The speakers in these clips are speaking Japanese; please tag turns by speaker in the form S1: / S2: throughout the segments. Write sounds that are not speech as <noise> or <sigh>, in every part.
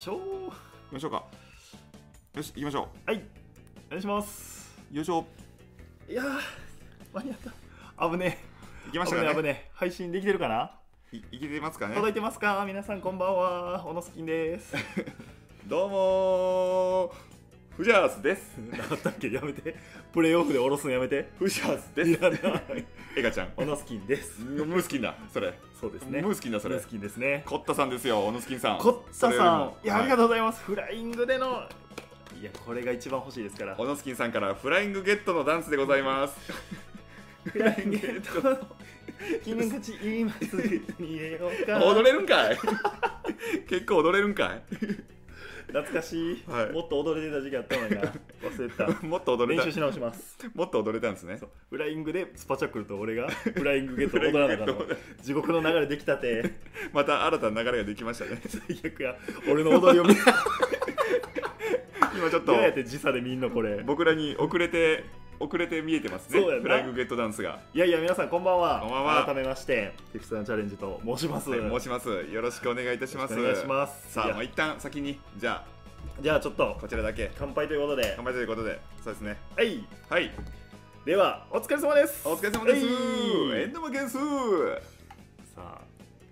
S1: しょう
S2: きましょうかよし行きましょ
S1: はいお願いします
S2: うよいしょ
S1: いやー間に合った危ね
S2: 行き
S1: え
S2: まし
S1: 危
S2: た
S1: ね
S2: か
S1: え危
S2: ね
S1: ねえ配信できてるかない
S2: 行けてますかね
S1: 届いてますか皆さんこんばんは小野スキンです
S2: どうもーフジャースです
S1: <laughs> なんだっけやめてプレイオフで下ろすのやめて
S2: フジャース
S1: い
S2: です
S1: やな
S2: エガちゃん
S1: 小野スキンです
S2: ムースキンだそれ
S1: そうですね
S2: ムースキンだそ
S1: 小野
S2: れ
S1: スキンですね
S2: コッタさんですよ小野スキンさん
S1: コッタ
S2: それより
S1: さ
S2: も
S1: んいやありが
S2: は
S1: とうございますフライングでのいやこれが一番欲しいですから
S2: い小野スキンさんからフライングゲットのダンスでございます
S1: フライング
S2: <laughs>
S1: での君たち今すぐに入れようか
S2: 踊れるんかい <laughs> 結構踊れるんか
S1: 懐かしい、
S2: はい
S1: もっと踊れてた時期あったのに
S2: <laughs>
S1: な忘れてた
S2: いもっと踊れ
S1: 練
S2: た
S1: 習し直します
S2: もっと踊れたんですね
S1: そうフライングでスパチャクルと俺 <laughs> がフライングゲット踊らなかったの
S2: フライングゲッ
S1: 地獄の流れできたて
S2: また新たな流れができましたね
S1: 最悪 <laughs> や俺の踊りを見た
S2: 今ちょっと
S1: 嫌やって時差でみんなこれ
S2: 僕らに遅れて遅れて見えてますね
S1: そうやな
S2: フライングゲットダンスが
S1: いやいや皆さんこんばんは
S2: こんばんは
S1: 改めましてテキサのチャレンジと申します、
S2: はい申
S1: し
S2: しますよろしくお願いいたします
S1: お願いします
S2: さあ
S1: いや
S2: まあ一旦先にじゃ
S1: じゃあちょっと
S2: あこちらだけ
S1: 乾杯ということで
S2: 乾杯ということでそうですね
S1: はい
S2: はい
S1: ではお疲れ様です
S2: お疲れ様です
S1: はい
S2: エンドマゲンス
S1: さあ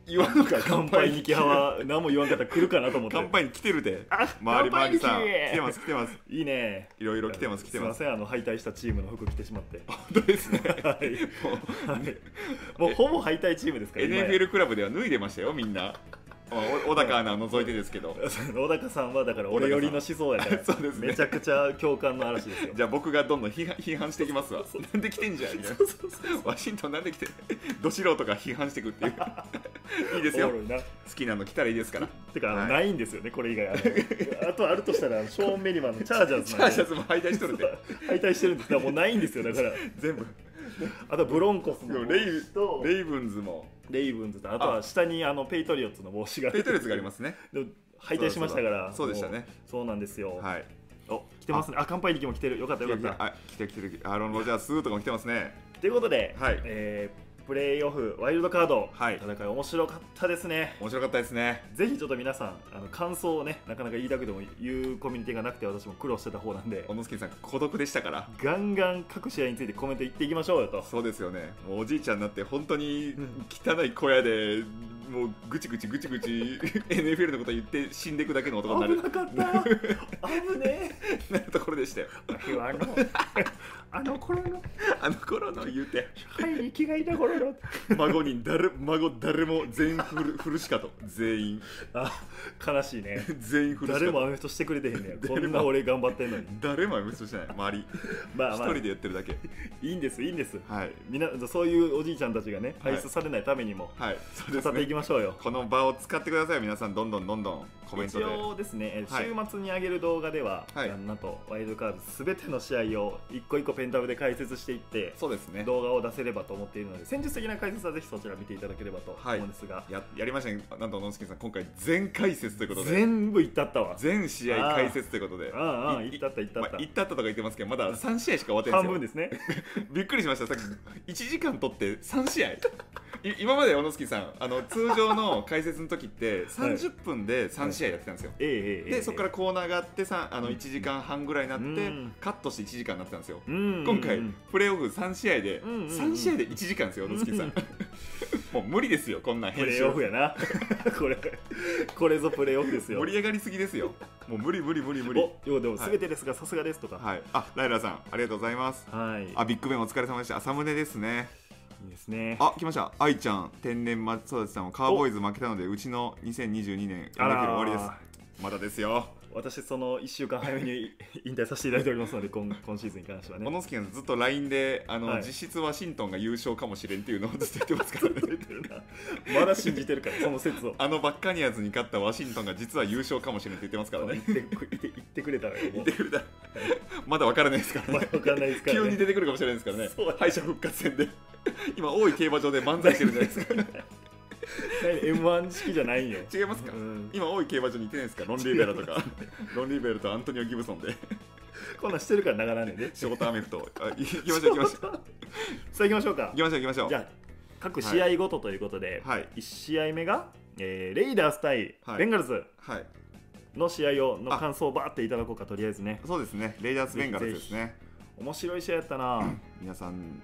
S2: 言わんのか
S1: 乾杯にきはは何も言わんかったら来るかなと思って
S2: 乾杯に来てるで
S1: あ
S2: 周り周りさ
S1: 乾
S2: ん
S1: 杯に
S2: 来てます来てます
S1: いいね
S2: いろいろ来てます来てます
S1: すいませんあの敗退したチームの服着てしまっ
S2: <laughs>
S1: て
S2: 本当ですね
S1: はい
S2: もう
S1: はいもうほぼ敗退チームですから今や
S2: NFL クラブでは脱いでましたよみんなまあお小高アナを除いてですけど
S1: 小高さんはだから俺寄りの思想やから
S2: 小高さん <laughs> そうですね
S1: めちゃくちゃ共感の嵐ですよ
S2: <laughs> じゃあ僕がどんどん批判批判していきますわ
S1: そうそう
S2: なんで来てんじゃんみたいな
S1: そうそうそう
S2: ワシントンなんで来てど素人が批判してい
S1: <laughs>
S2: くっていういいです
S1: お
S2: よ
S1: もろいな
S2: 好きなの来たらいいですから
S1: てか、あの
S2: はい
S1: ないんですよねこれ以外あのあとあるとしたらあのショーン・メリマンのチャージャーズ
S2: チ
S1: な
S2: ャ
S1: んで
S2: ーシャ <laughs> ツも敗退しとるで
S1: 敗退してるんですだからもうないんですよだから
S2: 全部
S1: あとブロンコスの帽
S2: レイ
S1: 子と
S2: レイブンズも
S1: レイブンズとあとは下にあのペイトリオッツの帽子が
S2: ペイトレツがありますね
S1: <laughs> でも敗退しましたから
S2: そうだそうだそうでしたね
S1: もうそうなんですよ、
S2: はい
S1: お来てますねあ乾杯力も来てるよかったよかった
S2: あ来てる来てるアーロン・ロジャースとかも来てますね
S1: ということで、
S2: はい
S1: えープレイオフワイルドカード、
S2: はい
S1: 戦い面白かったですね
S2: 面白かったですね
S1: ぜひちょっと皆さんあの感想をねなかなか言いたくても言うコミュニティがなくて私も苦労してた方なんで
S2: 小野助さん孤独でしたから
S1: ガンガン各試合についてコメント言っていきましょうよと
S2: そうですよねもうおじいちゃんになって本当に汚い小屋でもうぐちぐちぐちぐち NFL のこと言って死んでいくだけの男にな
S1: 危
S2: る
S1: なかった危ねえ
S2: なるところでしたよ
S1: あのあの頃の
S2: あの頃の言うて
S1: 入り気がいた頃の
S2: 孫に誰孫誰も全員フルフルシカと全員
S1: あ悲しいね <laughs>
S2: 全員フルシカ
S1: 誰
S2: と
S1: もアメフトしてくれてへ <laughs> んねん
S2: 誰
S1: こ
S2: も
S1: んな俺頑張ってんのに
S2: 誰も無視してない周り
S1: まあ
S2: 一
S1: まあ
S2: 人でやってるだけ
S1: いいんですいいんです
S2: はい
S1: みんなそういうおじいちゃんたちがね
S2: はい
S1: 排出されないためにも
S2: はいそうです
S1: 語ってい
S2: ね
S1: きましょうよ、
S2: この場を使ってください皆さんどんどんどんどんコメン
S1: 一
S2: トで
S1: 応ですね、えー
S2: は
S1: 週末に上げる動画では、
S2: はい
S1: なんとワイルドカードすべての試合を一個一個ペンタブで解説していって、
S2: そうですね
S1: 動画を出せればと思っているので戦術的な解説はぜひそちら見ていただければと思うんですが、
S2: ややりましたねなんとのんすけさん今回全解説ということで
S1: 全部いったったわ
S2: 全試合解説ということで
S1: ああああ
S2: い
S1: いったったいったった
S2: まあいったったとか言ってますけどまだ3試合しか終わってない
S1: 半分で
S2: で
S1: すすね
S2: よびっくりしましたさっき1時間取って3試合い今まで小野月さんあの通
S1: <laughs>
S2: 常の解説の時って30分で3試合やってたんですよ、
S1: ええええええ
S2: でそこからコーナーがあってさあの1時間半ぐらいになって、
S1: うん
S2: カットして1時間になってたんですよ、
S1: 今
S2: 今回プレーオフ3試合で、
S1: うんうんうん
S2: 3試合で1時間ですよ、小野月さん、
S1: うん
S2: もう無理ですよ、こん <laughs> なん
S1: プ
S2: 編
S1: レ
S2: 集
S1: ーオフやなこれこれぞプレーオフですよ
S2: 盛り上がりすぎですよ、もう無理、無理、無理、無理、
S1: おようでも全てですがさすがですとか
S2: はい、あライラさん、ありがとうございます。
S1: はい、い、
S2: あビッグベンお疲れ様でした。朝胸ですね。
S1: いですね
S2: あ来ました。愛ちゃん天然松育ちさんはカーボーイズ負けたのでうちの2022年
S1: あらー
S2: 終わりです。まだですよ。
S1: 私その1週間早めに <laughs> 引退させていただいておりますので今 <laughs> 今シーズンに関しては
S2: 小
S1: ね
S2: 野助さんずっと LINE であの、
S1: はい
S2: 実質ワシントンが優勝かもしれんっていうのをずっと言ってますから
S1: <laughs>
S2: ね。
S1: <laughs> まだ信じてるからその説を
S2: あのバッカニアーズに勝ったワシントンが実は優勝かもしれんって言ってますから
S1: 言っ
S2: ね。
S1: てく言って言ってくれたらも
S2: 出てくれた。まだわからないですから
S1: うま
S2: ね
S1: だ。分かんないですから、ね、
S2: 急に出てくるかもしれないですからね
S1: そうだね。
S2: 敗者復活戦で。今、大井競馬場で漫才してるじゃないですか。
S1: M1 式じゃないんよ
S2: 違いますか、
S1: うん
S2: 今多い競馬場に行ってないですかロンリーベラとかロンリーベルとアントニオ・ギブソ
S1: <laughs>
S2: ンで
S1: こんなんしてるからながらねんで
S2: ショートアメフトあい行きましょう行きましょう
S1: さあ行きましょうか
S2: 行きましょう行きましょう
S1: じゃあ各試合ごとということで、
S2: はい
S1: 1試合目が、えーレイダース対
S2: はい
S1: ベンガルズ、
S2: はい
S1: の試合をの
S2: あ
S1: 感想をバーっていただこうかとりあえずね
S2: そうですねレイダース・ベンガルズですね
S1: 面白い試合やったな、
S2: 皆さん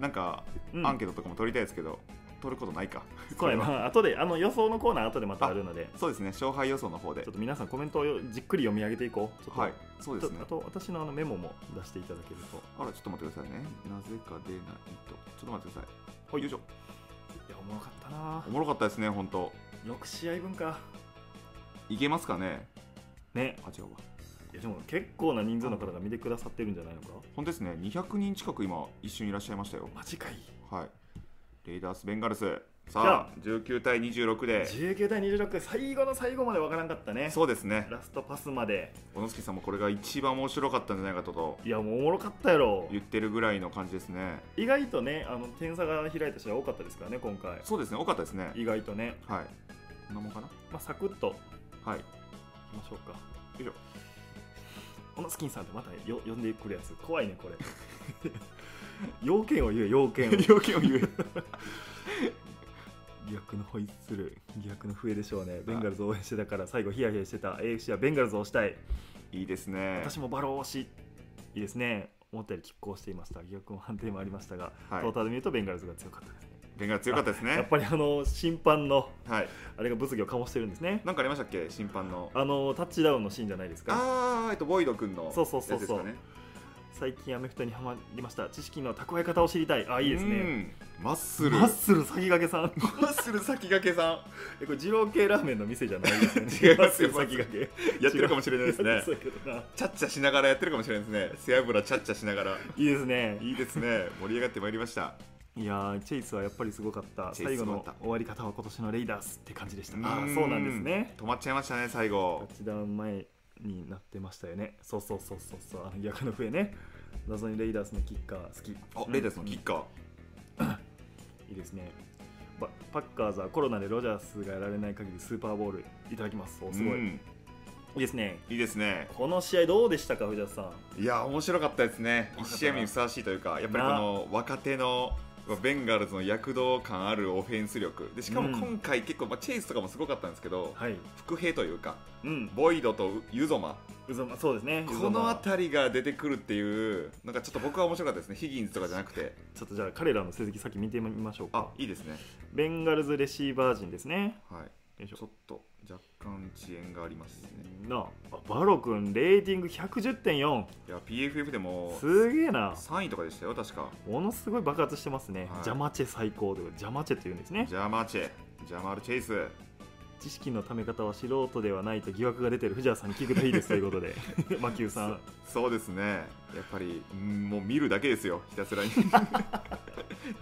S2: なんか
S1: うん
S2: アンケートとかも取りたいですけど、取ることないか
S1: そうや
S2: これは
S1: な後であの予想のコーナー後でまたあるので
S2: そうですね勝敗予想の方で
S1: ちょっと皆さんコメントをじっくり読み上げていこうちょっと
S2: はいそうですね
S1: あとあと私のあのメモも出していただけると
S2: あらちょっと待ってくださいねなぜか出ないとちょっと待ってください
S1: はい
S2: よいしょ
S1: いやおもろかったな
S2: おもろかったですね本当
S1: 6試合分か
S2: いけますかね
S1: ね
S2: あ違うわ
S1: いやでも結構な人数の方が見てくださってるんじゃないのか
S2: 本当ですね200人近く今一瞬いらっしゃいましたよ
S1: マジかい
S2: はいレイダース・ベンガルス
S1: じゃ
S2: さあ19対26で
S1: 19対26最後の最後までわからんかったね
S2: そうですね
S1: ラストパスまで
S2: 小野月さんもこれが一番面白かったんじゃないかとと
S1: いやもうおもろかったやろ
S2: 言ってるぐらいの感じですね
S1: 意外とねあの点差が開いた試合多かったですからね今回
S2: そうですね多かったですね
S1: 意外とね、
S2: はいこんなもんかな
S1: まあ、サクッと <laughs>
S2: はい
S1: いきましょうか
S2: いしょ
S1: このスキンさんってまたよ呼んでくるやつ怖いねこれ <laughs> 要件を言え要
S2: <laughs>
S1: 件を
S2: 料金を言え
S1: 逆のホイッスル逆の笛でしょうねベンガルズ応援してたから最後ヒヤヒヤしてた AFC はベンガルズを推したい
S2: いいですね
S1: 私もバロー推しいいですね思ったより拮抗していました逆の判定もありましたが、
S2: はい
S1: トータルで見るとベンガルズが強かったですね
S2: ベンガル強かったです
S1: やっ
S2: ね
S1: ぱりあの審判の
S2: はい
S1: あれが物議を醸してるんですね
S2: なんかありましたっけ審判の
S1: あのタッチダウンのシーンじゃないですか
S2: あーえっとボイド君のやつ
S1: そ
S2: で
S1: うそう
S2: す
S1: そう
S2: か
S1: そう
S2: ね
S1: 最近アメフトにはまりました知識の蓄え方を知りたいあいいですね
S2: うんマッスル
S1: マッスル先駆け
S2: <laughs>
S1: さん
S2: マッスル先駆けさ
S1: えこれ二郎系ラーメンの店じゃないですよね
S2: 違いますよ
S1: マッスル先駆け
S2: んやってるかもしれないですね
S1: <laughs> そうやけどな
S2: チャッチャしながらやってるかもしれないですね背脂チャッチャしながら
S1: いいですね
S2: いいですね盛り上がってまいりました
S1: いやーチェイスはやっぱりすごかった
S2: チェ
S1: 最
S2: イ
S1: 後
S2: スすご
S1: の
S2: かった
S1: 終わり方は今年のレイダースって感じでした
S2: うん
S1: ああそうなんですね
S2: 止まっちゃいましたね最後
S1: 立ちダウン前になってましたよねそうそうそうそうそうあの逆の笛ね謎にレイダースのキッカー好き
S2: あレイダースのキッカー、
S1: いいですねパパッカーズはコロナでロジャースがやられない限りスーパーボールいただきますおすごい、
S2: う
S1: い
S2: ん
S1: いですね
S2: いいですね
S1: この試合どうでしたか藤田さん
S2: いや面白かったですね
S1: 面白かったな
S2: 1試合目にふさわしいというかやっぱりこの若手のベンガルズの躍動感あるオフェンス力でしかも
S1: うん
S2: 今回結構、まあ、チェイスとかもすごかったんですけど、
S1: はい
S2: 伏兵というか
S1: うん
S2: ボイドとユゾマ
S1: うぞまそうですね
S2: この
S1: 辺り
S2: 辺りが出てくるっていうなんかちょっと僕は面白かったですねヒギンズとかじゃなくて
S1: ちょっとじゃあ彼らの成績先見てみましょう
S2: あ
S1: か
S2: いいですね
S1: ベンガルズレシーバー陣ですね
S2: はい
S1: よいし
S2: ちょ
S1: ょ
S2: っと若干遅延がありますね
S1: なああバロ君レーティング110.4
S2: いや PFF でも
S1: すげえな
S2: 3位とかでしたよ確か
S1: ものすごい爆発してますね、
S2: はい
S1: ジャマチェ最高というジャマチェというんですね
S2: ジャマーチェジャマール・チェイス
S1: 知識のため方は素人ではないと疑惑が出てる藤原さんに聞くといいですということ
S2: <laughs>
S1: で魔球さん
S2: そうですねやっぱりうんもう見るだけですよひた
S1: <laughs>
S2: すらに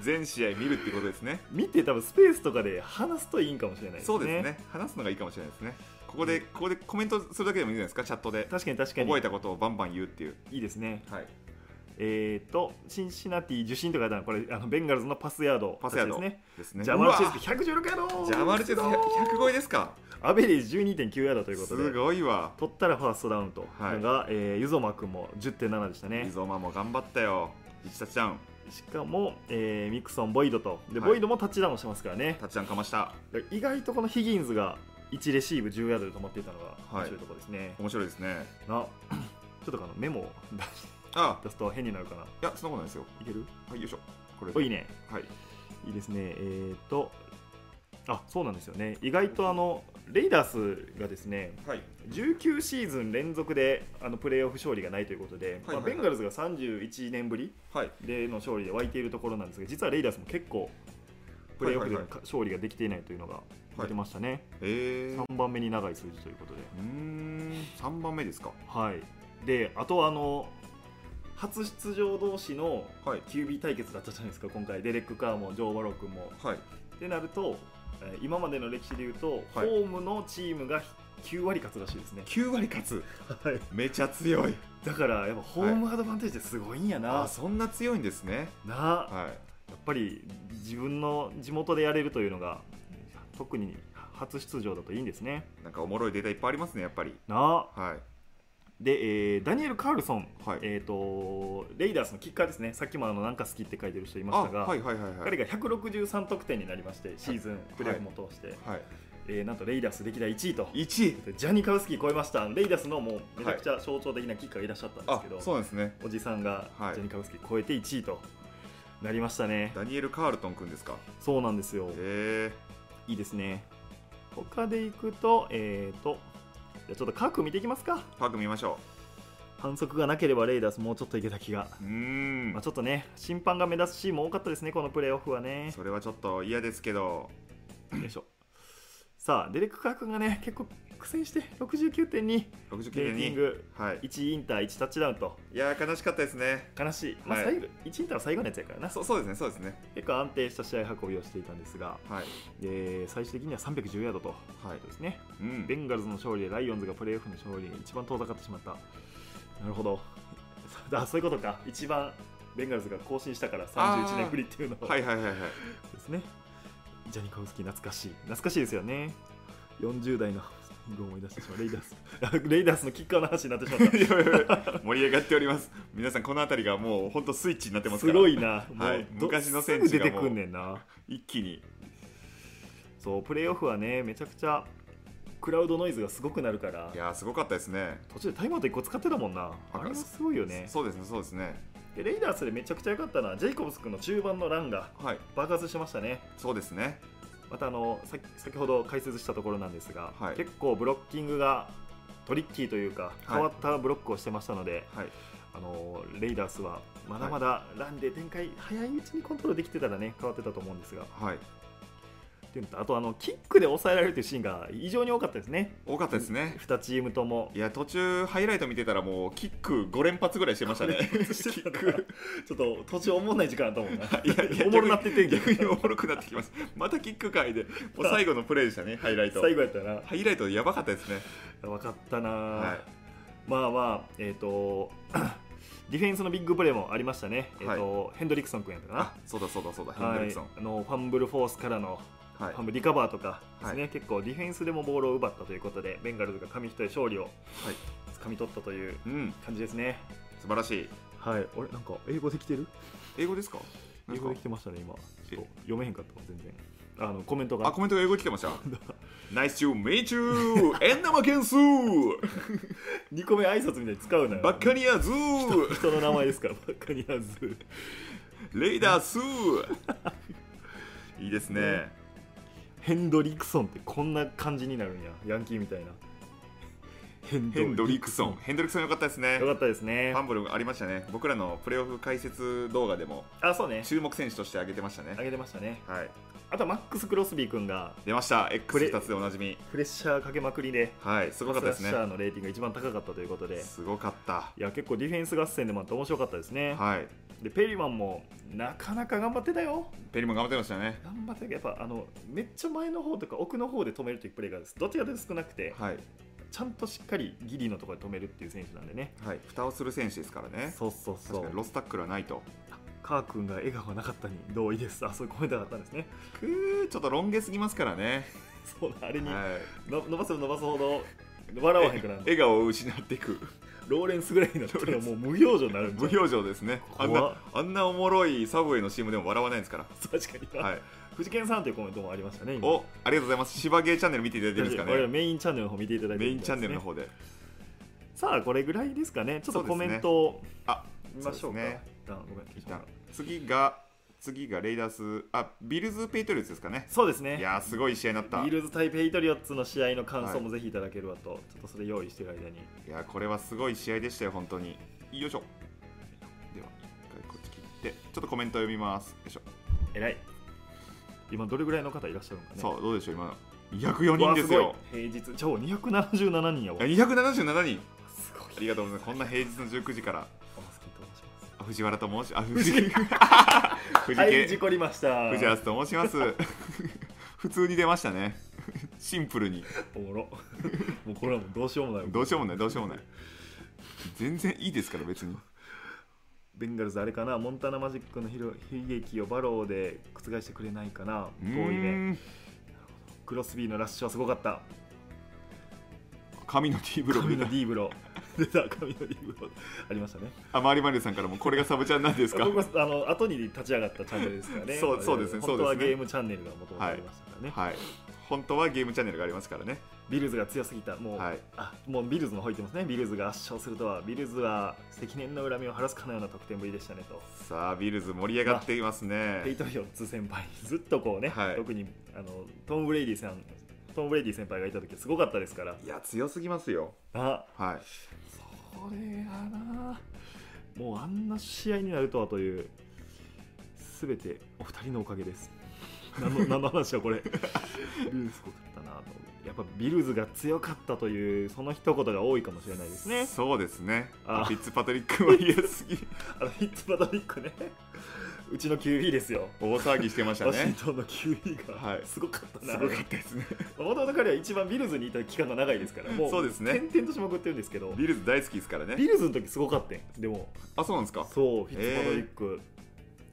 S2: 全試合見るってことですね
S1: 見て多分スペースとかで話すといいんかもしれないですね
S2: そうですね話すのがいいかもしれないですねここでここでコメントするだけでもいいんじゃないですかチャットで
S1: 確かに確かに
S2: 覚えたことをバンバン言うっていう
S1: いいですね
S2: はい
S1: えー、とシンシナティ受信とかだなこれあのベンガルズのパスヤード
S2: パスヤード
S1: たちですね
S2: ですね
S1: ジャマルチェ
S2: うわ
S1: ス116ヤード
S2: ジャマルチェス100超えですか
S1: アベレージ12.9ヤードということです
S2: ごいわ
S1: 取ったらファーストダウンと、
S2: はい
S1: が、えー、ゆぞまくんも10.7でしたね
S2: リゾマも頑張ったよ1タッチダウン
S1: しかも、えーミクソン、ボイドとで、
S2: はい
S1: ボイドもタッチダウンしてますからね
S2: タッチダウンかました
S1: だから意外とこのヒギンズが1レシーブ10ヤードで止まっていたのが
S2: はい
S1: 面白いところですね、
S2: 面白いですね
S1: な <coughs> ちょっとあのメモを出し
S2: あ
S1: 出すと変になるかない
S2: やそんなことないですよ
S1: いける
S2: はいよいしょこれ
S1: おいいね
S2: はい
S1: いいですねえー、とあそうなんですよね意外とあのレイダースがですね
S2: はい
S1: 19シーズン連続であのプレーオフ勝利がないということで、
S2: はいはいはい
S1: まあ、ベンガルズが31年ぶり
S2: はい
S1: での勝利で湧いているところなんですが実はレイダースも結構プレーオフでの
S2: はいはいはい
S1: 勝利ができていないというのが出てましたね、
S2: えー、う
S1: 3番目に長い数字ということで、
S2: ーん3番目ですか
S1: はい、であとはあの初出場同士の
S2: はい
S1: QB 対決だったじゃないですか今回デレック・カーもジョー・バロー君も。
S2: はい
S1: ってなるとえー今までの歴史でいうと、
S2: はい
S1: ホームのチームが9割勝つらしい
S2: <laughs>
S1: ですね、
S2: 9割勝つめちゃ強い
S1: だからやっぱホームアドバンテージってすごいんやな、
S2: あそんな強いんですね
S1: な、
S2: はい
S1: やっぱり自分の地元でやれるというのが特に初出場だといいんですね
S2: なんかおもろいデータいっぱいありますねやっぱり
S1: な
S2: はい
S1: で、えーダニエル・カールソン、
S2: はい
S1: えー、とレイダースのキッカーですねさっきもあのなんか好きって書いてる人いま
S2: あ
S1: したが、
S2: はいはいはいはい
S1: 彼が163得点になりましてシーズン、プレーオフも通して、
S2: はい
S1: えーなんとレイダース歴代1位と
S2: 1位
S1: ジャニカウスキー超えましたレイダースのもうめちゃくちゃ象徴的なキッカーがいらっしゃったんです
S2: あ
S1: けど、
S2: そうなんですね
S1: おじさんが
S2: はい
S1: ジャニカウスキー超えて1位となりましたね、
S2: ダニエル・カールトン君ですか
S1: そうなんですよ
S2: へえ
S1: いいですね他でいくとえっ、とじゃあちょっと各見ていきますか
S2: パーク見ましょ
S1: 反則がなければレイダースもうちょっといけた気が、
S2: ううーん、
S1: まあ、ちょっとね審判が目立つシーンも多かったですねこのプレーオフはね
S2: それはちょっと嫌ですけど
S1: よいしょさあデレック・カー君がね結構苦戦して69.2
S2: 69
S1: レーティン
S2: 点2
S1: グ
S2: はい
S1: 1インター1タッチダウンと
S2: いやー悲しかったですね
S1: 悲しい、まあ
S2: はい
S1: 最後1インターは最後のやつやからな
S2: そうそうですねそうですね
S1: 結構安定した試合運びをしていたんですが、
S2: はい
S1: えー最終的には310ヤードと
S2: はい
S1: ですね
S2: うん
S1: ベンガルズの勝利でライオンズがプレーオフの勝利に一番遠ざかってしまったなるほど <laughs> あそういうことか一番ベンガルズが更新したから31年ぶりっていうのを
S2: はいはいはいはい
S1: ですねジャニコウスキー懐かしい懐かしいですよね40代の今思い出してしまうレイダースレイダース <laughs> のキッカーの話になってしまった
S2: い <laughs> やいやいや盛り上がっております皆さんこの辺りがもうほんとスイッチになってます
S1: す
S2: から
S1: ごいな、
S2: はい
S1: もうど
S2: 昔の
S1: す
S2: 選
S1: ぐ
S2: 手
S1: 出て
S2: がもう
S1: くんねんな
S2: 一気に
S1: そうプレーオフはねめちゃくちゃクラウドノイズがすごくなるから
S2: いやーすごかったですね
S1: 途中でタイムアウト1個使ってたもんなあ
S2: あ
S1: れもすごいよね
S2: そうですねそうですね
S1: でレイダースでめちゃくちゃ良かったのはジェイコブス君の中盤のランが
S2: はい
S1: 爆発してましたね
S2: そうですね
S1: またあのさ先ほど解説したところなんですが、
S2: はい
S1: 結構ブロッキングがトリッキーというか変わったブロックをしてましたので、
S2: はい
S1: あのレイダースはまだまだランで展開早いうちにコントロールできてたらね変わってたと思うんですが
S2: はい
S1: っていうのとあとあのキックで抑えられるというシーンが異常に多かったですね
S2: 多かったですね
S1: 2チームとも
S2: いや途中ハイライト見てたらもうキック5連発ぐらいしてまし
S1: <laughs>
S2: たね
S1: 連発してたなちょっと途中おもんない時間だと思うな
S2: <laughs> いやいや
S1: おもろなっててんけど
S2: 逆におもろくなってきますまたキック界でもう最後のプレーでしたねハイライト
S1: 最後やったな
S2: ハイライトやばかったですね
S1: 分かったな、
S2: は
S1: まあまあえっ、と <clears throat> ディフェンスのビッグプレーもありましたね、えーとヘンドリクソン君やった
S2: あ
S1: か
S2: そうだそうだそうだヘ
S1: な、
S2: ンド
S1: は
S2: リ
S1: い
S2: クソン、
S1: あのファンブルフォースからの
S2: はい
S1: ファンブルリカバーとかですね、
S2: は
S1: 結構ディフェンスでもボールを奪ったということでベンガルズが紙一重勝利を
S2: はい
S1: 掴み取ったという
S2: うん
S1: 感じですね、
S2: 素晴らしい
S1: はい俺なんか英語できてる
S2: 英語ですか
S1: 英語できてましたね今ちょっと読めへんかった全然あのコメントが
S2: あコメントが英語来てました Nice to meet you! エンナマケン
S1: <laughs>
S2: スー
S1: 2個目挨拶みたいに使うなよ
S2: バッカニアズ
S1: <laughs>
S2: ー
S1: 人の名前ですからバッカニアズ
S2: レイダースーいいですね。
S1: ヘンドリクソンってこんな感じになるんやヤンキーみたいなヘン
S2: <laughs> ヘンドリクソン。ヘンドリクソンよかったですね
S1: よ。かったですね
S2: ファンブルありましたね。僕らのプレーオフ解説動画でも
S1: あそうね
S2: 注目選手として挙げてました
S1: 上
S2: ね。
S1: げてましたね
S2: はい。
S1: あとはマックス・クロスビー君が
S2: 出ました。
S1: プレ
S2: X2 つでおなじみ。
S1: プレッシャーかけまくりで
S2: はい。すごかったです
S1: スラ
S2: ね
S1: ッシャ。ーのレーティングが一番高かったということです
S2: ごかった。
S1: いや結構ディフェンス合戦でもあって面白かったですね、
S2: はい。
S1: でペリマンもなかなか頑張ってたよ
S2: ペリも頑張ってましたね。
S1: 頑張ってたけどやっぱあのめっちゃ前の方とか奥の方で止めるというプレーがどっちかというと少なくて、
S2: はい。
S1: ちゃんとしっかりギリのところで止めるっていう選手なんでね
S2: はい。蓋をする選手ですからね。
S1: そうそうそ
S2: 確か
S1: う
S2: にロスタックルはないと。
S1: カー君が笑顔がなかったに同意ですあそういうコメントがあったんですね <laughs>
S2: くーちょっとロン毛すぎますからね。
S1: そうあれに、
S2: はい。
S1: の伸ばせば伸ばすほど笑わへんくなる
S2: 笑顔を失っていく
S1: ローレンスぐらいになったらもう無表情になるん
S2: 無
S1: じゃん
S2: 表情ですねあん
S1: 怖っ
S2: なあんなおもろいサブウェイの CM でも笑わないですか
S1: 確かに、
S2: ら、はい、
S1: 藤健さんというコメントもありましたね今
S2: おありがとうございます芝芸チャンネル見ていただいてるんですか
S1: 我々
S2: ね
S1: メインチャンネルの方見ていただいて
S2: メ
S1: る
S2: イ
S1: み
S2: ン
S1: たい
S2: チャンネル
S1: で
S2: の
S1: すね
S2: 方で
S1: さあこれぐらいですかねちょっと
S2: そうで
S1: コ
S2: すね
S1: メントを
S2: あ
S1: 見ましょうか
S2: そうですね
S1: 一旦ごめん
S2: 一旦次が次がレイダースあビルズ・ペイトリオッツですかね
S1: そうです
S2: い
S1: ね
S2: やーすごい試合になった
S1: ビー
S2: い
S1: ルズ対ペイトリオッツの試合の感想もぜひいただければと、ちょっとそれ用意してる間に
S2: やーこれはすごい試合でしたよ本当によいしょでは一回こっち切ってちょっとコメント読みますよいしょ、
S1: えらい今どれぐらいの方いらっしゃるのかね
S2: そうどうでしょう今の204人です
S1: うわ
S2: よ
S1: ごい平日超277人やわ
S2: いや277人
S1: すごい
S2: ありがとうございますこんな平日の19時から
S1: お好きと申します
S2: あ藤原と申しあ藤
S1: <laughs>
S2: 原藤
S1: は
S2: 原
S1: い事故りました
S2: 藤原と申します <laughs> 普通に出ましたねシンプルに
S1: おもろ <laughs> もうこれはもうどうしようもない
S2: どうしようもないどうしようもない全然いいですから別に
S1: ベンガルズあれかなモンタナマジックのひろ悲劇をバローで覆してくれないかな
S2: う
S1: 遠いね
S2: ーん
S1: クロスビーのラッシュはすごかった
S2: 神の T ブログ
S1: 神の D ブロ <laughs> 出た神のリーグありましたね。
S2: あマリマリさんからもこれがサブチャンなんですか
S1: 僕はあの後に立ち上がったチャンネルですからね。
S2: そうそうですね
S1: 本当は
S2: そうです
S1: ゲ
S2: ね
S1: ームチャンネルがもともとありましたからね。
S2: はい本当はゲームチャンネルがありますからね
S1: ビルズが強すぎた、もう、
S2: はい
S1: あもうビルズの方言ってますね。ビルズが圧勝するとは、ビルズは積年の恨みを晴らすかのような得点ぶりでしたねと。
S2: さあビルズ盛り上がっていますね、
S1: ペイトリオッツ先輩、ずっとこうね、
S2: はい
S1: 特にあのトム・ブレイディさん、トム・ブレイディ先輩がいた時すごかったですから。
S2: いや強すぎますよ
S1: あ
S2: はい
S1: それがなもうあんな試合になるとはというすべてお二人のおかげです何
S2: <laughs>
S1: の何の話だこれビルズすごかったなとやっぱビルズが強かったというその一言が多いかもしれないですね
S2: そうですね
S1: あ
S2: フィッツパトリックは嫌
S1: <laughs>
S2: すぎ
S1: あのフィッツパトリックねうちの QB ですよ
S2: 大騒ぎしてました
S1: ワシン
S2: ね
S1: トンの QB が、
S2: はい
S1: すごかった
S2: すご
S1: な
S2: かったですね
S1: もともと彼は一番ビルズにいた期間が長いですからも
S2: そうですね
S1: 転々としまくってるんですけど
S2: ビルズ大好きですからね
S1: ビルズの時すごかったんでも
S2: あそうなんですか
S1: そう、フィッツパトリック、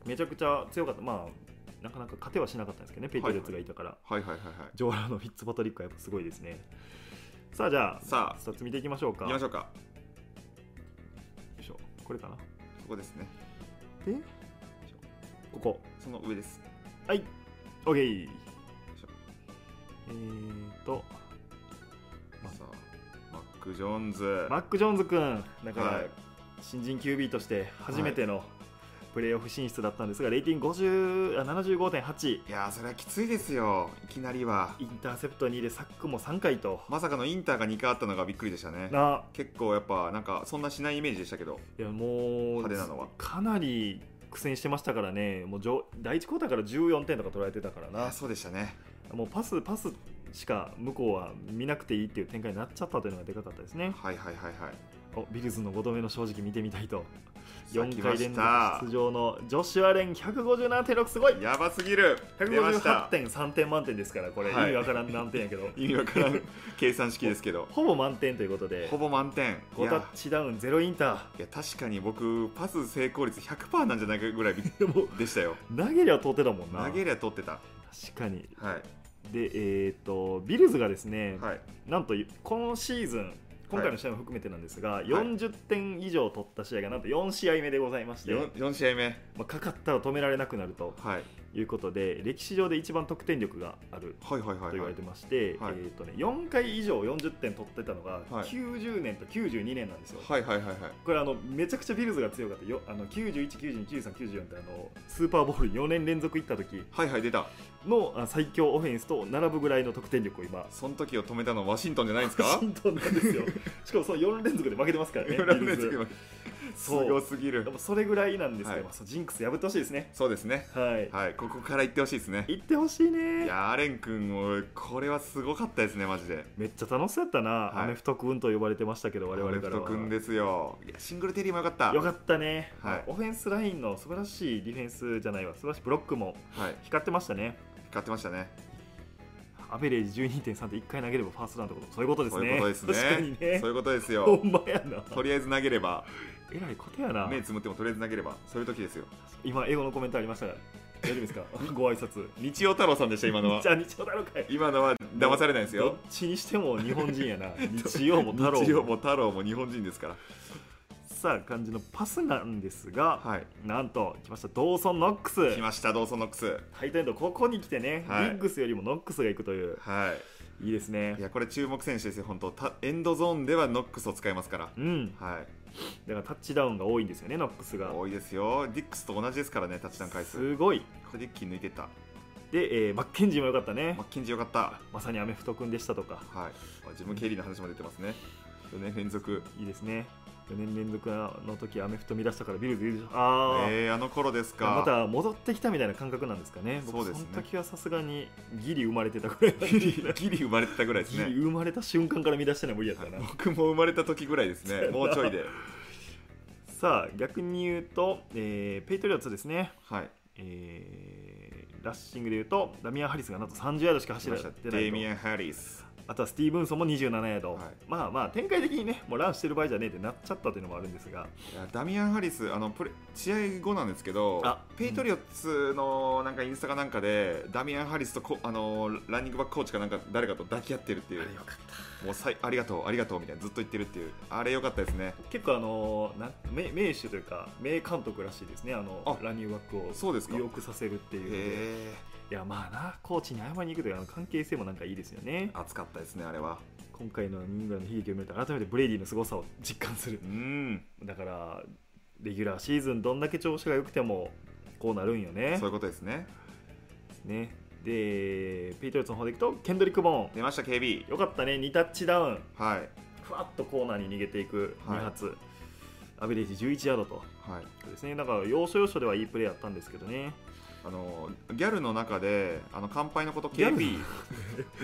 S1: めちゃくちゃ強かった、まあ、なかなか勝てはしなかったんですけどね、ペイトリオッツがいたから、
S2: はいはいはいはい
S1: ジョーラのフィッツパトリックはやっぱすごいですね。さあ、じゃあ、
S2: さあ
S1: 2つ見ていきましょうか。
S2: 行きましょうか
S1: よいしょこれかな。
S2: ここですね
S1: で、よいしょここ。
S2: その上です
S1: はい、OK。え
S2: しょ
S1: ーと、ま
S2: さあマック・ジョーンズ
S1: マック・ジョーンズ君、だから、
S2: はい
S1: 新人 QB として初めてのプレーオフ進出だったんですが、レーティング50あ75.8。
S2: いやーそれはきついですよいきなりは
S1: インターセプト2でサックも3回と、
S2: まさかのインターが2回あったのがびっくりでしたね
S1: な
S2: 結構やっぱなんかそんなしないイメージでしたけど
S1: いやもう
S2: 派手なのは
S1: かなり苦戦してましたからねもうじょ第1クォーターから14点とか取られてたから
S2: あ
S1: な
S2: そうでしたね
S1: もうパスパスしか向こうは見なくていいっていう展開になっちゃったというのがでかかったですね
S2: はいはいはいはい
S1: おビルズの5度目の正直見てみたいと
S2: さあ
S1: 4
S2: 来
S1: 回
S2: ま
S1: 連
S2: し
S1: 続
S2: た
S1: 出場のジョシュア・レン157.6すごい
S2: やばすぎる出ました
S1: 158.3点満点ですからこれ意
S2: はい
S1: 味わからん何点やけど、 <laughs>
S2: 意味わからん計算式ですけど
S1: ほぼ満点ということで
S2: ほぼ満点い
S1: 5タッ
S2: や
S1: チダウン0インター
S2: いや確かに僕パス成功率100%なんじゃないかぐらいび
S1: <laughs> でも
S2: でしたよ
S1: 投げりゃ通ってたもんな
S2: 投げりゃ取ってた
S1: 確かに
S2: は
S1: でえー、とビルズがですね
S2: い、はい
S1: なんとこのシーズン今回の試合も含めてなんですが、40点以上取った試合がなんと4試合目でございまして、
S2: 4, 四試合目
S1: まあ、かかったら止められなくなると
S2: はい
S1: いうことで歴史上で一番得点力がある
S2: はいはい
S1: と
S2: はい
S1: 言わ
S2: は
S1: れ
S2: い
S1: てまして、
S2: はい
S1: えーとね、4回以上40点取ってたのが
S2: はい
S1: 90年と92年なんですよ。
S2: はいはいはいはい
S1: これあのめちゃくちゃビルズが強かったよあの91、92、93、94ってあのスーパーボール4年連続行った時
S2: はいはい出た
S1: のあ最強オフェンスと並ぶぐらいの得点力を今
S2: その時を止めたのワシントンじゃないんですか
S1: ワシントンなんです
S2: <laughs>
S1: よ。しかもその4連続で負けてますからね。
S2: 裏
S1: ビル
S2: 目
S1: ズ
S2: つけますす
S1: そう
S2: ごすぎる
S1: でもそれぐらいなんですけ
S2: はい
S1: ど、まあそうジンクス破ってほしいですね。
S2: そうですね
S1: はい。
S2: はいここから行ってほしいですね
S1: 行ってほしい
S2: い
S1: ね。
S2: やーアレン君もこれはすごかったですねマジで
S1: めっちゃ楽しそうやったな、
S2: い
S1: アメフト君と呼ばれてましたけど、我々から
S2: アレフト君
S1: は。
S2: ですよいやシングルテリーもよかった
S1: よかったね、
S2: はい
S1: まあオフェンスラインの素晴らしいディフェンスじゃないわ、素晴らしいブロックも
S2: はい
S1: 光ってましたね。
S2: 勝ってましたね
S1: アベレージ12.3で1回投げればファーストラウンドってこと、そういうことです
S2: そういう
S1: ね。
S2: ことですね
S1: 確かにね
S2: そう。いうことです
S1: ほ
S2: よ <laughs>
S1: んまやな。
S2: とりあえず投げれば
S1: えらいことやな。
S2: 目つむってもとりあえず投げればそういう時ですよ
S1: 今、英語のコメントありましたが、大丈夫ですかご挨拶。
S2: 日曜太郎さんでした今のは
S1: じゃあ、日曜だろうかい。
S2: 今のは騙されないです
S1: どっ
S2: よ
S1: ちにしても日本人
S2: <laughs>
S1: やな日曜も太郎
S2: 日曜も太郎も日本人ですから
S1: さあ感じのパスなんですが、
S2: はい
S1: なんと来ましたドーソン・ノックス
S2: 来ましたドーソンノックス
S1: タイトエンドここに来てね、
S2: は
S1: ビ
S2: い
S1: ッグスよりもノックスが行くという
S2: はい
S1: いですね
S2: いやこれ注目選手ですよ本当たエンドゾーンではノックスを使いますから
S1: うん
S2: はい
S1: だからタッチダウンが多いんですよねノックスが
S2: 多いですよディックスと同じですからねタッチダウン回数こ
S1: すごい
S2: れディッキー抜いてった
S1: で、えーマッケンジーも良かったね
S2: マッキンジーよかった
S1: まさにアメフト君でしたとか
S2: はいあジム・ケリーの話も出てますね4年連続
S1: いいですね4年連続の時アメフト見出したからビルズ優勝ああ、
S2: えー、あの頃ですか
S1: また戻ってきたみたいな感覚なんですかね僕
S2: そうですね
S1: その時はさすがにギリ生まれてたくらい
S2: <laughs> ギリギリ生まれてたぐらいです
S1: ギリ
S2: ね
S1: 生まれた瞬間から見出してのは無理やったな、
S2: 僕も生まれた時ぐらいですねもうちょいで
S1: さあ逆に言うと、えーペイトリオッツですね、
S2: はい
S1: えーラッシングで言うとダミアン・ハリスがなんと30ヤードしか走
S2: 来
S1: られ
S2: ましてた
S1: な
S2: デ
S1: い
S2: イミア
S1: と
S2: ン・ハリス
S1: あとはスティーブンソンも27ヤード、
S2: はい
S1: まあまあ展開的にねもうランしてる場合じゃねえってなっちゃったっていうのもあるんですが
S2: いやダミアン・ハリスあのプレ試合後なんですけど
S1: あ
S2: ペイトリオッツのなんかインスタかなんかでダミアン・ハリスとこあのランニングバックコーチかなんか誰かと抱き合ってるっていう
S1: よかった
S2: もうさいありがとうありがとうみたいなずっと言ってるっていうあれ良かったですね
S1: 結構あのな名名手というか名監督らしいですねあの
S2: あ
S1: ランニングバックを
S2: そうですか
S1: よくさせるっていうので
S2: へえ
S1: いやまあなコーチに謝りに行くというあの関係性もなんかいいですよね
S2: 熱かったですねあれは
S1: 今回のイングランドの悲劇を見ると改めてブレイディの凄さを実感する
S2: うん
S1: だからレギュラーシーズンどんだけ調子が良くてもこうなるんよね
S2: そういうことですね
S1: ねでペイトリオッツの方でいくとケンドリック・ボー
S2: 出ました KB
S1: ンよかったね2タッチダウン
S2: はい
S1: ふわっとコーナーに逃げていく
S2: はい
S1: 2発、アベレージ11ヤードと
S2: はい
S1: ですねだから要所要所ではいいプレーやったんですけどね
S2: あのギャルの中であの乾杯のこと
S1: ギャル
S2: KP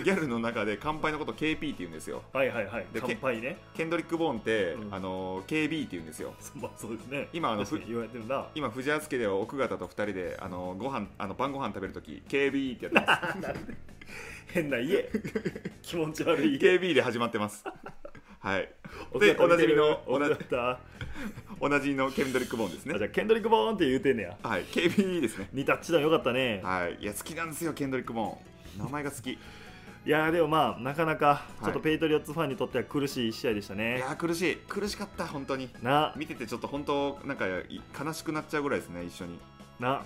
S2: <laughs> ギャルの中で乾杯のこと KP って言うんですよ
S1: はいはいはい
S2: で
S1: 乾杯ね
S2: ケンドリック・ボーンって、
S1: うん
S2: あの KB って言うんですよ
S1: そう,、 <laughs> まあ、そうですね
S2: 今あの
S1: 確かに言われてるな
S2: 今藤原家では奥方と2人であのご飯あの晩ご飯食べるとき KB ってやってま
S1: 変な
S2: <laughs>
S1: 家気持ち悪い
S2: す
S1: 家
S2: KB で始まってますはい
S1: 奥さんと似てる
S2: でお
S1: 奥
S2: なじみ
S1: さんと似
S2: の
S1: てるあ
S2: おなじみのケンドリック・ボーンです
S1: じゃ
S2: ね
S1: あケンドリック・ボーンって言うてんねや
S2: はい KB ですね
S1: 2タッチダウンよかったね
S2: はいいや好きなんですよケンドリック・ボーン名前が好きい
S1: いやーでもまあなかなか
S2: い
S1: ちょっとペイトリオッツファンにとっては苦しい試合でしたね、
S2: やー苦しい苦しかった本当に
S1: な
S2: 見ててちょっと本当なんかい悲しくなっちゃうぐらいですね一緒に
S1: な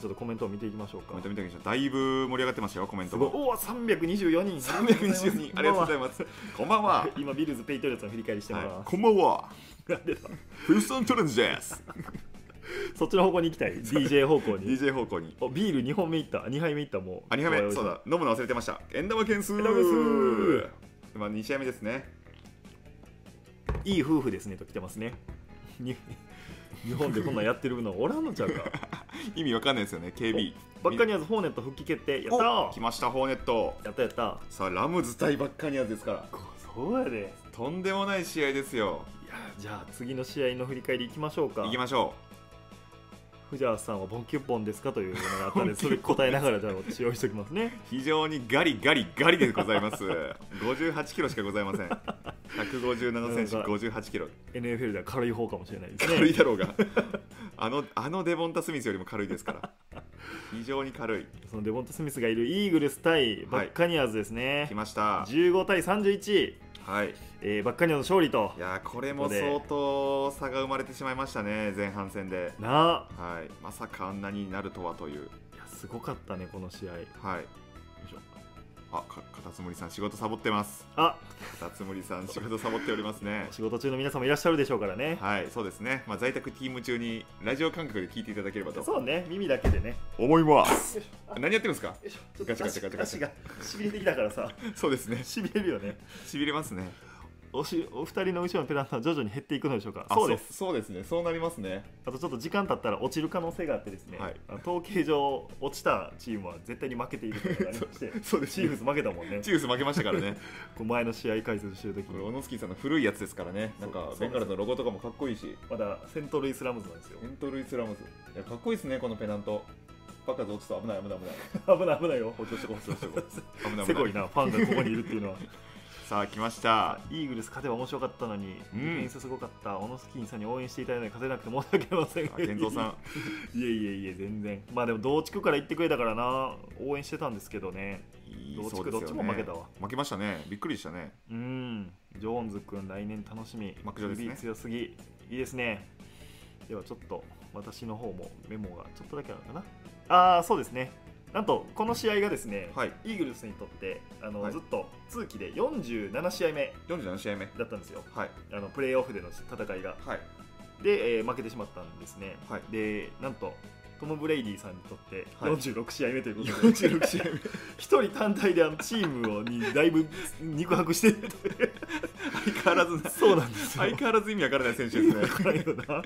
S1: ちょっとコメントを見ていきましょうか
S2: コメント見てみましょうだいぶ盛り上がってましたよコメン
S1: す
S2: ト
S1: ごい
S2: も
S1: おお324人
S2: 320人ありがとうございます <laughs> こんばんは、は
S1: 今ビルズペイトリオッツの振り返りしてもら
S2: い、
S1: ます、
S2: こんばんは
S1: なんでだ
S2: フーストンチャレンジです
S1: そっちの方向に行きたい DJ 方向に
S2: DJ 方向に
S1: おビール2本目いった2杯目いったもう
S2: あ2杯目そうだ飲むの忘れてました円玉件数
S1: 円玉件数
S2: まあ2試合目ですね
S1: いい夫婦ですねと来てますねに <laughs> 日本でこんなんやってるのおらんのちゃうか
S2: <laughs> 意味わかんないですよね KB
S1: バッカニアーズホーネット復帰決定やった
S2: お
S1: ー
S2: 来ましたホーネット
S1: やったやった
S2: さあラムズ対バッカニアーズですから
S1: こそうやで
S2: とんでもない試合ですよ
S1: いやじゃあ次の試合の振り返りいきましょうか
S2: いきましょ
S1: 藤原さんはボンキュッポンですかというのがあ
S2: <laughs>
S1: ったのでそれ答えながらじゃあ私用意しておきますね
S2: う非常にガリガリガリでございます58キロしかございません157センチ
S1: なんか
S2: 58キロ
S1: NFL では軽い方かもしれないです
S2: 軽い
S1: ね
S2: だろうがあのあのデボンタ・スミスよりも軽いですから非常に軽い
S1: そのデボント・スミスがいるイーグルス対バッカニアーズですね
S2: 来、ました
S1: 15対31、
S2: はい
S1: えーバッカニアーズの勝利と
S2: いやーこれも相当差が生まれてしまいましたね前半戦で、
S1: なあ
S2: はい、まさかあんなになるとはという、
S1: いやすごかったねこの試合よ
S2: はい、
S1: いしょ
S2: あかカタツムリさん仕事サボってます
S1: あ
S2: カタツムリさん仕事サボっておりますね
S1: 仕事中の皆さんもいらっしゃるでしょうからね
S2: はいそうですね、まあ、在宅勤務中にラジオ感覚で聞いていただければと
S1: そうね耳だけでね
S2: 思います
S1: よいし
S2: 何やってるんですか
S1: ょよいしょちょっと
S2: ガチャガチャガチャガチ
S1: 足
S2: ャ
S1: がしびれてきたからさ
S2: そうですね
S1: しびれるよね
S2: しびれますね
S1: おしお二人の後ろのペナントは徐々に減っていくのでしょうか
S2: あ
S1: そうです
S2: そうそうですねそうなりますね
S1: あとちょっと時間経ったら落ちる可能性があってですね、
S2: はい
S1: あの統計上落ちたチームは絶対に負けていることがありまして
S2: <laughs> そうで
S1: チーフズ負けたもんね
S2: チーフス負けましたからね
S1: こう前の試合解説してるとき
S2: これ
S1: に
S2: オノスキーさんの古いやつですからねなん
S1: そう
S2: か
S1: です
S2: ベンガルズのロゴとかもかっこいいし
S1: まだセントルイスラムズなん
S2: <laughs>
S1: ですよ
S2: エントルイスラムズいやかっこいいですねこのペナントバカズ落ちた危ない危 <laughs> ない危ない
S1: 危ない危ないよ
S2: 補強してこう補強してこう危な
S1: <laughs>
S2: い
S1: せ
S2: 危
S1: こ
S2: ないい
S1: なファンがここにいるっていうのは
S2: さあ来ました
S1: イーグルス勝てば面白かったのに、
S2: うん
S1: ディフェンスすごかった小野スキンさんに応援していただいたのに勝てなくて申し訳ありません
S2: あ健三さ
S1: <laughs>
S2: ん
S1: いえいえいえ全然まあでも同地区から行ってくれたからな応援してたんですけどね
S2: い
S1: どっちか
S2: そうで
S1: ど
S2: す
S1: っちも負けたわ
S2: 負けましたねびっくりしたね
S1: うん、ジョーンズ君、来年楽しみ、
S2: マクジョですね
S1: QB 強すぎ、いいですね。ではちょっと、私の方もメモがちょっとだけあるかな。ああ、そうですね。なんと、この試合がですね、
S2: はい
S1: イーグルスにとって、あの
S2: はい
S1: ずっと通期で47試合目
S2: 47試合目
S1: だったんですよ、
S2: はい
S1: あのプレーオフでの戦いが。
S2: はい
S1: で、えー負けてしまったんですね。
S2: はい
S1: で、なんと、トム・ブレイディさんにとって
S2: はい
S1: 46試合目ということで、
S2: <laughs> 46試合目
S1: <laughs> 一人単体であのチームをにだいぶ肉薄しているという。
S2: 相変わらず
S1: そうなんですよ。
S2: 相変わらず意味わからない選手ですね
S1: わからんよな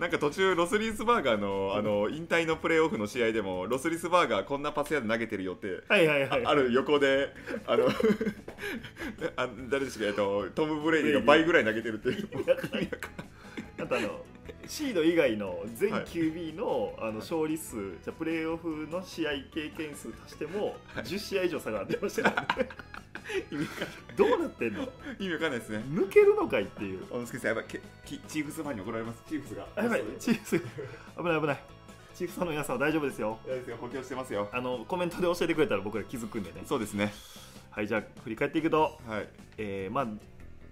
S2: なんか途中ロスリースバーガーのあの引退のプレーオフの試合でもロスリースバーガーこんなパスやで投げてるよって
S1: はいはいはい。
S2: ある横であの <laughs> あ誰でしたっけえっとトム・ブレイディが倍ぐらい投げてるっていう
S1: <laughs> なんかあのシード以外の全
S2: はい
S1: QB の,、あの勝利数、じゃあプレーオフの試合経験数足しても、10試合以上差があってましたからね
S2: <laughs> 意味わかん
S1: どうなってんの
S2: 意味わかんないですね
S1: 抜けるのかいっていう
S2: 小野助さんやっぱけきチーフスファンに怒られますチーフスが
S1: あやばい
S2: そうです
S1: チーフス危ない危ないチーフスさんの皆さんは大丈夫ですよ
S2: 嫌ですよ補強してますよ
S1: あのコメントで教えてくれたら僕ら気づくんでね
S2: そうですね
S1: はいじゃあ振り返っていくと、
S2: はい
S1: えーまあ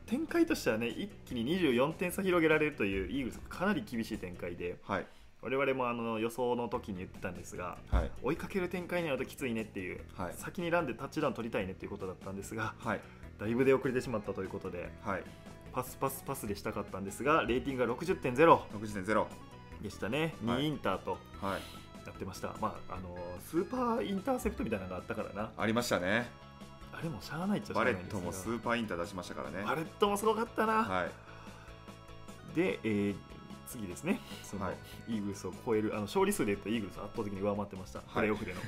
S1: 展開としてはね一気に24点差広げられるというイーグルスかなり厳しい展開で
S2: はい
S1: 我々もあの予想の時に言ってたんですが
S2: はい
S1: 追いかける展開になるときついねっていう、
S2: はい
S1: 先にランでタッチダウン取りたいねっていうことだったんですが
S2: はい
S1: だいぶ出遅れてしまったということで
S2: はい
S1: パスパスパスでしたかったんですがレーティングが60.0
S2: 60.0は
S1: でしたね
S2: は
S1: 2
S2: い
S1: インターと
S2: い
S1: やってました、まああのスーパーインターセプトみたいなのがあったからな
S2: ありましたね
S1: あれもしゃあないっちゃしゃあ
S2: バ
S1: な
S2: レ
S1: いん
S2: ッ
S1: です
S2: ト
S1: が
S2: もスーパーインター出しましたからね
S1: バレットもすごかったな、
S2: はい
S1: で、えー次ですねその、
S2: はい
S1: イーグルスを超えるあの勝利数で言ったらイーグルスを圧倒的に上回ってました、プレーオフでの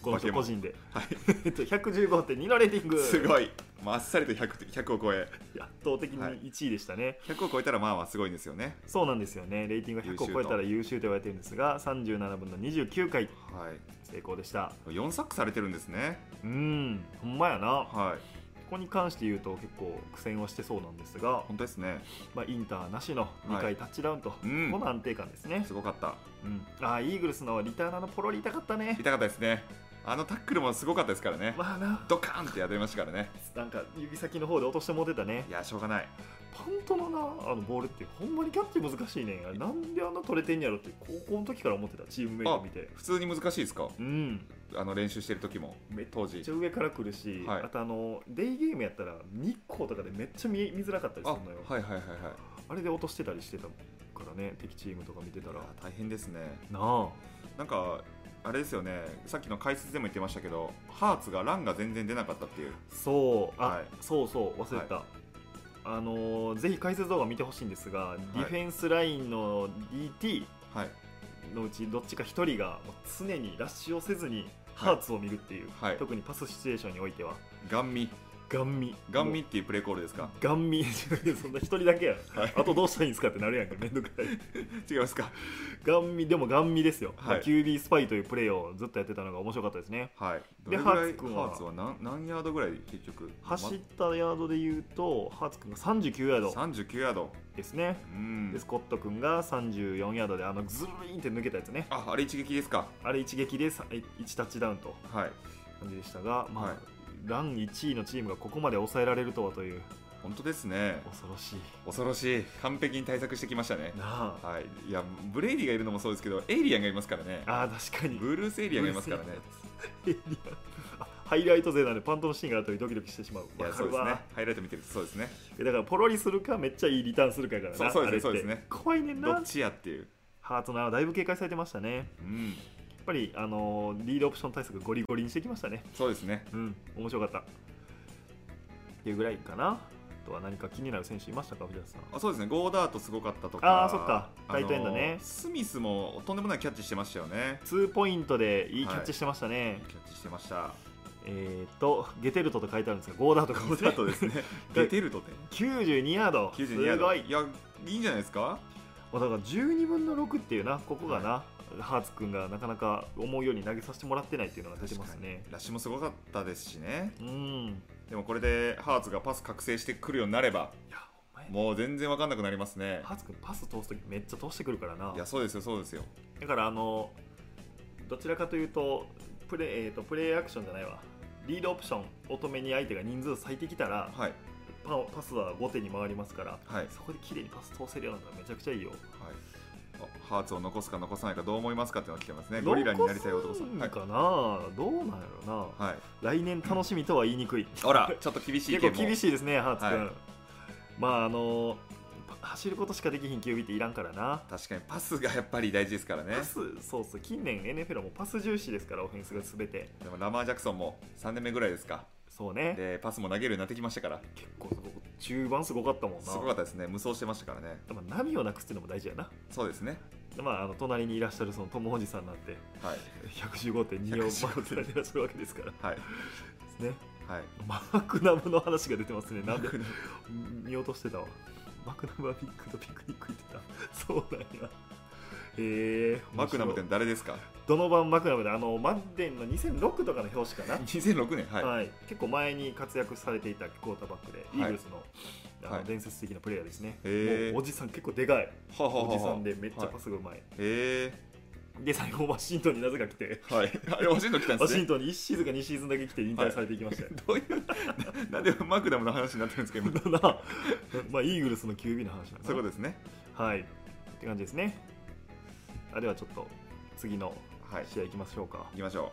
S1: こ
S2: <laughs>
S1: の人個人で、
S2: はい
S1: <laughs> えっと、115.2のレーティング
S2: すごい、まあ、あっさりと 100, 100を超え
S1: 圧倒的に1位でしたね、
S2: 100を超えたらまあまあすごいんですよね
S1: そうなんですよねレーティングが100を超えたら優秀と言われてるんですが37分の29回
S2: はい
S1: 成功でした
S2: 4サックされてるんですね
S1: うんほんまやなこ
S2: はい
S1: こに関して言うと結構苦戦はしてそうなんですが、
S2: 本当ですね
S1: まあ、インターなしの2
S2: は
S1: 回
S2: い
S1: タッチダウンと、
S2: うん
S1: この安定感ですね
S2: す、ごかった
S1: うん、あーイーグルスのリターナーのポロリ痛かったね
S2: 痛かったですねあのタックルもすごかったですからね
S1: まあな
S2: ドカーンってやってましたからね
S1: なんか指先の方で落としてもうてたね
S2: いやしょうがない
S1: パントのなあのボールってほんまにキャッチ難しいねんあれなんであんな取れてんやろって高校の時から思ってたチームメイト見て
S2: 普通に難しいですか
S1: うん
S2: あの練習してる時も当時
S1: めっちゃ上から来るし、
S2: はい
S1: あとあのデイゲームやったら日光とかでめっちゃ見え見づらかったり
S2: あ
S1: す
S2: はい
S1: るのよあ,、
S2: はいはいはい
S1: れで落としてたりしてたからね敵チームとか見てたらな
S2: あ大変ですね
S1: あ
S2: なんかあれですよねさっきの解説でも言ってましたけどハーツがランが全然出なかったっていう
S1: そうあ、
S2: はい
S1: そうそう忘れてた、あのーぜひ解説動画見てほしいんですが、ディフェンスラインの DT
S2: はい
S1: のうちどっちか1人がもう常にラッシュをせずにハーツを見るっていう、
S2: はい
S1: 特にパスシチュエーションにおいては
S2: ガンミ
S1: ガン見
S2: ガンミっていうプレーコールですか
S1: ガン見 <laughs> そんな1人だけや、
S2: はい
S1: あとどうしたらいいんですかってなるやんかめんどく <laughs> さい
S2: 違いますか
S1: ガンミでもガンミですよ、
S2: はい
S1: まあ、QB スパイというプレーをずっとやってたのが面白かったですね
S2: はいど
S1: で
S2: れぐら
S1: ハー
S2: い
S1: ツ君は
S2: ハーツは何何ヤードぐらい結局
S1: 走ったヤードで言うとハーツ君が39ヤー
S2: ま
S1: ド
S2: 39ヤード
S1: ですね
S2: うん
S1: でスコット君が34ヤードであのズルーンって抜けたやつね
S2: ああれ一撃ですか
S1: あれ一撃でさ1タッチダウンと
S2: はい
S1: 感じでしたが、まあ
S2: はい
S1: ラン1位のチームがここまで抑えられるとはという
S2: 本当ですね
S1: 恐ろしい
S2: 恐ろしい完璧に対策してきましたね
S1: なあ
S2: はいいやブレイディがいるのもそうですけどエイリアンがいますからね
S1: あー確かに
S2: ブルースエイリアンがいますからね
S1: ブルースエイリアンあハイライト勢なんでパントのシーンがあるとドキドキしてしまう
S2: いや
S1: わか
S2: そう
S1: る
S2: ですね
S1: わ
S2: ハイライト見てるとそうですね
S1: えだからポロリするかめっちゃいいリターンするかやからな
S2: そうそ
S1: あ
S2: うですね
S1: れって
S2: そうですね
S1: 怖いねん
S2: ど
S1: な
S2: っちやっていう
S1: ハートナーはだいぶ警戒されてましたねやっ
S2: うん
S1: ぱりあのーリードオプション対策ゴリゴリにしてきましたね
S2: そうですね
S1: うん面白かったっていうぐらいかなあとは何か気になる選手いましたか藤田さん
S2: あそうですねゴーダートすごかったと
S1: あ
S2: か
S1: ーそっかタイトエンドね
S2: あのスミスもとんでもないキャッチしてましたよね
S1: 2ポイントでいいキャッチしてました
S2: いい
S1: ね、
S2: キャッチしてました
S1: えっ、とゲテルトと書いてあるんですがゴーダート
S2: ゴ
S1: が
S2: ーダー
S1: <laughs>
S2: トですね出てるとね
S1: 92ヤード
S2: 92ヤード
S1: すごい
S2: いやいいんじゃないですか
S1: まあ、だから12分の6っていうなここがな、ハーツ君がなかなか思うように投げさせてもらってないっていうのが出てますね
S2: ラッシュもすごかったですしね
S1: うん
S2: でもこれでハーツがパス覚醒してくるようになれば
S1: いやお前
S2: もう全然わかんなくなりますね
S1: ハーツ君パス通す時めっちゃ通してくるからない
S2: やそうですよそうですよ
S1: だからあのどちらかというとプレ,、えー、とプレーアクションじゃないわリードオプション乙女に相手が人数割いてきたら
S2: はい
S1: パパスは後手に回りますから
S2: はい、はい、
S1: そこで綺麗にパス通せるようになったらめちゃくちゃいいよ
S2: あハーツを残すか残さないかどう思いますかっていうのが来てますねゴリラになりたい男さん
S1: 残す
S2: はい
S1: んかな、どうなんやろ
S2: はい
S1: な来年楽しみとは言いにくい <laughs>
S2: ほらちょっと厳しい意
S1: 結
S2: 見
S1: 構
S2: も
S1: 厳しいですね、ハーツ君。
S2: はい
S1: まあ、あのパ走ることしかできひん QB っていらんからな。
S2: 確かにパスがやっぱり大事ですからね
S1: パス、そうそう、近年 NFL はもうパス重視ですから、オフェンスがすべて。
S2: でもラマー・ジャクソンも3年目ぐらいですか
S1: そうね、
S2: でパスも投げるようになってきましたから
S1: 結構そこ中盤すごかったもんな。
S2: すごかったですね無双してましたからね
S1: まあ、波をなくすっていうのも大事やな。
S2: そうですね
S1: でまあ、あの隣にいらっしゃるその友おじさんなんて
S2: はい
S1: 115.2をマークされてらっしゃるわけですから。
S2: はい
S1: ですね。
S2: はい <laughs>
S1: マークナムの話が出てますね。なんで
S2: マークナ
S1: 見落としてたわ。マクナムはビッグとピクニック行ってたそうなんやへえ
S2: マクナムって
S1: 面白い
S2: 誰ですか
S1: ドノバン・マクナムであのマッデンの2006とかの表紙かな
S2: 2006年はい、
S1: はい、結構前に活躍されていたクォーターバックで、イーグルスのあの
S2: はい
S1: 伝説的なプレイヤーですね、
S2: へー
S1: もうおじさん結構でかい
S2: はあはあは
S1: お
S2: あ
S1: じさんでめっちゃパスがうまい、
S2: へ
S1: で最後ワシントンになぜか来て
S2: えはい <laughs> あれワシントン来たんで
S1: ワ
S2: す
S1: シ
S2: ね
S1: ントンに1シーズンか2シーズンだけ来て引退されていきましたよ、
S2: どういうななんでマクダムの話になってるんですか今
S1: なあまあ、イーグルスの QB の話なん
S2: <laughs> そういうことですね
S1: はいって感じですねあではちょっと次の
S2: はい
S1: 試合いきましょうか、
S2: 行きましょ
S1: よ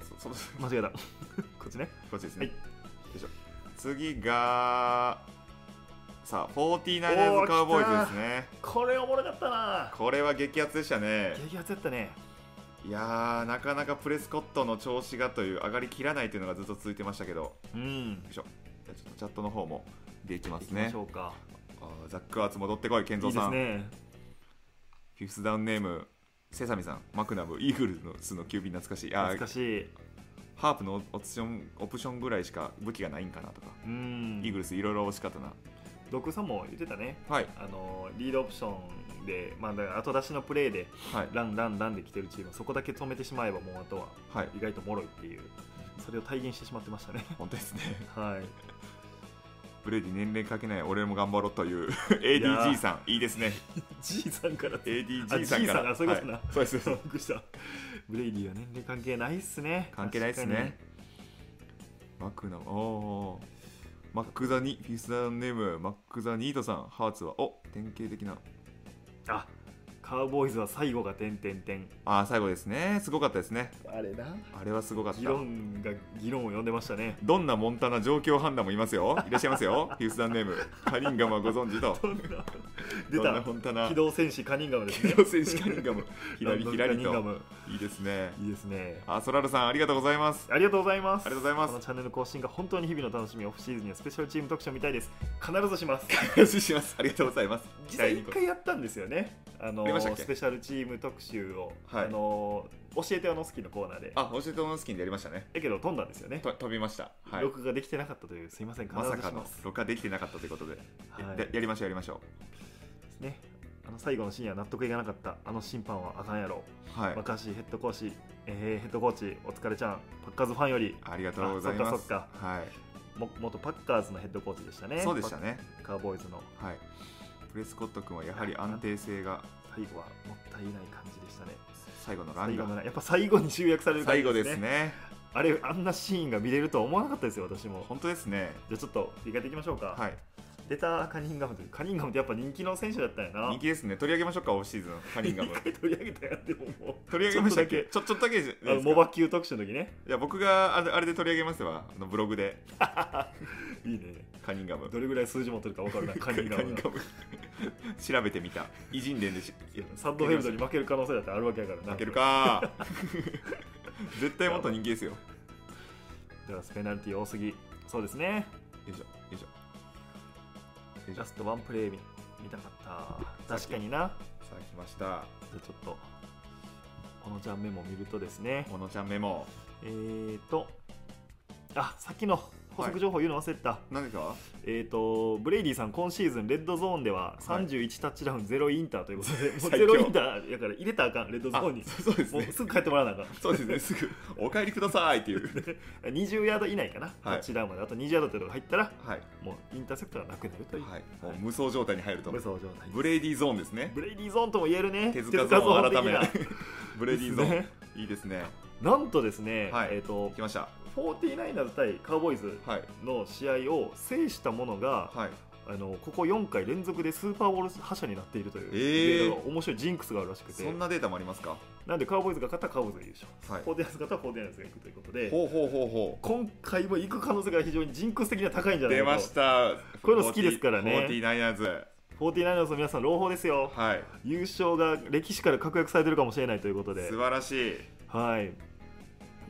S2: うそその
S1: 間違えたこっちね
S2: こっちです
S1: はい
S2: ね、よいしょ次がさあ 49ers
S1: おー
S2: カウボーイズですね
S1: これおもろかったな
S2: これは激アツでしたね
S1: 激アツやったね
S2: いやーなかなかプレスコットの調子がという上がりきらないというのがずっと続いてましたけど
S1: うん
S2: じゃあちょっとチャットの方もできま
S1: い
S2: す
S1: きま
S2: ね
S1: しょうか
S2: あーザックアーツ戻ってこい健
S1: い
S2: 三
S1: いで
S2: さ
S1: す
S2: ん
S1: ね
S2: フィフスダウンネームセサミさんマクナムイーグルスのキュービン懐かしいあー
S1: 懐かしい
S2: ハープのオプションオプションぐらいしか武器がないんかなとか、
S1: うん
S2: イーグルスいろいろ惜しかったな
S1: ドクさんも言ってたね
S2: はい
S1: あのリードオプションで、まあ、だから後出しのプレーで
S2: はい
S1: ランランランで来てるチームそこだけ止めてしまえばもうあとは
S2: はい
S1: 意外と脆いっていうそれを体現してしまってました
S2: <laughs>
S1: ね
S2: 本当ですね
S1: はい
S2: ブレイディ年齢かけない俺も頑張ろうとい
S1: や
S2: う ADG さんいいですね
S1: G さんからび
S2: ADG さんか
S1: あ G さん
S2: ら
S1: あそういうことな
S2: はいそうです
S1: <laughs> っくりしたブレイディは年齢関係ないっすね
S2: 関係ないですねマクナムおーマック・ザ・ニフィスダウンネームマック・ザ・ニートさんハーツはお典型的な
S1: 確かにあカウボーイズは最後が点点点
S2: あー最後ですねすごかったですね
S1: あれな
S2: あれはすごかった
S1: 議論が議論を呼んでました
S2: <laughs>
S1: ね
S2: どんなモンタナ状況判断もいますよいらっしゃいま
S1: <laughs>
S2: すよフィスダウンネームカリンガムはご存知と
S1: どんな <laughs> 出
S2: どんな
S1: た
S2: モンタナ
S1: 機動戦士カニンガムですね
S2: 選手カ
S1: <laughs>
S2: リンガムひらりひらり
S1: カニンガ
S2: と
S1: ム
S2: いいですね
S1: いいですね
S2: あソラルさんありがとうござ
S1: <laughs>
S2: います
S1: ありがとうございます。
S2: ありがとうございます
S1: このチャンネルの更新が本当に日々の楽しみ、オフシーズンにはスペシャルチーム特集を見たいです。必ずし
S2: <laughs>
S1: ます。
S2: しますありがとうございます
S1: 実際一回やったんですよね。あの
S2: ありましたっけ
S1: スペシャルチーム特集を、
S2: はい
S1: あの教えてあのスキーのコーナーで。
S2: あ教えてもらうスキンでやりましたね
S1: だけど飛んだんですよね。
S2: と飛びましたはい
S1: 録画できてなかったというすいません。必
S2: ま
S1: ずし
S2: さ
S1: ます。
S2: かの録画できてなかったということで、
S1: はい
S2: でやりましょうやりましょ
S1: ね。あの最後のシーンは納得いかなかったあの審判はあかんやろ、
S2: うはい、
S1: 若しヘッドコーチ、えーヘッドコーチお疲れちゃんパッカーズファンより
S2: ありがとうございます
S1: あそっか
S2: はい
S1: も元パッカーズのヘッドコーチでしたね
S2: そうでしたね
S1: カーボーイズの
S2: はいプレスコット君はやはり安定性が
S1: 最後はもったいない感じでしたね。
S2: 最後のラン
S1: 最後
S2: が
S1: のやっぱ最後に集約される感
S2: 最
S1: じ
S2: 後です。ね
S1: あれ、あんなシーンが見れるとは思わなかったですよ、私も。
S2: 本当ですね
S1: じゃあちょっと振り返っていきましょうか。
S2: はい
S1: 出たカニンガムというカニンガムってやっぱ人気の選手だったよな。
S2: 人気ですね取り上げましょうかオフシーズンカニン
S1: <laughs>
S2: ガム
S1: 一回取り上げたやんで
S2: <laughs>
S1: ももう。
S2: 取り上げましたっけ
S1: ち
S2: ちょちょっとだけじゃ
S1: ょっとだけあのモバ級特集の時ね。
S2: いや僕があれあれで取り上げますわあのブログで
S1: いいね。
S2: カニンガム
S1: どれぐらい数字持ってるか分かる
S2: <laughs>
S1: な、カニンガムが。
S2: 調べてみた偉人伝でし
S1: サンドフェルドに負ける可能性だってあるわけやからな。
S2: 負けるか絶対もっと人気ですよよ
S1: じゃあスペナルティ多すぎ。そうですね。
S2: いしょよいしょよいし
S1: ラ
S2: ょ
S1: ストワンプレイ見見たかった。確かにな。
S2: さあ来ました
S1: じゃあちょっと、このちゃんメモを見るとですね、
S2: 小野ちゃんメモ
S1: えーと、あさっきの補足情報言うの忘れてた、
S2: 何ですか
S1: えーと、ブレイディさん、今シーズン、レッドゾーンでは
S2: はい
S1: 31タッチダウン、0インターということで、もう
S2: 最強
S1: 0インターやから入れたらあかん、レッドゾ
S2: あ
S1: ーンに。
S2: そそうです
S1: もう
S2: ね
S1: すぐ帰ってもらわなあかん
S2: そうですねすぐ「 <laughs> お帰りください」っていう
S1: 20ヤード以内かな、タ
S2: はい
S1: ッチダウンまであと20ヤードってとこ入ったら
S2: はい、
S1: もうインターセプトがなくなるという、
S2: はい、もう無双状態に入ると
S1: 無双状態
S2: ブレイディゾーンですね
S1: ブレイディゾーンとも言えるね
S2: 手塚ゾーン改め
S1: 手塚ゾーン的
S2: ブレイディゾー
S1: で
S2: ンいいですね
S1: ななんとですね、
S2: はい
S1: えー、と
S2: 来ました
S1: 49ers 対カウボーイズ
S2: はい
S1: の試合を制したものが、
S2: はい
S1: あのここ4回連続でスーパーボール覇者になっているという、
S2: えー
S1: データが面白いジンクスがあるらしくて
S2: そんなデータもありますか
S1: なんでカウボーイズが勝ったらカウボーイズが優勝、
S2: はい
S1: フォーティナンスが勝ったらフォーティナンスが行くということで
S2: ほうほうほうほ
S1: 今回も行く可能性が非常にジンクス的には高いんじ
S2: う
S1: ゃない
S2: 出
S1: か
S2: ました
S1: こういうの好きですからね
S2: 49ers
S1: と 49ers の皆さん朗報ですよ
S2: はい
S1: 優勝が歴史から確約されてるかもしれないということで
S2: 素晴らしい
S1: はい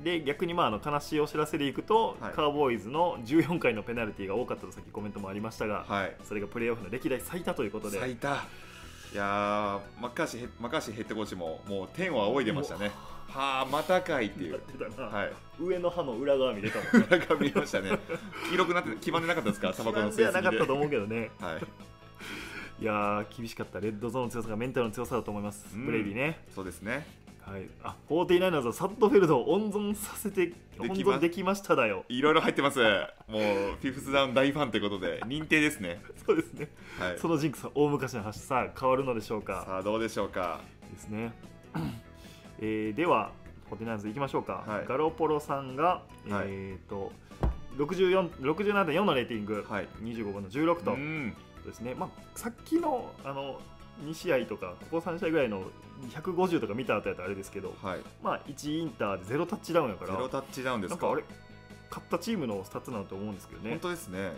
S1: で逆にまああの悲しいお知らせでいくと、
S2: はい
S1: カウボーイズの14回のペナルティが多かったとさっきコメントもありましたが、
S2: はい
S1: それがプレーオフの歴代最多ということで
S2: 最多いやーマッカーシーヘッマッカーシーヘッドコーチももう天を仰いでましたねはあまたかいってい
S1: やっ
S2: う
S1: てたな、
S2: はい
S1: 上の歯の裏側見れたもんね
S2: 裏 <laughs> が見えましたね黄色くなって黄ばんでなかったですかタバコの
S1: で
S2: 吸い
S1: は
S2: す
S1: な
S2: ぎ
S1: かっ
S2: で
S1: たと思うけどね
S2: はい
S1: いやー厳しかったレッドゾーンの強さがメンタルの強さだと思います、
S2: うん
S1: ブレイビーね、
S2: そうですね
S1: はい、あ49ers はサッドフェルドを温存させて温
S2: ま
S1: 存できましただよ
S2: いろいろ入ってますもうフィフスダウン大ファンということで認定ですね
S1: そうですね、
S2: はい
S1: そのジンクスは大昔の話さあ変わるのでしょうか
S2: さあどうでしょうか
S1: ですね、えーでは49ers いきましょうか、
S2: はい
S1: ガロポロさんが、
S2: はい
S1: えー、と64 67.4のレーティング、
S2: はい
S1: 25分の16
S2: う
S1: と
S2: ん
S1: ですね、まあ、さっきのあの2試合とかここ3試合ぐらいの150とか見た後やったらあれですけど、
S2: はい
S1: まあ、1インターでゼロタッチダウンやか
S2: ゼ
S1: ら
S2: ロタッチダウンです
S1: なん
S2: か
S1: かあれ勝ったチームのスタッツなのと思うんですけどね
S2: 本当ですね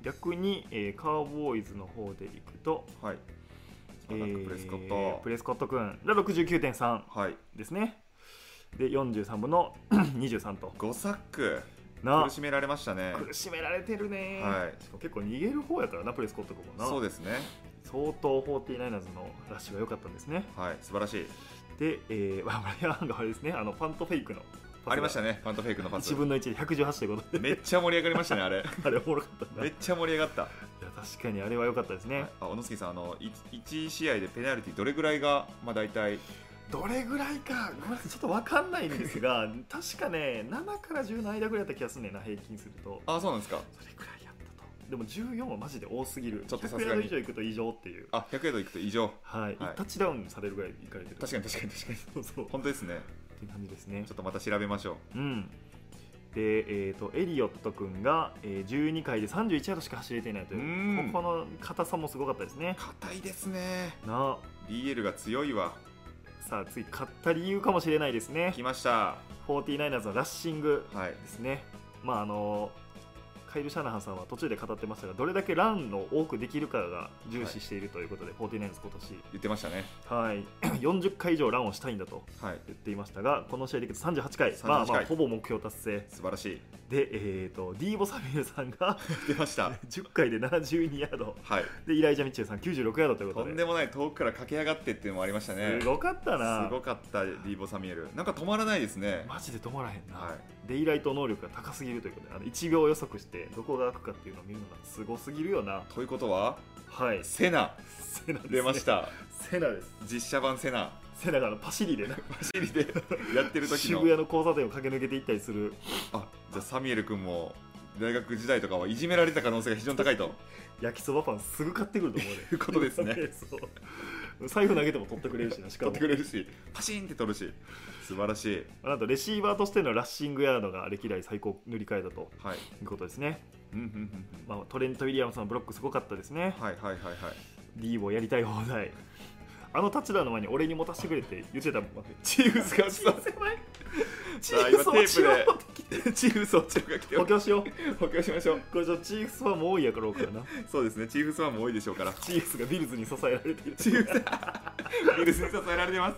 S1: 逆に、えーカーボーイズの方でいくと、
S2: はい
S1: え
S2: アタック
S1: ー
S2: プレスコッ
S1: プ
S2: ト、
S1: レスコット君が69.3
S2: はい
S1: ですねで43分の <clears throat> 23と
S2: 5サック
S1: な
S2: 苦しめられましたね
S1: 苦しめられてるね、
S2: はい
S1: しかも結構逃げる方やからなプレスコット君もな
S2: そうですね
S1: 相当 49ers のラッシュが良かったんですね
S2: はい素晴らしい
S1: で、えー、 <laughs> まあ、マリアンがあれですね、あの、パントフェイクの。
S2: ありました
S1: ね。
S2: ねファントフェイクのパス
S1: 1分の1で118ということで、
S2: めっちゃ盛り上がりましたねあ
S1: <laughs>
S2: れ
S1: あれおもろかったんだ。
S2: め
S1: い
S2: っちゃ盛り上がった
S1: や、確かにあれは良かったですね。
S2: はいあ小野月さんあのい1試合でペナルティどれぐらいが、まあ、大体
S1: どれぐらいか、ごめんなさい、ちょっとわかんないんです
S2: <laughs>
S1: が、確かね、7から10の間ぐらいだった気がするねんな、平均すると。
S2: あそうなんですか
S1: それくらいやったと。でも14はマジで多すぎる。
S2: ちょっとさ
S1: 100
S2: す
S1: ヤ
S2: が
S1: ード
S2: に
S1: 以上いくと異常っていう。
S2: あ100ヤードいくと異常
S1: はい、
S2: はい
S1: タッチダウンされるぐらいいかれてる。
S2: 確かに確かに確かに
S1: そうそう。っ
S2: 本当ですね
S1: て感じですね
S2: ちょ。っとまた調べましょう
S1: うん。で、えー、とエリオット君が、えー、12回で31ヤードしか走れていないという
S2: うん
S1: ここの硬さもすごかったですね。
S2: 硬いですね
S1: な
S2: DL が強いわ
S1: さあ次勝った理由かもしれないですね
S2: 来ました
S1: 49ers のラッシング
S2: はい
S1: ですね。まああのカイル・シャナハンさんは途中で語ってましたがどれだけランを多くできるかが重視しているということで、49ers 今
S2: 言ってましたね
S1: 年、はい、40回以 <coughs> 上ランをしたいんだと
S2: はい
S1: 言っていましたがこの試合でいくと38回まあ
S2: 38
S1: まあ
S2: 回
S1: ほぼ目標達成
S2: 素晴らしい
S1: で、えー、とディーボ・サミュエルさんが
S2: 出ました
S1: 10回で72ヤード
S2: はい
S1: でイライジャ・ミッチェルさん96ヤードということ
S2: と
S1: で
S2: んでもない遠くから駆け上がってっていうのもありましたね
S1: すごかったな
S2: すごかったディーボ・サミュエルなんか止まらないですね
S1: マジで止まらへんな、
S2: は
S1: デイライト能力が高すぎるということであの1秒予測してどこが開くかっていうのを見るのがすごすぎるよない
S2: ということは
S1: はい
S2: セナ
S1: セナですね、
S2: 出ました
S1: セナです
S2: 実写版セナ
S1: セナがあのパシリでな
S2: 走りでやってる時
S1: 渋
S2: の
S1: 谷の交差点を駆け抜けていったりする
S2: あじゃあサミュエル君も大学時代とかはいじめられた可能性が非常に高いと
S1: 焼きそばパンすぐ買ってくると思うね
S2: いうこと <laughs> ですね
S1: そう財布投げても取ってくれるしなしか
S2: 取
S1: も
S2: ってくれるしパシーンって取るし素晴らしい
S1: なんとレシーバーとしてのラッシングヤードが歴代最高塗り替えだと
S2: はい
S1: いうことですね、
S2: うんうんうん
S1: まあ、トレント・ウィリアムさんのブロックすごかったですね
S2: うんはいはいはいはい
S1: D をやりたい放題あのタッチダウンの前に俺に持たせてくれって言ってたもんチーフスが
S2: さ
S1: チーフス落ちよう
S2: チーフスを中が来て
S1: 補強しよ
S2: 補強しましょう
S1: うこれちょっとチーフスファンも多いやろうからな
S2: そうですねチーフスファンも多いでしょうから
S1: チーフスがビルズに支えられてい
S2: <laughs>
S1: る
S2: チーフスウイルスに支えられてます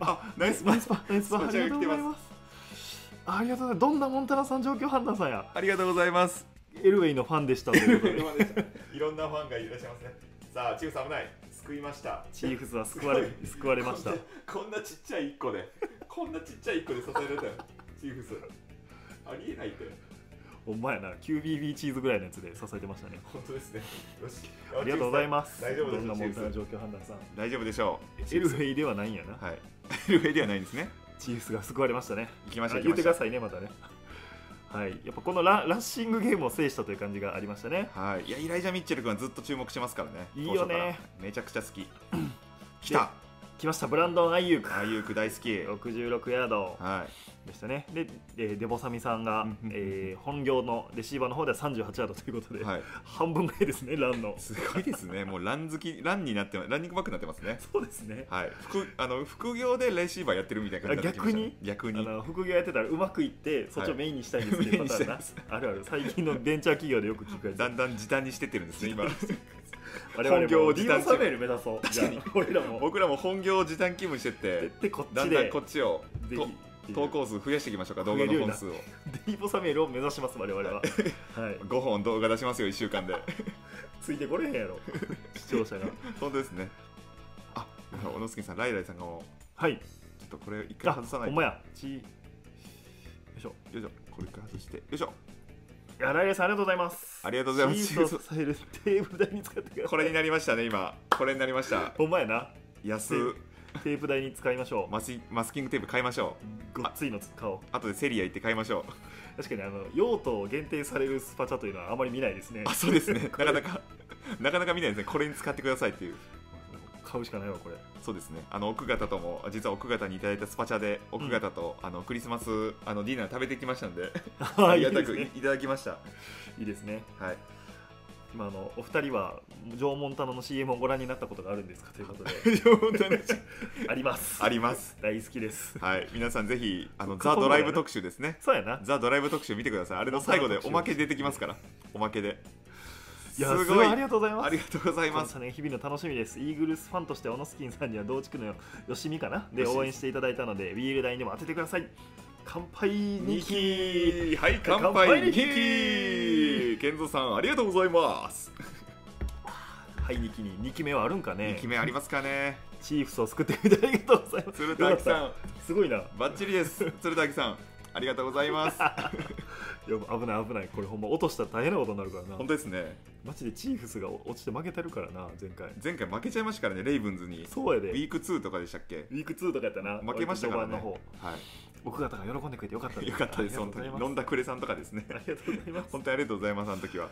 S1: あナイスナイスパナイスパあ
S2: こち
S1: り
S2: ら
S1: が
S2: が
S1: とう
S2: 来
S1: ご
S2: て
S1: ざい
S2: ます
S1: ますありがとうございますどんなモンタナさん状況判断さんや
S2: ありがとうございます
S1: エルウェイのファンでしたということで
S2: <laughs> いろんなファンがいらっしゃいますねさあチーフス危ない救いました
S1: チーフスは救わ
S2: <laughs>
S1: れ救われました
S2: こんなこんなちっちゃい1個でこんなちっちゃい1個で支えられたよチーフスありえないって
S1: お前やな QBB チーズぐらいのやつで支えてましたね
S2: 本当ですねよし
S1: ありがとうございます
S2: 大丈夫
S1: ど
S2: で
S1: ん
S2: す
S1: な
S2: よ
S1: モン
S2: チー
S1: タナ
S2: フ
S1: 状況判断さん
S2: ス大丈夫でしょう
S1: エルフ
S2: ェ
S1: ェイではないんやな
S2: はい <laughs> エルフェイではないんですね
S1: チーフスが救われましたね
S2: 行 <laughs> きましょ
S1: あ
S2: う
S1: 言
S2: 行
S1: っ
S2: き
S1: て
S2: ま
S1: くだ
S2: しょう
S1: さいねまたねはいやっぱこのララッシングゲームを制したという感じがありましたね
S2: はい、いやイライジャ・ミッチェル君はずっと注目してますからね
S1: いいよね
S2: 当初からめちゃくちゃ好 <clears throat> き来た
S1: 来ましたブランドン・アイユーク
S2: ああいうく大 <laughs> 好き
S1: 66ヤード
S2: はい
S1: でしたねで、えーデボサミさんが
S2: うん、
S1: えー本業のレシーバーの方では38ヤードということで、
S2: はい、
S1: 半分ぐらいですねランの
S2: すごいですね、もうラン好き、ランになって、ランニングバックになってますね。
S1: そうですね
S2: はい、副あの副業でレシーバーやってるみたいな感じになってきましたね、逆
S1: あ
S2: に。
S1: の副業やってたらうまくいってそっちをメインにしたいんですね、
S2: はい
S1: パターンな
S2: メインにし
S1: <laughs>
S2: た
S1: あるある最近のベンチャー企業でよく聞くやつ
S2: だんだん時短にしてってるんですね、 <laughs> 今。
S1: 我々も
S2: 本業を
S1: ディ
S2: 時
S1: ーバ
S2: 短
S1: ーサメル目指そうじゃあ俺らも
S2: 僕らも本業を時短勤務してって、
S1: でこっ
S2: だ
S1: ち
S2: ん
S1: で
S2: だんこっちを
S1: ぜ
S2: と
S1: ひ
S2: 投稿数増やしていきましょうか、動画の本数を。
S1: デリボサメールを目指します我々は、はい、
S2: 5本動画出しますよ、1週間で。
S1: ついてこれへんや <laughs> ろ視聴者が
S2: <laughs> 本当ですね。あ、小野助さん、ライライさんがも
S1: はい
S2: ちょっとこれ一
S1: あ
S2: 回外さな
S1: ほ
S2: い
S1: ん
S2: と。
S1: ま
S2: よ
S1: やちよいしょ
S2: いしょ、これ一回外して、よいしょ。
S1: やライレさんありがとうございます
S2: ありがとうございます
S1: チーズを支えるテーブル台に使ってください
S2: これになりましたね今これになりました
S1: ほんまやな
S2: 安
S1: テープ台に使いまし
S2: <laughs>
S1: ょ
S2: マスマスキングテープ買いましょう
S1: うごっついの使おう
S2: 後でセリア行って買いましょう
S1: 確かにあの用途を限定されるスパチャというのはあまり見ないですね
S2: あそうですね <laughs> なかなかなかなか見ないですねこれに使ってくださいっていう
S1: 買うしかないわこれ
S2: そうですねあの奥方とも実は奥方にいただいたスパチャで奥方と、あのクリスマスあのディナー食べてきましたんで <laughs> ありがたく
S1: <laughs> い
S2: い
S1: いですね
S2: いただきました
S1: いいですね
S2: はい
S1: 今あのお二人は縄文棚の CM をご覧になったことがあるんですかという
S2: <laughs>
S1: ことで
S2: 本当に
S1: あり <laughs> ます
S2: あります
S1: 大好きです
S2: はい皆さんぜひあの
S1: 過去
S2: ザ・
S1: の
S2: ドライブ
S1: ね
S2: 特集ですね
S1: そうやな
S2: ザ・ドライブ特集見てくださいあれの最後で
S1: ザ
S2: おまけ出てきますからおまけで
S1: いやすごいありがとうございます
S2: ありがとうございます
S1: そうですね日々の楽しみですイーグルスファンとしてオノスキンさんには同地区
S2: <laughs>
S1: のよしみかなで
S2: よしみ
S1: 応援していただいたのでビール代にも当ててください乾杯
S2: ニ
S1: に
S2: キはい乾
S1: 乾
S2: 杯
S1: 杯
S2: ニ
S1: ニ
S2: キ
S1: キ
S2: ケンゾさんありがとうございます、
S1: はいニキに2期目はあるんか
S2: 二
S1: ね
S2: 期目ありますかね
S1: チーフスを救ってくれてありがとうございます
S2: 鶴滝
S1: よかっ
S2: さ
S1: たすごいなや
S2: んバッチリです鶴滝さんありがとうござい
S1: <laughs>
S2: ます
S1: ば危ない危ないこれほんま落としたら大変なことになるからな
S2: 本当ですね
S1: マジでチーフスが落ちて負けてるからな前回
S2: 前回負けちゃいましたからねレイブンズに
S1: そうや
S2: ウ
S1: で
S2: ィーク2とかでしたっけ
S1: ウィーク2とかやったな
S2: 負けましたからね
S1: 割と序盤の
S2: は
S1: 方奥方が喜んでくれてよかった
S2: い <laughs> よかったです
S1: あ
S2: 本
S1: り
S2: 当
S1: がとう
S2: に
S1: ございま
S2: 飲
S1: す
S2: んだくれさんとかですね <laughs>
S1: ありがとうございます
S2: 本当にありがとうございますあの時は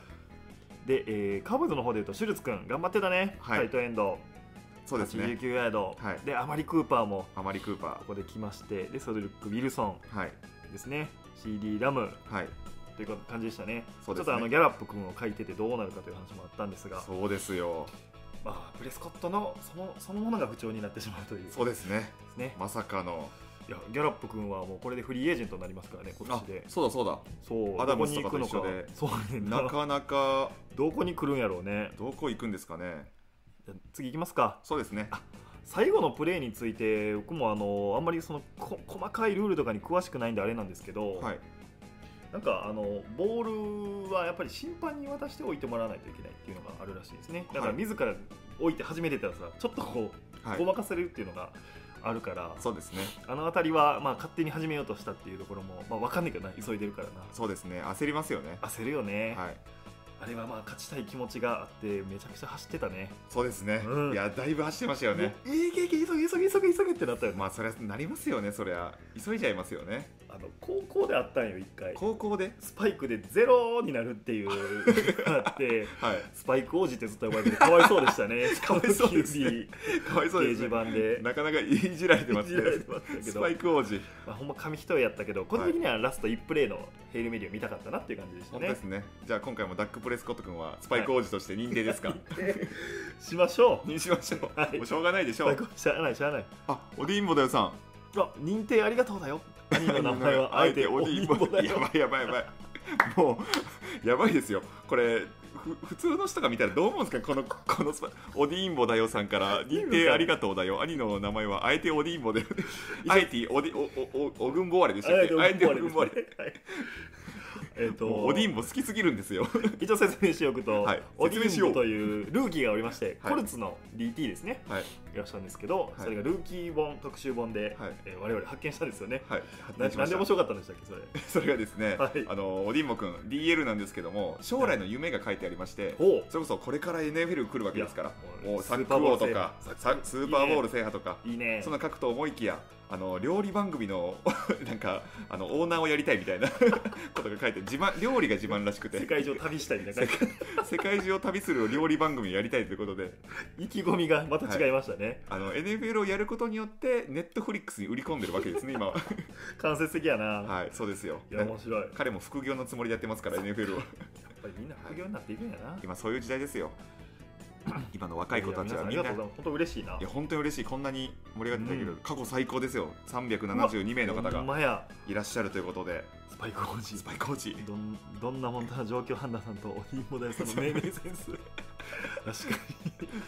S1: で、えー、カブズの方で言うとシュルツ君頑張ってたね、
S2: はい
S1: サイトエンド、
S2: そうですね
S1: 89ヤード、
S2: はい
S1: でアマリ・クーパーも
S2: あまりクーパ
S1: ここで来ましてでソドリック・ウィルソ
S2: ーはい
S1: ンですね CD ・ラム
S2: はい
S1: という感じでしたね
S2: そう
S1: ち
S2: ですね
S1: ょっとあのギャラップ君を書いててどうなるかという話もあったんですが、
S2: そうですよ
S1: まあ、プレスコットのそのそのものが不調になってしまうという
S2: そうですね
S1: ですね
S2: まさかの
S1: いやギャラップ君はもうこれでフリーエージェントになりますからね今
S2: あ
S1: 年で
S2: そうだそうだ
S1: そう
S2: アダムス
S1: どこに行くの
S2: と
S1: か
S2: かと一緒で
S1: そうねんな
S2: なかなか
S1: どこに来るんやろうね
S2: どこ行くんですかね
S1: じゃあ次行きますか
S2: そうですね
S1: あ最後のプレーについて僕もあのあんまりそのこ細かいルールとかに詳しくないんであれなんですけど、
S2: はい
S1: なんかあのボールはやっぱり審判に渡しておいてもらわないといけないっていうのがあるらしいですねだから
S2: はい
S1: 自ら置いて始めてたらさちょっとこう
S2: はい
S1: ごまかされるっていうのがあるから、
S2: そうですね
S1: あの辺りはまあ勝手に始めようとしたっていうところも、まあ、分かんないけどな急いでるからな
S2: そうですね焦りますよね
S1: 焦るよね、
S2: はい
S1: あれはまあ勝ちたい気持ちがあってめちゃくちゃ走ってたね
S2: そうですね、
S1: うん
S2: いやだいぶ走ってましたよね
S1: もういいけいけ急げ急げ急げ急げってなったよね、
S2: まあそりゃなりますよねそりゃ急いじゃいますよね
S1: あの高校であったんよ一回
S2: 高校で
S1: スパイクでゼロになるっていうあって
S2: はい
S1: スパイク王子ってずっと呼ばれててかわいそうでしたね
S2: かわいそうですねかわいそう
S1: 掲
S2: で
S1: 示
S2: すね
S1: 板で
S2: なかなかいじられてます
S1: いじられ
S2: ね
S1: てましたけ
S2: ス
S1: ど
S2: パイク王子
S1: まあ、ほんま紙一重やったけど個人的にはラスト1プレーのヘイルメディを見たかったなっていう感じでした
S2: 本当
S1: ね
S2: ですねじゃあ今回もダック・プレスコット君はスパイク王子として認定ですか、
S1: しましょう
S2: <laughs> にしましょう、
S1: はい
S2: もうしょうがないでし
S1: ス
S2: ょ
S1: パイ
S2: う
S1: ク王子しゃあないしゃあない
S2: あオディンボだよさん
S1: あ認定ありがとうだよ兄の名前はあえてオニボだ
S2: や
S1: よ
S2: ばいやばいやばいもうやばいですよこれふ普通の人が見たらどう思うんですかこのこのスパオディーンボだよさんから認定ありがとうだよ兄の名前はあえてオディーン
S1: <laughs>
S2: ボだよあえてオディおおおおぐんぼわれでしたっけあえておぐんぼわれ
S1: はいえっと
S2: もうオディーンボ好きすぎるんですよ
S1: 一応説明しておくと、
S2: はい
S1: オディー
S2: 説明しよ
S1: ン
S2: う
S1: ボというルーキーがおりまして、
S2: はい
S1: コルツの DT ですね
S2: はい
S1: いらっしゃるんですけど、
S2: い
S1: それがルーキー本特集本で、
S2: はい
S1: えー我々発見したんですよね、
S2: はい
S1: ななんで面
S2: 白
S1: 白かったんでしたっけそれ
S2: <laughs> それがですね、
S1: はい
S2: あのオディーンボ君 DL なんですけども将来の夢が書いてありまして、
S1: おう
S2: それこそこれから NFL 来るわけですから
S1: いや
S2: も
S1: も
S2: う
S1: う
S2: サック王とか
S1: スーパーボール制覇
S2: さスーパーボール制覇とか
S1: いいね
S2: そんな書くと思いきやあの料理番組の <laughs> なんかあのオーナーをやりたいみたいな <laughs> ことが書いて自慢料理が自慢らしくて
S1: 世界中旅したりなんか
S2: 世界中を旅する料理番組をやりたいということで
S1: 意気込みがまた違いましたね、
S2: あの NFL をやることによってネットフリックスに売り込んでるわけですね今
S1: <laughs>
S2: は
S1: 間接的やな、
S2: はいそうですよ
S1: いや面白いやっ
S2: 彼も副業のつもりでやってますから NFL を
S1: ぱりみんな副業になっていくんやな、
S2: 今そういう時代で
S1: <coughs>
S2: すよ今の若い子たち
S1: や皆さん
S2: は
S1: あ
S2: み
S1: り
S2: ん
S1: がとうござ
S2: ない
S1: います本当嬉しいな
S2: や本当に嬉しいこんなに盛り上がっていただける、
S1: うん
S2: 過去最高ですよ372名の方
S1: ほん
S2: が
S1: まや
S2: いらっしゃるということで
S1: スパイク王子
S2: スパイコーチ
S1: どんどんなもんだな状況判断さんとおひもださんの命
S2: <laughs>
S1: 名センス確かに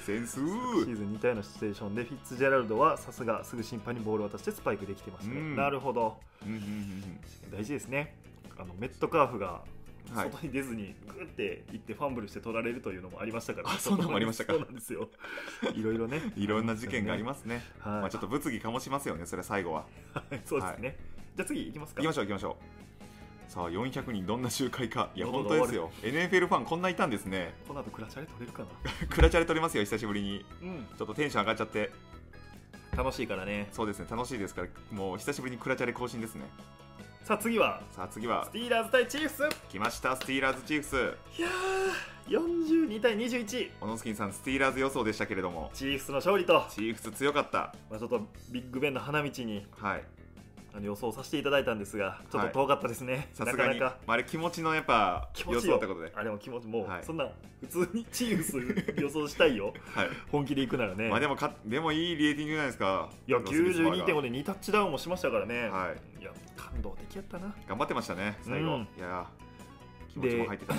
S2: センス
S1: シーズン2体のシチュエーションでフィッツジェラルドはさすがすぐ審判にボールを渡してスパイクできてましたね、
S2: うん
S1: なるほど
S2: うんうんうん
S1: 大事ですねあのメットカーフが
S2: うんはい、
S1: 外に出ずにグーって行ってファンブルして取られるというのもありましたから、
S2: あそんなのもありましたか
S1: そうなんですよいろい
S2: <laughs>
S1: ろね
S2: いろんな事件があり
S1: ま
S2: ますね。
S1: すよね
S2: ま
S1: は
S2: あ、
S1: い
S2: ちょっと物議かもしますよね、それは最後は。
S1: <laughs> はいそうですね、じゃあ次行きますか
S2: 行きましょう、行きましょさあ400人どんな集会かいや
S1: 喉
S2: 本
S1: が
S2: 当ですよ NFL ファンこんないたんですね
S1: この後クラチャレ取れるかな
S2: クラチャレ撮りますよ久しぶりに
S1: うん
S2: ちょっとテンション上がっちゃって
S1: 楽しいからね
S2: そうですね楽しいですからもう久しぶりにクラチャレ更新ですね
S1: さあ次は
S2: さあ次は
S1: スティーラーズ対チーフス
S2: 来ましたスティーラーズチーフス
S1: いやー42対21チ
S2: 小野スキンさんスティーラーズ予想でしたけれども
S1: ーフスの勝利と、
S2: チーフス強かった
S1: まあ、ちょっとビッグベンの花道に
S2: はい
S1: あの予想させていただいたんですがちょっと遠かったですね、
S2: さ
S1: な
S2: す
S1: か
S2: が
S1: な
S2: に、ま
S1: か
S2: あ、あれ気持ちのやっぱ
S1: 気持
S2: 予
S1: ちよ
S2: 想ってことで、
S1: あでも気持ちもう、
S2: はい
S1: そんな普通にチーフス予想した
S2: <laughs>
S1: いよ
S2: はい
S1: 本気でいくならね、
S2: まあ、でもかでもいいレーティングじゃないですか
S1: いや
S2: ロスビスバーガー
S1: 92.5で2タッチダウンもしましたからね、、
S2: はい
S1: や感動的やったな
S2: 頑張ってましたね最後、
S1: うん
S2: いやー気持ちも入ってたし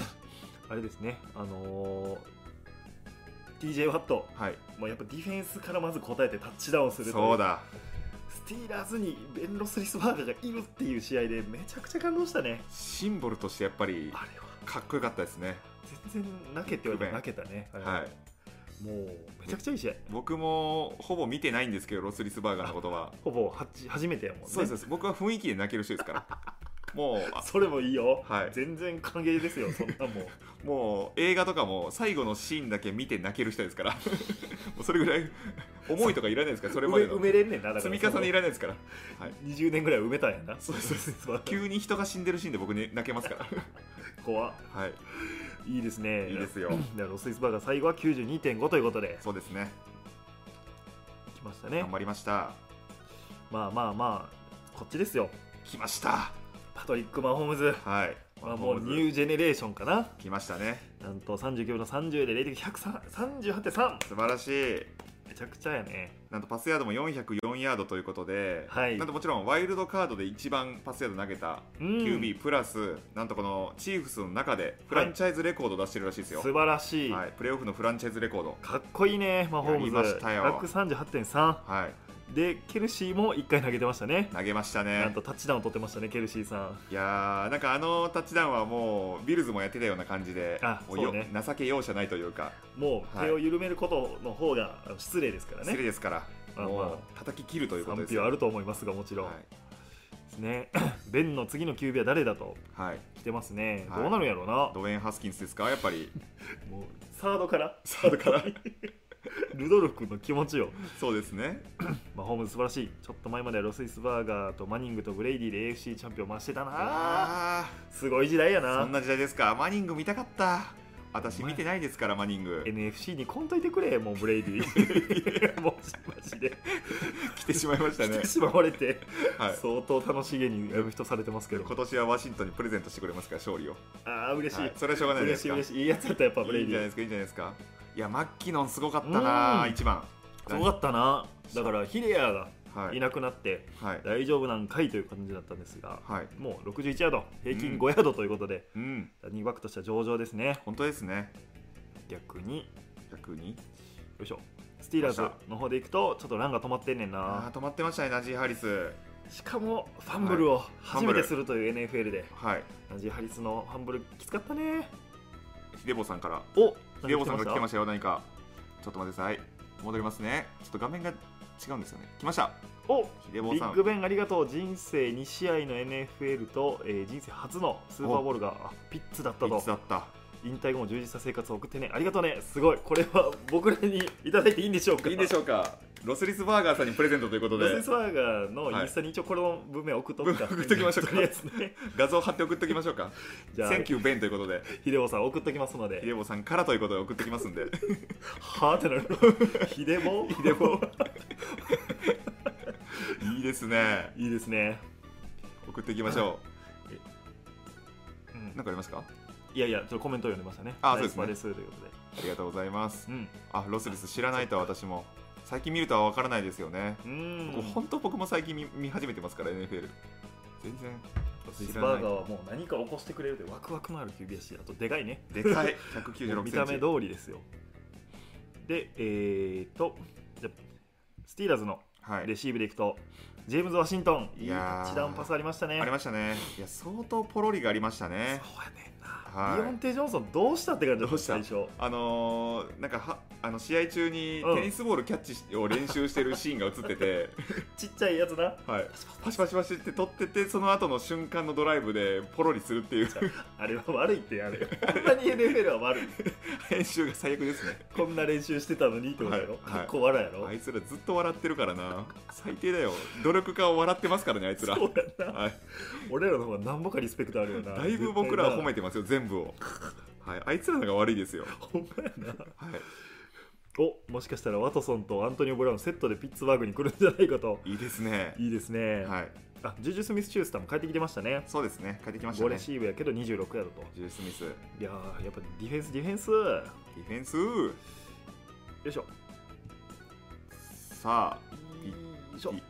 S1: あれですねあのー、TJ ワット <laughs>
S2: はい
S1: もうやっぱディフェンスからまず答えてタッチダウンするとい
S2: そうだ
S1: スティーラーズにベン・ロスリスバーガーがいるっていう試合でめちゃくちゃ感動したね
S2: シンボルとしてやっぱり
S1: あれは
S2: かっこよかったですね
S1: 全然泣けって言われたら泣けたねあれ
S2: はい
S1: もうめちゃくちゃいい試合
S2: 僕もほぼ見てないんですけどロスリスバーガーのことは
S1: ほぼはち初めてやもんね
S2: そうですそうです僕は雰囲気で泣ける人ですからもうあ
S1: それもいいよ、
S2: はい
S1: 全然歓迎ですよそんなもん
S2: もう映画とかも最後のシーンだけ見て泣ける人ですから <laughs> もうそれぐらい思いとかいらない <laughs> ですからそれまで
S1: 埋め埋
S2: の
S1: めれんねんなだか
S2: 積
S1: ら
S2: み重ねい
S1: ら
S2: らないですからはい
S1: 20年ぐらい埋めたんやな
S2: そうですそうです
S1: 素晴らしい
S2: 急に人が死んでるシーンで僕ね泣けますから
S1: <laughs> 怖っ
S2: はい
S1: いいですね
S2: いい
S1: <clears throat>
S2: ですよ
S1: ではロスイスバーガー最後は92.5ということで
S2: そうですね
S1: 来ましたね
S2: 頑張りました
S1: まあまあまあこっちですよ
S2: 来ました
S1: パトリック・マホームズ
S2: はい
S1: まあもうニュージェネレーションかな
S2: 来ましたね
S1: なんと39分の30でレーティング138.3
S2: 素晴らしい
S1: めちゃくちゃやね
S2: なんとパスヤードも404ヤードということで、
S1: はい
S2: なんともちろんワイルドカードで一番パスヤード投げた
S1: うん
S2: QB プラス、なんとこのチーフスの中でフランチャイズレコードを出してるらしいですよ、
S1: 素晴らしい、
S2: はい、プレーオフのフランチャイズレコード
S1: かっこいいねマホームズ
S2: やりましたよ
S1: 138.3
S2: はい
S1: でケルシーも1回投げてましたね
S2: 投げました
S1: な
S2: ね
S1: んとタッチダウン取ってましたねケルシーさん
S2: いやーなんかあのタッチダウンはもうビルズもやってたような感じで
S1: あ
S2: もうよ
S1: そうね
S2: 情け容赦ないというか
S1: もう
S2: はい
S1: 手を緩めることの方があの失礼ですから
S2: 失礼
S1: ね
S2: ですから、
S1: まあ
S2: も
S1: ま
S2: う叩き切るということ
S1: 賛
S2: です
S1: 否
S2: よ
S1: はあると思いますがもちろん、
S2: は
S1: ですね <laughs> ベンの次の QB は誰だと
S2: い、はい、
S1: 来てますね、
S2: はい
S1: どうなるんやろうな
S2: ドウェイン・ハスキンスですかやっぱり
S1: もうサードから
S2: サードから
S1: <laughs> ルドルフ君の気持ちよ
S2: そうですね
S1: マホームズ素晴らしいちょっと前まではロスイスバーガーとマニングとブレイディで AFC チャンピオン増してたな
S2: あー
S1: すごい時代や
S2: そ
S1: なん
S2: な時代ですかマニング見たかった私
S1: お前
S2: 見てないですからマニング
S1: NFC にこんといてくれもうブレイデ
S2: <laughs>
S1: ィ <laughs> もうマジで
S2: 来てしまいました
S1: 来
S2: ね
S1: てしまわれて、
S2: はい
S1: 相当楽しげにやる人されてますけど
S2: 今年はワシントンにプレゼントしてくれますから勝利を、
S1: ああ嬉しい、
S2: はいそれはしょうがないじゃ
S1: 嬉しい
S2: ないで
S1: 嬉
S2: す
S1: しいいいやつだったやっぱ
S2: か
S1: ブレ
S2: いい
S1: イ
S2: んじゃない
S1: ディ
S2: ですかいいんじゃないですかいやマッキノンすごかったな
S1: うん
S2: 一番
S1: すごかったなだからヒレアが
S2: はい
S1: いなくなって
S2: はい
S1: 大丈夫なんかいという感じだったんですが
S2: はい
S1: もう61ヤード平
S2: う
S1: 均
S2: ん
S1: 5ヤードということで、
S2: うん
S1: ランニングバックとしては上々ですね
S2: 本当ですね
S1: 逆によ
S2: 逆に
S1: いしょスティーラーズの方でいくとちょっとランが止まってんねん
S2: あ
S1: な
S2: ー止まってましたねナジー・ハリス
S1: しかもファンブルを初めてするという NFL で、
S2: はい
S1: ナジーハリスのファンブルきつかったね
S2: ヒデボさんから
S1: お
S2: ヒデボさんが来てま
S1: し
S2: したよ何かちょっと待ってください戻りますねちょっと画面が違うんですよね来ました
S1: たお
S2: ヒデボ
S1: ビ
S2: さ
S1: ッ
S2: ん
S1: グベンありがとう人生2試合の NFL と、えー人生初のスーパーボールがあピッツだった
S2: い
S1: と
S2: つだった
S1: 引退後も充実した生活を送ってねありがとうねすごいこれは僕らにいただいていいんでしょうか
S2: いいでし
S1: ょう
S2: ょうかロスリスバーガーさんにプレゼントということ
S1: ロセ
S2: で
S1: スワーガーのインスタに一応この文面送っとくか、
S2: はい <laughs> 送っときましょうか
S1: とりあえずね
S2: 画像貼って送っておきましょうか
S1: <laughs> じゃあ
S2: センキューベンということで
S1: ヒデボさん送っときますの
S2: ヒデ
S1: で
S2: ボさんからということで送ってきます
S1: <laughs>
S2: んで
S1: はあってなる <laughs> ヒデボ
S2: <laughs> ヒデボいいですね
S1: いいですね、
S2: 送っていきましょ
S1: う
S2: うんなんかありますか
S1: いやいやちょっとコメントを読んでましたね
S2: あそうですね
S1: ナイスパですということで
S2: ありがとうございます
S1: うん
S2: あロスリス知らないとは私も最近見るとは分からないですよね
S1: う
S2: 僕
S1: ん
S2: 本当僕も最近見見始めてますから NFL 全
S1: スイ
S2: 然
S1: ス
S2: 知ら
S1: バ
S2: な
S1: ーガーはもう何か起こしてくれるというワクワクのある QB やしあとでかいね
S2: いでか
S1: <laughs>
S2: い196
S1: 見た目
S2: センチ
S1: 通りですよでえー、っとじゃスティーラーズの
S2: はい
S1: レシーブでいくと、ジェームズ・ワシントンい
S2: い
S1: いタ
S2: やー
S1: ッチダウンパスありましたね
S2: ありましたねいや相当ポロリがありましたね
S1: そうやねんな
S2: はい
S1: ビヨンテ・ジョンソンどうしたって感じだ
S2: どうした
S1: 最初
S2: あのーなんかはあの試合中にテニスボールキャッチを練習してるシーンが映って
S1: <laughs>
S2: て、
S1: ちっちゃいやつな
S2: はい、パシパシパシって取っててその後の瞬間のドライブでポロリするっていう
S1: <laughs> あれは悪いってあ
S2: <laughs>
S1: れこんなに NFL は悪い
S2: 編集が最悪ですね
S1: こんな練習してたのにってことやろ、
S2: はいはい
S1: かっこ笑いやろ、
S2: あいつらずっと笑ってるからな最低だよ努力家を笑ってますからねあいつら、
S1: そうやな
S2: はい、
S1: 俺らの方が何ぼかリスペクトあるよな
S2: だいぶ僕らは褒め
S1: て
S2: てますよ全部を、はい、あいつらのが悪いですよ、
S1: ほんまやな
S2: は
S1: おもしかしたらワトソンとアントニオ・ブラウンセットでピッツバーグに来るんじゃないかと
S2: い、いいですね
S1: いいですね、
S2: はい
S1: あジュジュ・スミス・チュースターも帰ってきてましたね
S2: そうですね帰ってきました
S1: 5
S2: ね
S1: レ
S2: ジ
S1: シーブやけど26やだと
S2: ュースミス
S1: い
S2: デ
S1: やーやっぱディフェンスディフェンスよ
S2: ィフェンス
S1: いしょ
S2: さ
S1: よ
S2: あ
S1: いしょ
S2: い
S1: こ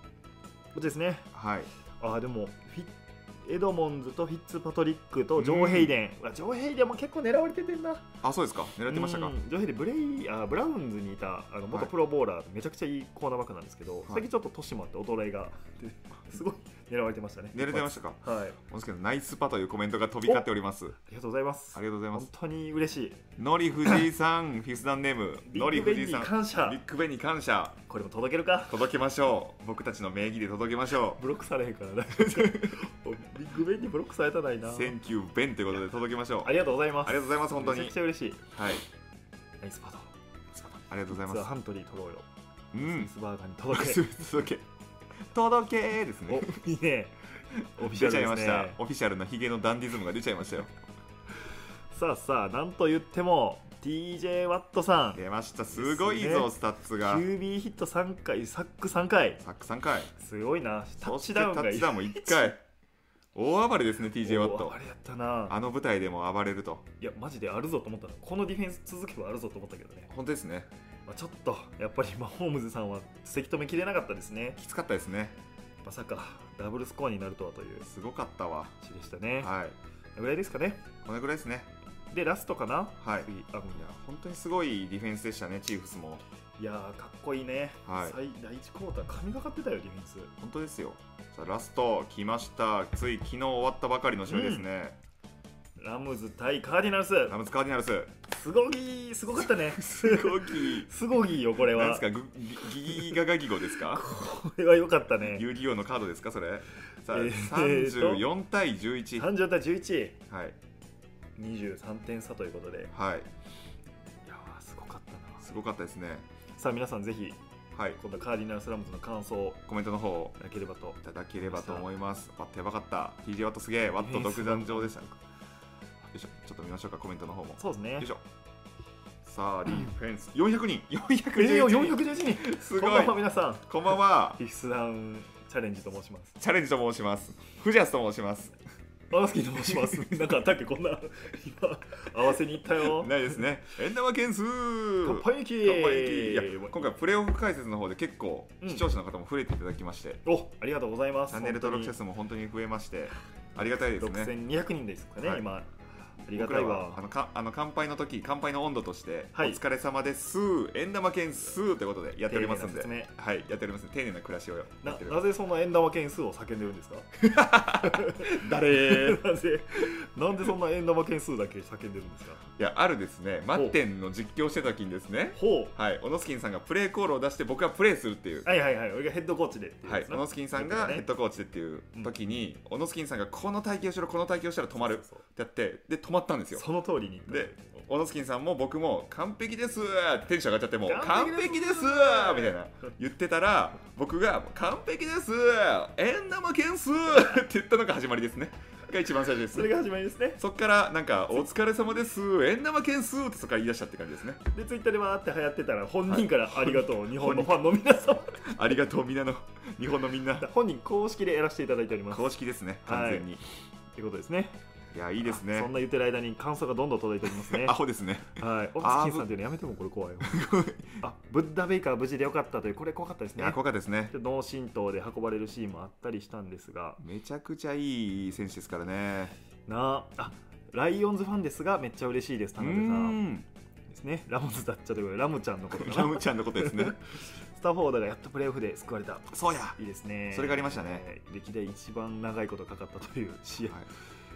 S1: っちですね
S2: はい
S1: あーでもフィエドモンズとフィッツパトリックとジョー・ヘイデン、うわジョー・ヘイデンも結構狙われててんな
S2: あそうですか狙ってましたか
S1: うんジョー・ヘイデンブレイあーブラウンズにいたあの元プロボーラー、めちゃくちゃいいコーナーバックなんですけど、最近ちょっと年もあって衰え
S2: <laughs>
S1: がすごい狙われてましたね
S2: 狙ってましたか
S1: たはいあ
S2: もしかしたらナイスパというコメントが飛び交っております
S1: りがとうございます
S2: ありがとうございます
S1: 本当に嬉しい
S2: ノリ藤井さんフィスダンネーム
S1: ビ
S2: ノリ
S1: ッグベ
S2: 藤
S1: ン
S2: 井
S1: に
S2: さん
S1: 感謝
S2: ビッグベンに感謝
S1: これも届けるか
S2: 届けましょう僕たちの名義で届けましょう
S1: ブロックされへん
S2: <laughs>
S1: からなビッグベンにブロックされたないな
S2: センキューベンということで届けましょ
S1: ありがとうございます
S2: ありがとうございます本当に
S1: めちゃくちゃ嬉しいう
S2: はい
S1: ナイスパート
S2: ありがとうござい
S1: 実は
S2: ます
S1: ハントリー取ろうよ
S2: う
S1: ミ
S2: ん
S1: スバーガーに届
S2: <laughs>
S1: け
S2: 届け届けですね
S1: おいいねオフィシャ
S2: 出
S1: ル
S2: ちゃい
S1: で
S2: ますした
S1: ね
S2: オフィシャルなヒゲのダンディズムが出ちゃいましたよ
S1: さあさあなんと言っても DJ ワットさん
S2: 出ましたすごい
S1: です
S2: ぞ
S1: ね
S2: スタッツが
S1: QB ヒット3回サック3回
S2: サック3回
S1: すごいなタッ
S2: そし
S1: チ
S2: て
S1: ダウン
S2: タ
S1: が
S2: ッチダウンも1回大暴れですね TJ ワッ
S1: お
S2: ト
S1: ーあれやったな
S2: あの舞台でも暴れると
S1: いやマジであるぞと思ったのこのディフェンス続けばあるぞと思ったけどね、
S2: 本当ですね
S1: まあ、ちょっとやっぱりマホームズさんはせき止めきれなかったですね
S2: きつかったですね
S1: まさかダブルスコアになるとはという
S2: すごかったわ
S1: 詩でしたね
S2: はい
S1: ぐらいですかね
S2: このぐらいですね
S1: でラストかな
S2: はい
S1: 次あの
S2: いや本当にすごいディフェンスでしたねチーフスも
S1: いやーかっこいいね、
S2: はい
S1: 最第1クォーター神がかってたよディフェンス
S2: 本当ですよさあラスト来ましたつい昨日終わったばかりの試合ですね、
S1: ラムズ対カーディナルス
S2: ラムズカーディナルス
S1: すごぎーすごかった
S2: <laughs>
S1: ねす
S2: ごき
S1: すごぎーよこれ
S2: なんで
S1: は
S2: すかグギギギガガギゴですか
S1: これは良かったね
S2: 遊戯王のカードですかそれさあ、
S1: えーと
S2: 34対11はい
S1: 30対1123
S2: はい、
S1: 点差ということでい
S2: はい、
S1: やーすごかった
S2: す
S1: な
S2: ごかったですね
S1: さあ皆さんぜひ
S2: はい
S1: 今度カーディナルスラムズの感想を
S2: コメントの方を
S1: いただければと
S2: いただければと思いますワットやばかった TJ ワットすげえワット独壇場でしたよいしょちょっと見ましょうかコメントの方も
S1: そうですね
S2: よいしょさあディフェンス400人
S1: えー、
S2: 411人、
S1: 411人
S2: す
S1: こ
S2: ご
S1: ん
S2: い
S1: ばんは皆さん
S2: こんばんは
S1: フィフスダウンチャレンジと申します
S2: チャレンジと申しますフジャスと申します
S1: アラスキーと申し
S2: <laughs>
S1: ます。なんかあったっけこんな今合わせに行ったよ。
S2: ないですね円玉件数
S1: 乾杯駅。
S2: 乾杯いや今回プレーオフ解説の方で結構
S1: うん
S2: 視聴者の方も増えていただきまして、
S1: おありがとうございます。
S2: チャンネル登録者数も本当に増えましてありがたいです
S1: 六
S2: ね
S1: 千二百人ですかね、
S2: はい
S1: 今。ありが
S2: 僕
S1: た
S2: ら
S1: い
S2: はあ
S1: わ。
S2: のかあの乾杯の時乾杯の温度として、
S1: はい
S2: お疲れ様です円玉件数ということでやっておりますんで
S1: 丁寧な説
S2: はいやっておりますんで丁寧な暮らしをや
S1: な
S2: ってる
S1: なぜその円玉件数を叫んでるんですか
S2: <laughs> 誰い
S1: <laughs> なぜなんでそんな円玉件数だけ叫んでるんですか
S2: やあるですねマッテンの実況してた時にですね
S1: ほ
S2: はいオノスキンさんがプレーコールを出して僕はプレーするっていう
S1: うはいはいはい俺がヘッドコーチでってう
S2: は
S1: や
S2: い、
S1: つ
S2: 小
S1: な
S2: 野スキンさんがヘッドコーチでっていう時に、小野スキンさんがこの体型をしろ、この体型をしたら止まるっ
S1: そうそう
S2: てやって、で、止まったんです
S1: そう
S2: よ。
S1: その通りに言った
S2: で、小野スキンさんも僕も完璧ですってテンション上がっちゃって、もう
S1: 完
S2: 完
S1: 璧
S2: 璧
S1: で
S2: ですすみたいな言ってたら、僕が完璧です円玉件数って言ったのが始まりですね。が一番最初です
S1: そ。れが始まりですね
S2: そっからなんか、お疲れ様です円玉件数ってそっから言い出したって感じですね。
S1: でツイッターでわーって流行ってたら本人からありがとう、日本のファンの皆様
S2: ありがとう、みんなの、日本のみんな。
S1: <laughs> 本人公式でやらせていただいております
S2: 公式ですね、完全に。い、
S1: ということですね
S2: や、いいです
S1: あ
S2: ね
S1: そん。な言ってる間に感想がどんどん届いておりますね
S2: ア。ホですね。
S1: はい、オフィス
S2: あー
S1: キンさんっていうのやめてもこれ怖い
S2: <laughs>
S1: よ。あ、ブッダベイカー無事でよかったというこれ怖かったです
S2: い
S1: ね
S2: や、。怖かったですね。
S1: 脳震盪で運ばれるシーンもあったりしたんですが、
S2: めちゃくちゃいい選手ですからね。
S1: なあ、あライオンズファンですがめっちゃ嬉しいです田
S2: う
S1: 辺さん
S2: ん
S1: ですね。ラモスだっちゃということでラムちゃんのことか
S2: ラ
S1: な。
S2: ムちゃんのことですね。
S1: スタフォードがやっとプレーオフで救われた。
S2: そうや。はい
S1: いですね。
S2: それがありましたね。
S1: 歴代一番長いことかかったという試合。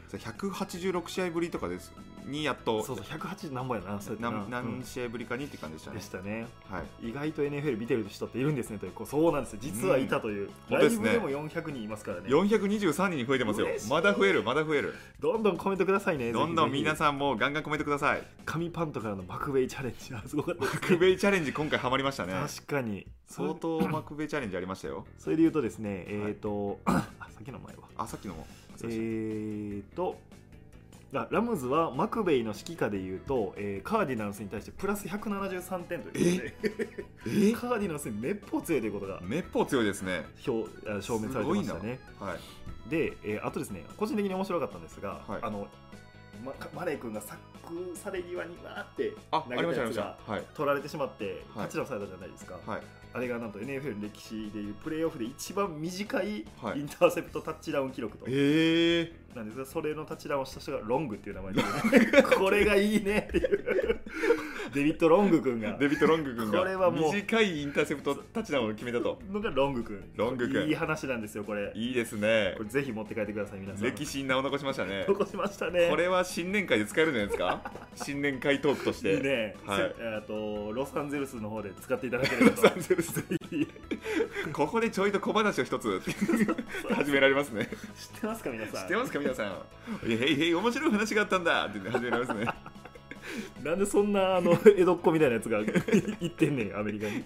S2: それ186試合ぶりとかですにやっと
S1: そうそう108何本やなそうやって
S2: 何
S1: な
S2: 何試合ぶりかにって感じでした
S1: うん
S2: ね
S1: で、したね
S2: はい、
S1: 意外と NFL 見てる人っているんですねというこうそうなんですよ実はいたという、
S2: うん
S1: ライブで
S2: 本当で
S1: す
S2: ね
S1: も400人いますからね
S2: 423人に増えてますよ
S1: 嬉しい
S2: まだ増えるまだ増える
S1: どんどんコメントくださいね
S2: どんどん皆
S1: ん
S2: さんもうガンガンコメントください
S1: 紙パントからのマクベイチャレンジあすごかったですね
S2: クベイチャレンジ今回ハマりましたね
S1: 確かに
S2: 相当マクベイチャレンジありましたよ
S1: それで言うとですね、えっ、と、 <laughs> あ、さっきの前は。
S2: あさっきのも
S1: えっ、と、あラムズはマクベイの指揮下で言うと、えーカーディナルスに対してプラス173点ということで、<laughs>
S2: え
S1: カーディナルスにめっぽう強いということが
S2: めっぽう強いですね
S1: 表あ証明されてましたね。
S2: すごいなはい
S1: で、えーあとですね、個人的に面白かったんですが、
S2: はい
S1: あの、ま、マレー君がサックされ際にわーって
S2: ああ
S1: 投
S2: り
S1: げ
S2: ましたた
S1: や
S2: ありま
S1: つ
S2: し
S1: が
S2: たはい
S1: 取られてしまって、
S2: はい
S1: タッチダウンされたじゃないですか。
S2: はい
S1: あれがなんと NFL の歴史でいうプレーオフで一番短いイン
S2: はい
S1: ターセプトタッチダウン記録と、
S2: ええ
S1: なんですがそれのタッチダウンをした人がロングっていう名前で、
S2: <laughs>
S1: これがいいねっていうデビッド・ロング君が
S2: デビッド・ロング君が
S1: これはもう
S2: 短いインターセプトタッチダウンを決めたと
S1: のがロング君
S2: ロング君
S1: いい話なんですよこれ
S2: いいですね
S1: これぜひ持って帰ってください皆さん
S2: 歴史に名を残しましたね
S1: 残しましたね
S2: これは新年会で使えるんじゃないですか新年会トークとして
S1: いいね、
S2: はい
S1: せえーとロサンゼルスの方で使っていただければ
S2: ロ
S1: と
S2: サン
S1: <laughs>
S2: ゼルス
S1: ぜひ
S2: ここでちょいと小話を
S1: <laughs>
S2: 一つ始められますね
S1: 知ってますか皆
S2: 知
S1: さん
S2: ってますか皆さんへいへいへい面白い話があったんだって始められますね
S1: なんでそんな
S2: <laughs>
S1: あの江戸っ子みたいなやつが行ってんねんアメリカに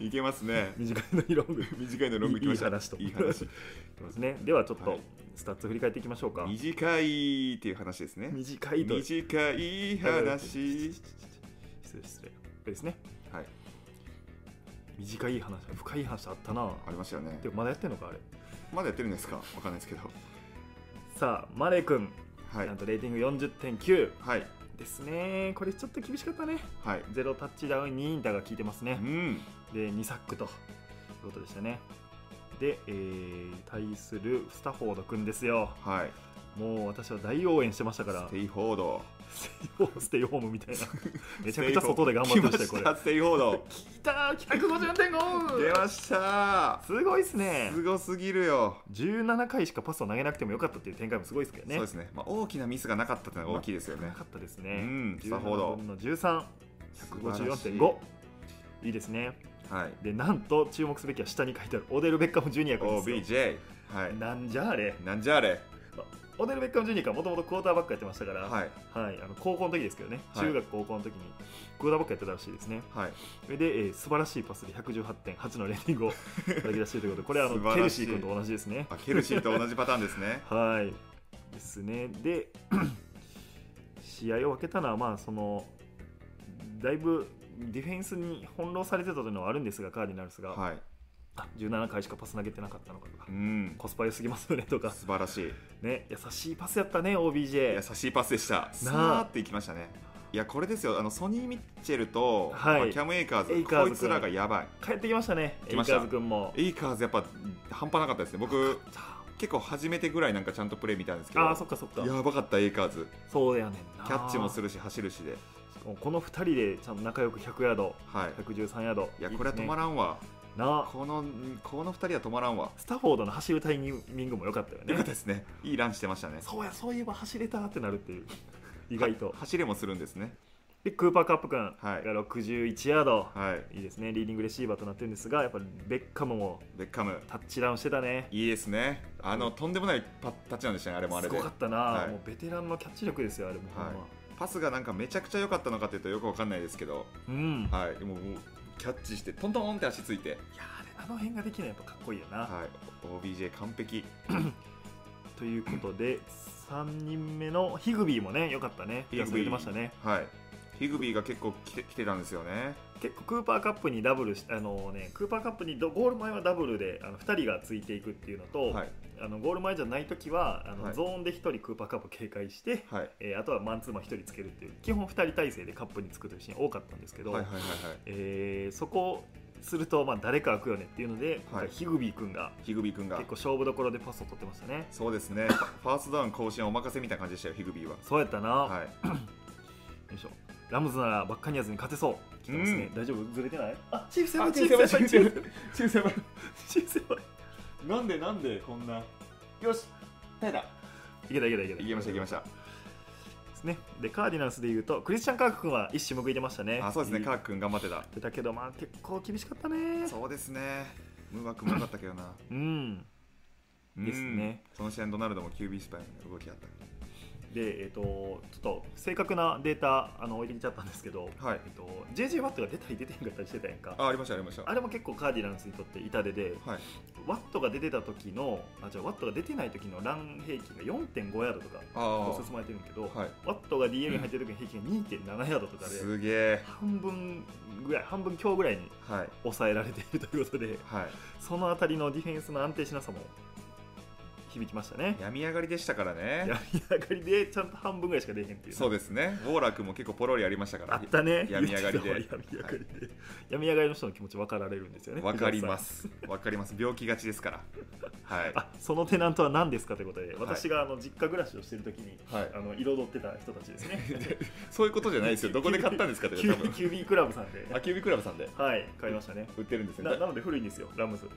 S2: いけますね
S1: 短いのにロング
S2: 短いのロングいきました
S1: いい話と
S2: いい話
S1: ですね。ではちょっと、
S2: はい
S1: スタッツ振り返っていきましょうか。
S2: 短いっていう話ですね
S1: 短いと
S2: 短い話
S1: 失礼失礼。これですね。
S2: はい
S1: 短い話、深い話あったな。
S2: ありましたよね
S1: でもまだやってんのかあれ。
S2: まだやってるんですかわかんないですけど
S1: さあマレー君、
S2: はい
S1: なんとレーティング40.9
S2: はい
S1: ですね。これちょっと厳しかったね。
S2: はい
S1: ゼロタッチダウン2インターが効いてますね
S2: う。ん
S1: で2サックということでしたね。で、えー対するスタフォード君ですよ。
S2: はい
S1: もう私は大応援してましたから。
S2: ステイホード
S1: <laughs> ステイホームみ
S2: <laughs>
S1: たいな。めちゃくちゃ外で頑張ってましたよ、これ
S2: 来。まステイホード
S1: 聞いたー !154.5!
S2: 出ました
S1: すごいっすね
S2: すごすぎるよ
S1: 17回しかパスを投げなくてもよかったっていう展開もすごいですけどね。
S2: そうですね、まあ、大きなミスがなかったってのが大きいですよね
S1: な、かったです
S2: う
S1: ね。
S2: ん、さほ
S1: 17
S2: ど
S1: 分の13、154.5。いいですね。
S2: はい
S1: で、なんと注目すべきは下に書いてあるオデル・ベッカム・ジュニア君ですよ。
S2: OBJ はい
S1: なんじゃあれ
S2: なんじゃあれ
S1: オデル・ベッカム・ジュニア君はもともとクォーターバックやってましたから、はい
S2: はい
S1: あの高校の時ですけどね、
S2: はい
S1: 中学高校の時にクォーターバックやってたらしいですね。
S2: はい
S1: それで、えー素晴らしいパスで118.8のレーティングを叩き出しているということで、これはあ
S2: <laughs> 素
S1: の
S2: 晴
S1: ケル
S2: らし
S1: シ
S2: い
S1: ー君と同じですね。
S2: あケルシーと同じパターンで
S1: <laughs>
S2: すね
S1: はい。ですね。で、 <clears throat> 試合を分けたのは、まあ、その、だいぶディフェンスに翻弄されてたというのはあるんですが、カーディナルスが、
S2: はい
S1: あ17回しかパス投げてなかったのかとか
S2: う、ん
S1: コスパ良すぎますよねとか、 <laughs>
S2: 素晴らしい
S1: ね、優しいパスやったね、OBJ。
S2: 優しいパスでしたさーっていきましたねいやこれですよあのソニー・ミッチェルと、
S1: はい
S2: まあキャム・エイカーズ
S1: エイカーズ
S2: こいつらがやばい
S1: 帰ってきましたね、エ
S2: 来
S1: イ
S2: ま
S1: カ
S2: した
S1: ーズ君も。
S2: エイカーズやっぱ半端なかったですね僕結構初めてぐらいなんかちゃんとプレー見たんですけど
S1: ああ、そっかそっか。
S2: やばかったエイカーズ
S1: そうやねんな。
S2: キャッチもするし走るしで
S1: もうこの2人でちゃんと仲良く100ヤード、
S2: はい
S1: 113ヤード、
S2: いやこれは止ま
S1: ら
S2: らんわ
S1: なあ
S2: このこの2人は止まらんわ
S1: スタフォードの走るタイミングも良かったよ
S2: よ
S1: ね
S2: かったですねいいランしてましたね
S1: そうやそういえば走れたってなるっていう <laughs> 意外と
S2: は走れもするんですね
S1: でクーパーカップ君が
S2: はい
S1: 61ヤード、
S2: はい
S1: い、いですねリーディングレシーバーとなってるんですがやっぱりベッカムも
S2: ベッカム
S1: タッチダウンしてたね
S2: いいですねあのとんでもないパタッチなんでしたねあれもあれ
S1: す
S2: で
S1: ごかったな、
S2: はい
S1: もうベテランのキャッチ力ですよあれも、ほんま
S2: はいパスがなんかめちゃくちゃ良かったのかというとよくわかんないですけど
S1: うん、い
S2: はいもうもうキャッチしてトントンって足ついて
S1: やあれあの辺ができないやっぱかっこいいよな、
S2: はい OBJ 完璧
S1: ということで3人目のヒグビーもね良かったね
S2: ヒグビ
S1: い
S2: ー
S1: や優れてましたね
S2: はいヒグビーが結構来て来てたんですよね
S1: 結構クーパーカップにダブルしあのねクーパーカップにどゴール前はダブルであの2人がついていくっていうのと、
S2: はい
S1: あのゴール前じゃない時はあの、
S2: はい
S1: ゾーンで1人クーパーカップ警戒して、
S2: はい
S1: えーあとはマンツーマン1人つけるっていう基本2人体制でカップにつくというシーン多かったんですけど、
S2: はいはいはいはい
S1: えーそこをすると、まあ、誰か開くよねっていうので、今回ヒグビー君が
S2: ヒグビー君が
S1: 結構勝負どころでパスを取ってましたね
S2: そうです
S1: <laughs>
S2: ねファーストダウン更新お任せみたいな感じでしたよヒグビーは
S1: そうやったな、
S2: はい
S1: よいしょラムズならバッカニアーズに勝てそう来てますね、
S2: う
S1: 大丈夫ずれてないあチーフセ
S2: あ
S1: ブ
S2: チ
S1: チ
S2: ーフ
S1: ー
S2: やば
S1: フ
S2: いチ
S1: セ
S2: ー
S1: ブ
S2: フ
S1: チー
S2: や
S1: フ <laughs>
S2: ばいチーフやばい
S1: チーフセブ
S2: なんでなんでこんなよし耐えた
S1: いけたいけたいけた
S2: いけましたいけました
S1: ですねでカーディナルスでいうとクリスチャン・カーク君は一矢報いてましたね
S2: あそうですね
S1: いい
S2: カー君頑張ってた
S1: 出たけどまあ結構厳しかったね
S2: そうですねムーバックも良かったけどな
S1: うん
S2: うん
S1: ですね
S2: その試合ドナルドも QB スパイの動きあっ
S1: でえっ、とちょっと正確なデータあの置いてきちゃったんですけど、
S2: たはい
S1: えっと JJ ワットが出たり出てへんかったりしてたやんか
S2: あありましたありました
S1: あれも結構カーディナルスにとって痛手で
S2: はい
S1: ワットが出てた時のあじゃあワットが出てない時のラン平均が4.5ヤードとか
S2: あ
S1: こう
S2: あ
S1: 進まれてるんだけど、
S2: はい
S1: ワットが DM に入ってる時の平均が2.7ヤードとかです
S2: げえ
S1: 半分ぐらい半分強ぐらいに
S2: はい
S1: 抑えられているということで
S2: はい
S1: そのあたりのディフェンスの安定しなさも響きましたね
S2: 病み上がりでしたからね
S1: やみ上がりでちゃんと半分ぐらいしか出へんっていう
S2: そうですねウォーラー君も結構ポロリありましたか
S1: あ
S2: ら
S1: ったね
S2: 病み上がりで
S1: 言ってたわ病み上がりで、病み上がりの人の気持ち分かられるんですよね
S2: わかりま
S1: 皆
S2: すわかります病気がちですからはい
S1: さんあそのテナントは何ですかということで私があの実家暮らしをしてる時に、
S2: はい
S1: あの彩ってた人たちです
S2: <laughs>
S1: ね
S2: そういうことじゃないで
S1: <laughs>
S2: すよどこで買ったんですかって
S1: キ
S2: 多
S1: ュー
S2: 分
S1: キュービークラブさんで
S2: あキュービクラブさんで
S1: はい買いましたね
S2: 売ってるんですね
S1: ななので古いんですよラムズ
S2: はい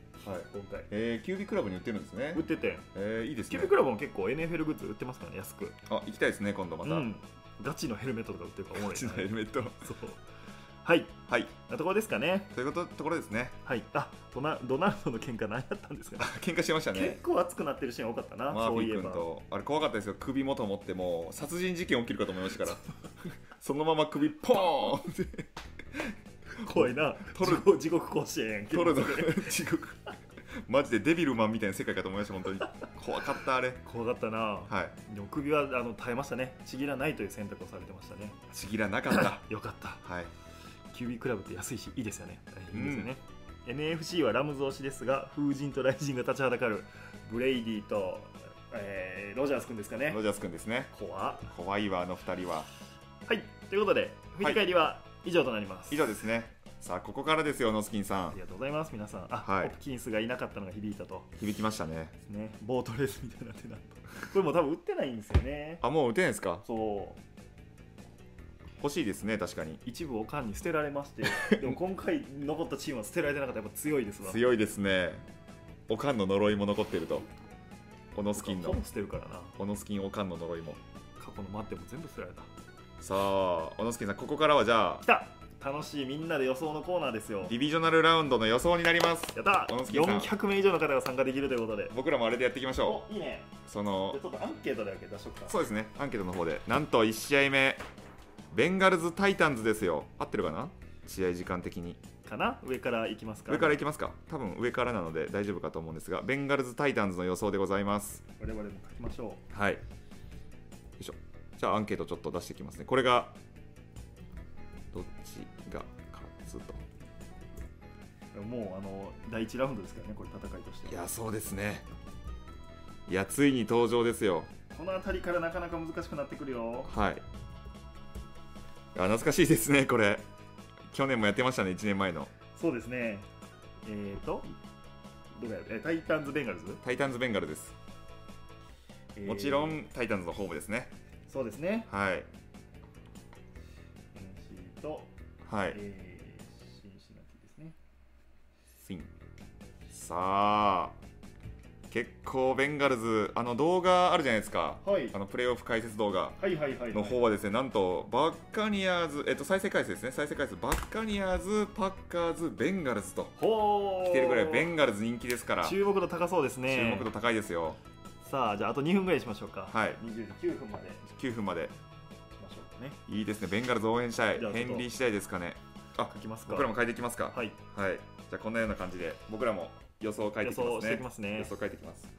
S1: 今回
S2: えー、キュービクラブに売ってるんですね
S1: 売ってて
S2: えー、いいです
S1: キュ
S2: ね
S1: ービークラブも結構 NFL グッズ売ってますからね安く
S2: あ行きたいですね今度また、
S1: うん、ガチのヘルメットとか売ってるからおもろい
S2: こっ
S1: な
S2: ちのヘルメット
S1: そうはい
S2: はい
S1: なところですかね
S2: ということところですね <laughs>
S1: はいあドナドナルドの喧嘩何やったんです
S2: あ
S1: か、
S2: 喧嘩してましたね
S1: 結構熱くなってるシーン多かったな
S2: マー
S1: そ
S2: フ
S1: う
S2: ィ
S1: いえ
S2: ー君
S1: ば
S2: とあれ怖かったですよ首元持ってもう殺人事件起きるかと思いましたから <laughs> そのまま首ポ
S1: <laughs>
S2: ーンって
S1: 怖いな
S2: トル
S1: 地獄地獄甲子園やんけ
S2: 取るの <laughs> 地獄マジでデビルマンみたいな世界かと思いました本当に怖かったあれ
S1: 怖かったな、
S2: はい
S1: でも首はあの耐えましたねちぎらないという選択をされてましたね
S2: ちぎらなかった
S1: <laughs> よかった
S2: はい
S1: キュービークラブって安いしいいですよねいいですよね、NFC はラムズ推しですが風神と雷神が立ちはだかるブレイディと、えーロジャース君ですかね
S2: ロジャース君ですね
S1: 怖っ
S2: 怖いわあの二人は
S1: はい、ということで、振り返りは以上となります。
S2: 以上ですねさあここからですよノスキンさ
S1: あ
S2: ん
S1: りがとうございます、皆さん。あ、
S2: は
S1: ホ
S2: い
S1: プキンスがいなかったのが響いたと。
S2: 響きましたね
S1: ですね、ボートレースみたいなってなと。これもう多分売ってないんですよね。
S2: あもう打てないですか
S1: そう。
S2: 欲しいですね確かに
S1: 一部を缶に捨てられまして、
S2: <laughs>
S1: でも今回残ったチームは捨てられてなかった、やっぱ強いですわ。い
S2: 強いですねおかんの呪いも残ってるとオノスキンの
S1: 本捨てるからな。
S2: オノスキンおかんの呪いも
S1: 過去の待っても全部捨てられた。
S2: さあオノスキンさんここからはじゃあ
S1: 来た楽しいみんなで予想のコーナーですよ。
S2: ディビジョナルラウンドの予想になります
S1: やった
S2: 小野助さん
S1: !400 名以上の方が参加できるということで。
S2: 僕らもあれでやっていきましょ
S1: おいいね。
S2: うそ
S1: じゃ
S2: の
S1: あちょっとアンケートでだけ出しとくか。
S2: そうですねアンケートの方でなんと1試合目ベンガルズ・タイタンズですよ合ってるかな試合時間的に
S1: かな上からいきますか。
S2: 上からいきますか多分上からなので大丈夫かと思うんですがベンガルズ・タイタンズの予想でございます
S1: 我々も書きましょう。
S2: はいよいしょじゃあアンケートちょっと出してきますねこれがどっちが勝つと
S1: もうあの第1ラウンドですからね、これ、戦いとして
S2: い
S1: は
S2: やそうですねいやついに登場ですよ
S1: この辺りからなかなか難しくなってくるよ、
S2: はいあ懐かしいですねこれ去年もやってましたね1年前の
S1: そうですね、えーと、どこやえタイタンズ・ベンガルズ、
S2: タイタンズ・ベンガルです
S1: えー
S2: もちろんタイタンズのホームですね
S1: そうですね、
S2: はい
S1: えーと、
S2: はい、
S1: えーシンシナティですね、
S2: スインさあ結構ベンガルズあの動画あるじゃないですか、
S1: はい
S2: あのプレーオフ解説動画
S1: はいはいはい、
S2: の
S1: はい、
S2: 方はですね、なんとバッカニアーズ、えっと、再生回数ですね、再生回数、バッカニアーズ、パッカーズ、ベンガルズと、
S1: ほー
S2: 来てるぐらいベンガルズ人気ですから、注
S1: 注目度高そうですね、
S2: 目度高いですよ、
S1: さあ、じゃあ、あと2分ぐらいしましょうか、
S2: はい
S1: 29分までし
S2: 9分まで、
S1: ましょうかね、
S2: いいですね、ベンガルズ応援したい、
S1: じゃあちょ
S2: ヘ
S1: っと
S2: ンリー次第ですかね、あ
S1: 書きますか、
S2: 僕らも書いていきますか、
S1: はい、
S2: はい、じゃあこんなような感じで、僕らも予想を書い
S1: 予
S2: ていきますね。
S1: 想していきますね
S2: 予。想書いてきます。よ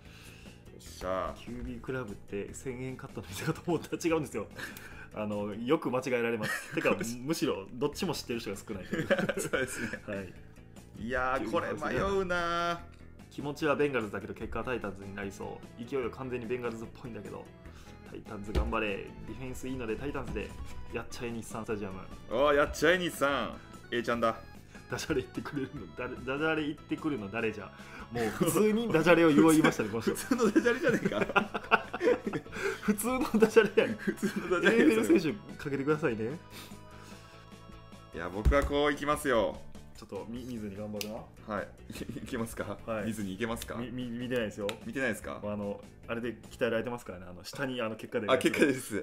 S2: っしゃ
S1: QB クラブって1000円カットの店かと思ったら違うんです
S2: <laughs>
S1: よ。あのよく間違えられます。てか、むしろどっちも知ってる人が少ないという。
S2: ー。 <laughs> そうですね。
S1: はい、
S2: いやー、これ迷うな
S1: 気持ちはベンガルズだけど、結果はタイタンズになりそう。勢いは完全にベンガルズっぽいんだけど、タイタンズ頑張れ。ディフェンスいいので、タイタンズで、やっちゃえ日産スタジアム。
S2: ー。おー、やっちゃえ、兄さん。A ちゃんだ。
S1: ダジャレ言ってくれるの、誰ダジャレ言ってくるの誰じゃ。もう普通にダジャレを言いましたね、この人 <laughs>
S2: 普。通のダジャレじゃねえ <laughs> か。
S1: 普通のダジャレやん。
S2: 普通の
S1: NFL
S2: ですよ
S1: 選手かけてくださいね。
S2: いや僕はこういきますよ
S1: ちょっと見見ずに頑張る
S2: はい、 <laughs> いいけますか、
S1: はい
S2: 見ずにいけますか
S1: なみ見見てないですよ
S2: 見てないですか
S1: あのあれで鍛えられてますからねあの下にあの結果で
S2: あ結果です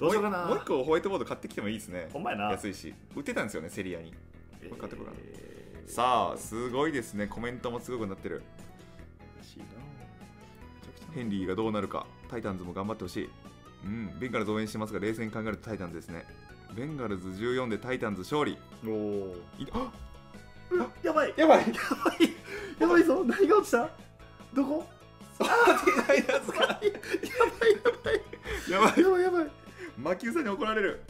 S1: どうしようかな
S2: もう一個ホワイトボード買ってきてもいいですね
S1: ほんまやな
S2: 安いし売ってたんですよねセリアに
S1: えー
S2: 買ってこいなさあすごいですねコメントもすごくなってる
S1: 嬉しいなめちゃくちゃ
S2: ヘンリーがどうなるかタイタンズも頑張ってほしいうんベンガルズ応援してますが冷静に考えるとタイタンズですねベンガルズ14でタイタンズ勝利
S1: おお
S2: いあ
S1: やばい
S2: やばい
S1: <laughs> やばいぞ何が落ちたど <laughs> こ
S2: タイタンズが
S1: やばい
S2: やばい
S1: やばいやばい
S2: 魔球さんに怒られる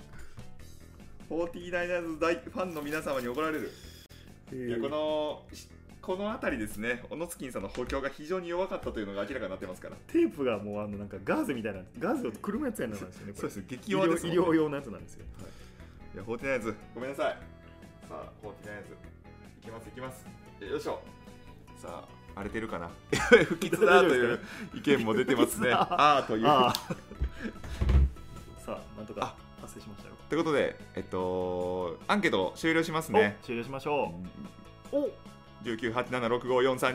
S2: 49ers 大ファンの皆様に怒られる
S1: え
S2: いやこのしこの辺りですね小野月さんの補強が非常に弱かったというのが明らかになってますから
S1: テープがもうあのなんかガーゼみたいなガーゼをくるむやつやなんですよねこ
S2: そう
S1: れ
S2: ですね
S1: 医
S2: 激
S1: 療
S2: 弱です
S1: 医
S2: もんね
S1: 療用のやつなんですよ
S2: いや、フォーティナイズ、ごめんなさい。さあ、フォーティナイズ、いきます、いきます。よいしょ。さあ、荒れてるかな。 <laughs> 不吉だという意見も出てます
S1: 不吉
S2: ね。
S1: だ
S2: ああという。 <laughs>
S1: ああ
S2: と
S1: さあなんとか達成しましたよ
S2: いうことで、えっと、アンケート終了しますね
S1: お。終了しましょうお
S2: 19、8、7、6、5、4、3、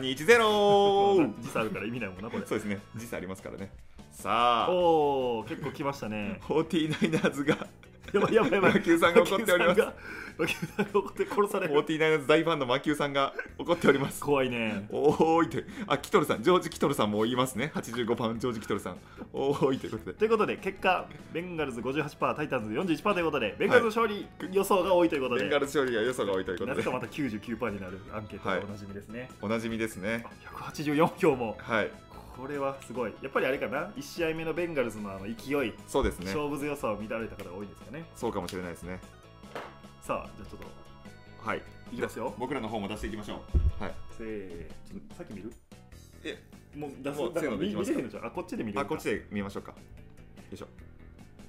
S2: 2、1、0。
S1: 時差あるから意味ないもんなこれ
S2: そうですね、時差ありますからね。さあ、
S1: おお結構来ましたね
S2: フォーティナイナーズが、
S1: やばいやばいやばい
S2: 野球さんが怒っております
S1: 野球さんが野球さんが怒って殺され
S2: フォー
S1: る
S2: ティナイナーズ大ファンの魔球さんが怒っております。
S1: 怖いね
S2: おーいって、あ、キトルさん、ジョージ・キトルさんも言いますね、85番、ジョージ・キトルさん。おーいということで、
S1: ということで結果ベンガルズ58%タイタンズ41%ということでベンガルズ勝利予想が多いということ
S2: ベ
S1: で、
S2: ンガルズ勝利が良さが多いということ
S1: なぜ
S2: で
S1: か、また99%になるアンケートがおなじみですね、
S2: おなじみですね。
S1: 184票も
S2: はい、
S1: これはすごいやっぱりあれかな1試合目のベンガルズのあの勢い、
S2: そうですね。
S1: 勝負強さを見られた方が多いですかね
S2: そうかもしれないですね。
S1: さあじゃあちょっと
S2: はい、
S1: いきますよ
S2: 僕らの方も出していきましょう。はい。
S1: せーちょっとさっき見る
S2: え
S1: もう出
S2: も
S1: そううだから
S2: せーのでい
S1: 見
S2: きま
S1: 見
S2: す
S1: て
S2: か
S1: へんのじゃんあこっちで見れる
S2: あ、こっちで見ましょうか。よいしょ。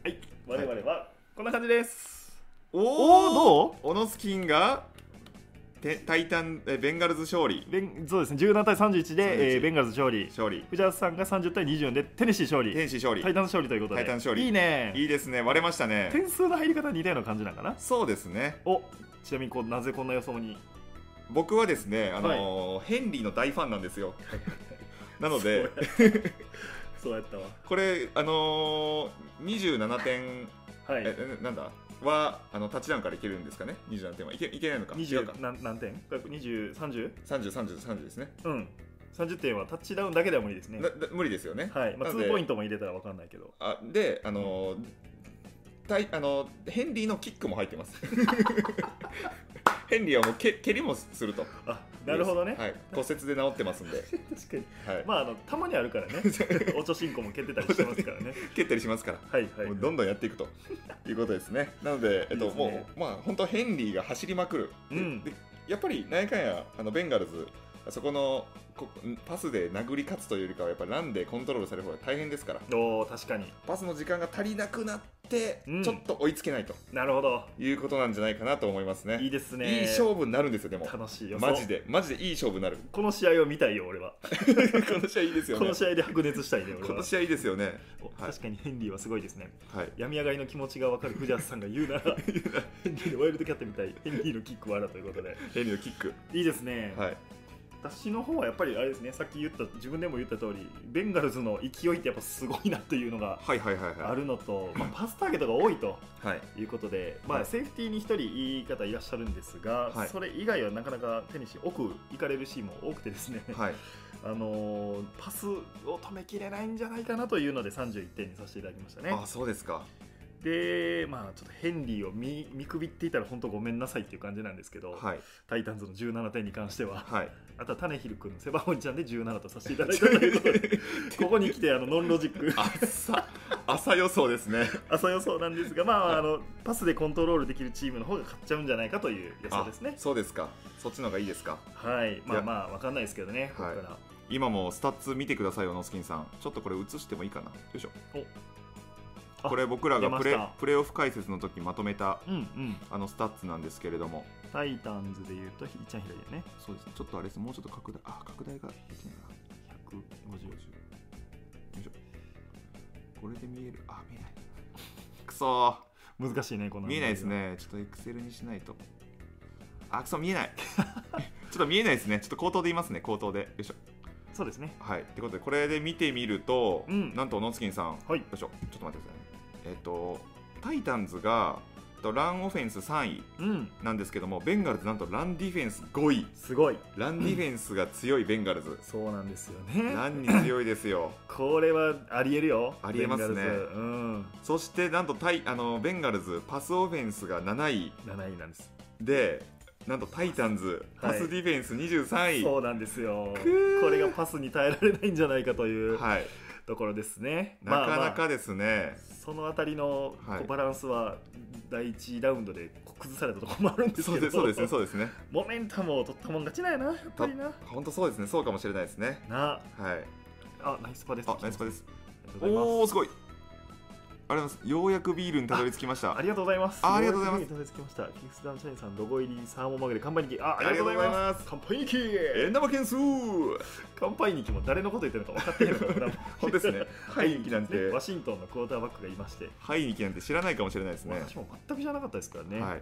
S1: はい我々はこんな感じです
S2: おー、
S1: おーど
S2: オノスキンがてタイタンえベンガルズ勝利
S1: う。ベンそうですね17対31で、え
S2: 31
S1: ーベンガルズ勝利
S2: 勝利。
S1: 藤原さんが30対24でテネシー勝利
S2: 天使勝
S1: タイ
S2: 利。
S1: タンズ勝利ということで
S2: タイタンズ勝利
S1: いいね
S2: いいですね、割れましたね。
S1: 点数の入り方は似たような感じなんかな
S2: そうですね。
S1: おちなみにこうなぜこんな予想に
S2: 僕はですね、あのーヘンリーの大ファンなんですよ。なので、
S1: <laughs> そうやったわ
S2: これ、あのー、27点
S1: はい
S2: ええなんだはあのタッチダウンからいけるんですかね27点はいけいけないのか違うか
S1: 20何何点 ?2030?
S2: 3030ですね
S1: うん30点はタッチダウンだけでは無理ですね
S2: なな無理ですよね、
S1: はい、まあ、
S2: なんで
S1: 2ポイントも入れたら分かんないけど
S2: あであのーたいあのーヘンリーのキックも入ってますヘンリーはもうけ蹴りもすると
S1: あなるほどね、
S2: はい、骨折で治ってますんで、
S1: <laughs> 確かに
S2: <laughs> はい
S1: まああのたまにあるからね
S2: <laughs>
S1: おちょしんこも蹴ってたりしてますからね
S2: 蹴ったりしますから
S1: はいはい
S2: もうどんどんやっていくということですね。なので、えっと
S1: いいですね
S2: もう、まあ、本当、ヘンリーが走りまくる、
S1: うん
S2: でやっぱり、なんやかんや、あのベンガルズ、そこのこパスで殴り勝つというよりかは、やっぱランでコントロールされる方が大変ですから、
S1: おー確かに
S2: パスの時間が足りなくなって、
S1: うん
S2: ちょっと追いつけないと
S1: なるほど
S2: いうことなんじゃないかなと思いますね。
S1: いい
S2: い
S1: ですね
S2: い勝負になるんですよ、でも。
S1: 楽しいよ
S2: マジで、マジでいい勝負になる。
S1: この試合を見たいよ俺は
S2: この試合いいです
S1: <laughs>
S2: よ
S1: こ
S2: ね
S1: の。試合で白熱したいね俺
S2: こ
S1: は
S2: の試合いいですよね。
S1: お
S2: はい
S1: 確かにヘンリーはすごいですね
S2: はい。
S1: 病み上がりの気持ちが分かる藤原さんが
S2: <laughs>
S1: 言うならヘンリーのワイルドキャットみたいヘンリーのキックはあらということで
S2: ヘンリーのキック。
S1: いいですね、
S2: はい。
S1: 私の方はやっぱりあれですねさっき言った自分でも言った通りベンガルズの勢いってやっぱすごいなというのが
S2: はいはいはいはい。
S1: あるのと、まあ、パスターゲットが多いと
S2: はい。
S1: いうことで、ま
S2: は
S1: あ、
S2: い
S1: セーフティーに1人いい方いらっしゃるんですが、
S2: はい
S1: それ以外はなかなかテニス奥行かれるシーンも多くてですね、
S2: はい。
S1: あのーパスを止めきれないんじゃないかなというので31点にさせていただきましたね。
S2: あ、そうですか。
S1: で、まあ、ちょっとヘンリーを見見くびっていたら本当ごめんなさいっていう感じなんですけど、
S2: はい。
S1: タイタンズの17点に関しては、
S2: はい。
S1: あとはタネヒル君の背番号にちゃんで17とさせていただいたということ
S2: <laughs>
S1: でここに来てあのノンロジック
S2: 朝朝予想で
S1: <laughs>
S2: すね。
S1: 朝予想なんですが、まあ、あのパスでコントロールできるチームの方が勝っちゃうんじゃないかという予想ですね
S2: あ。そうですか。そっちの方がいいですか。
S1: はい、ま
S2: い
S1: あ
S2: や
S1: まあわかんないですけどね、ここ
S2: はい
S1: から
S2: 今もスタッツ見てくださいよ、ノスキンさん。ちょっとこれ映してもいいかな。よいしょ。
S1: あ
S2: これ僕ら
S1: 出
S2: が
S1: ま
S2: プ
S1: した
S2: レプレーオフ解説の時まとめた
S1: うんうん、
S2: あのスタッツなんですけれども、
S1: タイタンズでいうと、ひいちゃん左だよね、
S2: そうです。ちょっとあれです。もうちょっと拡大。あ、拡大ができないな。150。よいしょ。これで見える。あ、見
S1: <laughs>
S2: えない。くそー。
S1: 150、難しいね、この
S2: 見えないですね。ちょっとエクセルにしないと。あくそ見えない <laughs> ちょっと見えないですねちょっと口頭で言いますね口頭でよいしょ
S1: そうですね
S2: はいってことでこれで見てみると、
S1: うん
S2: なんとノツキンさんよ
S1: はい
S2: いしょちょっと待ってくださいねえっ、とタイタンズがえっとランオフェンス3位
S1: うん
S2: なんですけどもベンガルズなんとランディフェンス5位
S1: すごい
S2: ランディフェンスが強いベンガルズ
S1: そうなんですよね
S2: ランに強いですよ
S1: これはありえるよ
S2: ありえますね
S1: ベンガルズうん
S2: そしてなんとタイあのベンガルズパスオフェンスが7位
S1: 7位なんです
S2: でなんとタイタンズ
S1: はい
S2: パスディフェンス23位、
S1: そ
S2: は
S1: うなんですよ
S2: くー
S1: これがパスに耐えられないんじゃないかと
S2: い
S1: いうところですね、
S2: なかな
S1: まあまあ
S2: かですね、
S1: そのあたりのこう
S2: はい
S1: バランスは第一ラウンドでこう崩されたところもあるんです
S2: そう
S1: け
S2: で
S1: ど
S2: すそうですねそうですね
S1: モメンタムを取ったもん勝ちなんやなやっぱりな
S2: 本当そうですねそうかもしれないですね
S1: な
S2: はい
S1: あナイスパです
S2: あナイスパです
S1: ありがとうござい
S2: お
S1: ま
S2: おすごいありがとうございますようやくビールにたどり着きました
S1: すありがとうございます
S2: あありがとうございます
S1: すいただきましたキングスダンシャインさんロゴ入りサーモンマグで乾杯にきああり
S2: あ
S1: が
S2: り
S1: と
S2: が
S1: う
S2: と
S1: ござい
S2: うござい
S1: ます
S2: ます
S1: 乾杯にき
S2: 円玉件数
S1: 乾杯にきも誰のこと言ってるのか分かってへんのかな
S2: <laughs> 本当で
S1: <laughs>
S2: すねハイニキなん
S1: ね
S2: て
S1: ワシントンのクォーターバックがいまして、
S2: ハイニキなんて知らないかもしれないですね
S1: 私も全くじゃなかったですからね、
S2: はい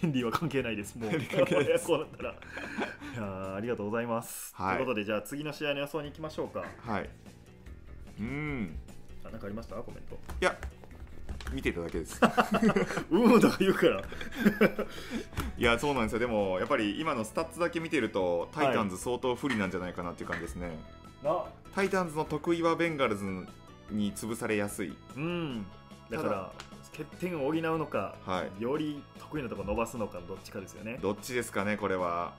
S1: ヘンリーは関係ないですもう
S2: ヘンリー関係ないです
S1: こうなったら <laughs> いやーありがとうございます、
S2: はい
S1: ということでじゃあ次の試合の予想に行きましょうか
S2: はいうん
S1: あなんかありましたコメン
S2: <laughs>
S1: ト
S2: いや見ていただけです
S1: うんとか言うから
S2: いやそうなんですよでもやっぱり今のスタッツだけ見てると
S1: はい
S2: タイタンズ相当不利なんじゃないかなっていう感じですね、
S1: <laughs> な
S2: タイタンズの得意はベンガルズに潰されやすい
S1: うんだか
S2: た
S1: ら
S2: だ
S1: 欠点を補うのか、
S2: はい
S1: より得意なところ伸ばすのかどっちかですよね
S2: どっちですかねこれは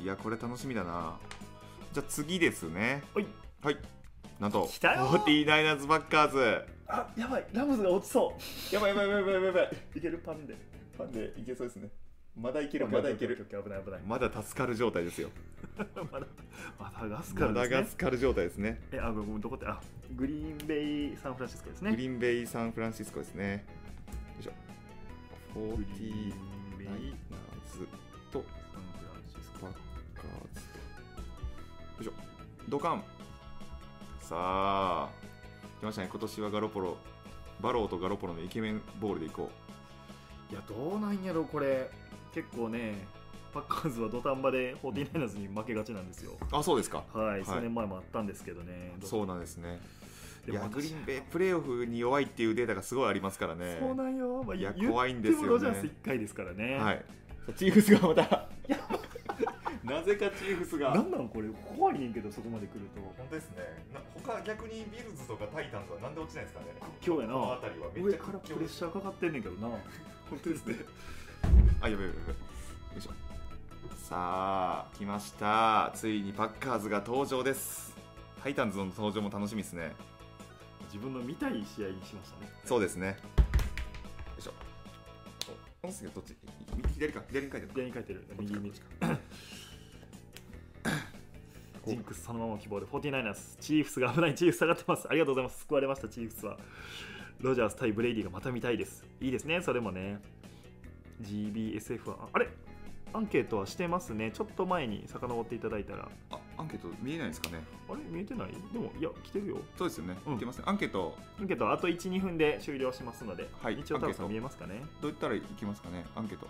S2: いやこれ楽しみだなじゃあ次ですね
S1: おい
S2: はいなんと
S1: 来たよー
S2: 49ers バッカーズ
S1: あやばいラムズが落ちそ
S2: やばいやばいやばいやばいやばいう
S1: いけるパンで
S2: なんでいけそうですねまだいけ
S1: オッケーオッケーオッケー危ない
S2: まだ助かる状態ですよ
S1: 危ないまだまだガスカ
S2: ま
S1: ルで
S2: だ
S1: すね
S2: が助かる状態ですね
S1: えあごめんどこってあグリーンベイサンフランシスコですね
S2: グリーンベイ・サンフランシスコですね。よいしょ。
S1: グリ
S2: 49
S1: ーンベイ
S2: ナイナーズと
S1: サンフランシスコ
S2: バッカーズと。よいしょ。ドカン。さあ、来ましたね。今年はガロポロ、バローとガロポロのイケメンボールでいこう。
S1: いやどうなんやろこれ結構ねパッカーズは土壇場で 49ers に負けがちなんですよ
S2: あ、そうですか。
S1: はい、
S2: い
S1: 数年前もあったんですけどね
S2: そうなんですね。い
S1: でも
S2: や、
S1: 私
S2: グリーンベイ、プレーオフに弱いっていうデータがすごいありますからね。
S1: そうなんよ、まあ、
S2: いや
S1: 言
S2: 怖いんですよね
S1: でもロジャース1回ですからね、
S2: はい。チーフスがまた。なぜかチーフスが
S1: なんなんこれ怖いねんけどそこまで来ると
S2: 本当ですね。な他逆にビルズとかタイタンズはなんで落ちないですかね。
S1: 今日やな
S2: この辺りはめっ
S1: 上
S2: ちゃ
S1: からプレ
S2: 屈強
S1: ッ
S2: です
S1: シャーかかってんねんけどな
S2: 本当ですね。あやべやべやべ。よいしょ。さあ来ました。ついにパッカーズが登場です。タイタンズの登場も楽しみですね。
S1: <laughs> 自分の見たい試合にしましたね
S2: そうですね。よいしょ。お音声どっち？右左か左に書いてある。
S1: 左に書いてる
S2: こっ
S1: 右
S2: ちか <coughs>
S1: に
S2: こっちか
S1: ジンクスそのまま希望で 49ers チーフスが危ないチーフス下がってますありがとうございます救われましたチーフスはロジャース対ブレイディがまた見たいですいいですねそれもね GBSF はああれアンケートはしてますねちょっと前に遡っていただいたら
S2: あアンケート見えないんですかね。
S1: あれ見えてないでもいや来てるよ
S2: そうですよね。
S1: うん
S2: 見てますね。アンケート
S1: アンケートはあと12分で終了しますので、
S2: はい
S1: 一応多
S2: アンケー
S1: 分
S2: ト
S1: 見えますかね
S2: どういったらいきますかね。アンケート。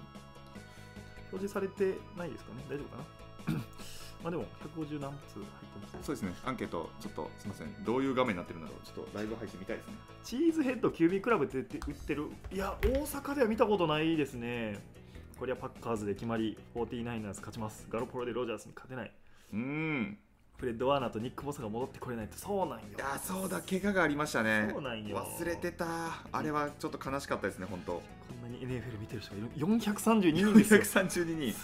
S1: 表示されてないですかね大丈夫かな <coughs> まあでも150何通入ってます
S2: そうですね、アンケート、ちょっとすみません、どういう画面になってるんだろう、ちょっとライブ配信見たいですね。
S1: チーズヘッドキュービークラブって言って売ってるいや大阪では見たことないですねこれはパッカーズで決まり 49ers 勝ちますガロポロでロジャースに勝てないう
S2: ーん、
S1: フレッド・ワーナーとニック・ボスが戻ってこれないってそうなんよ
S2: いや、そうだ、怪我がありましたね。
S1: そうなんよ
S2: 忘れてた、あれはちょっと悲しかったですね、本当。
S1: こんなに NFL 見てる人がいる432人ですよす
S2: 432人、
S1: げ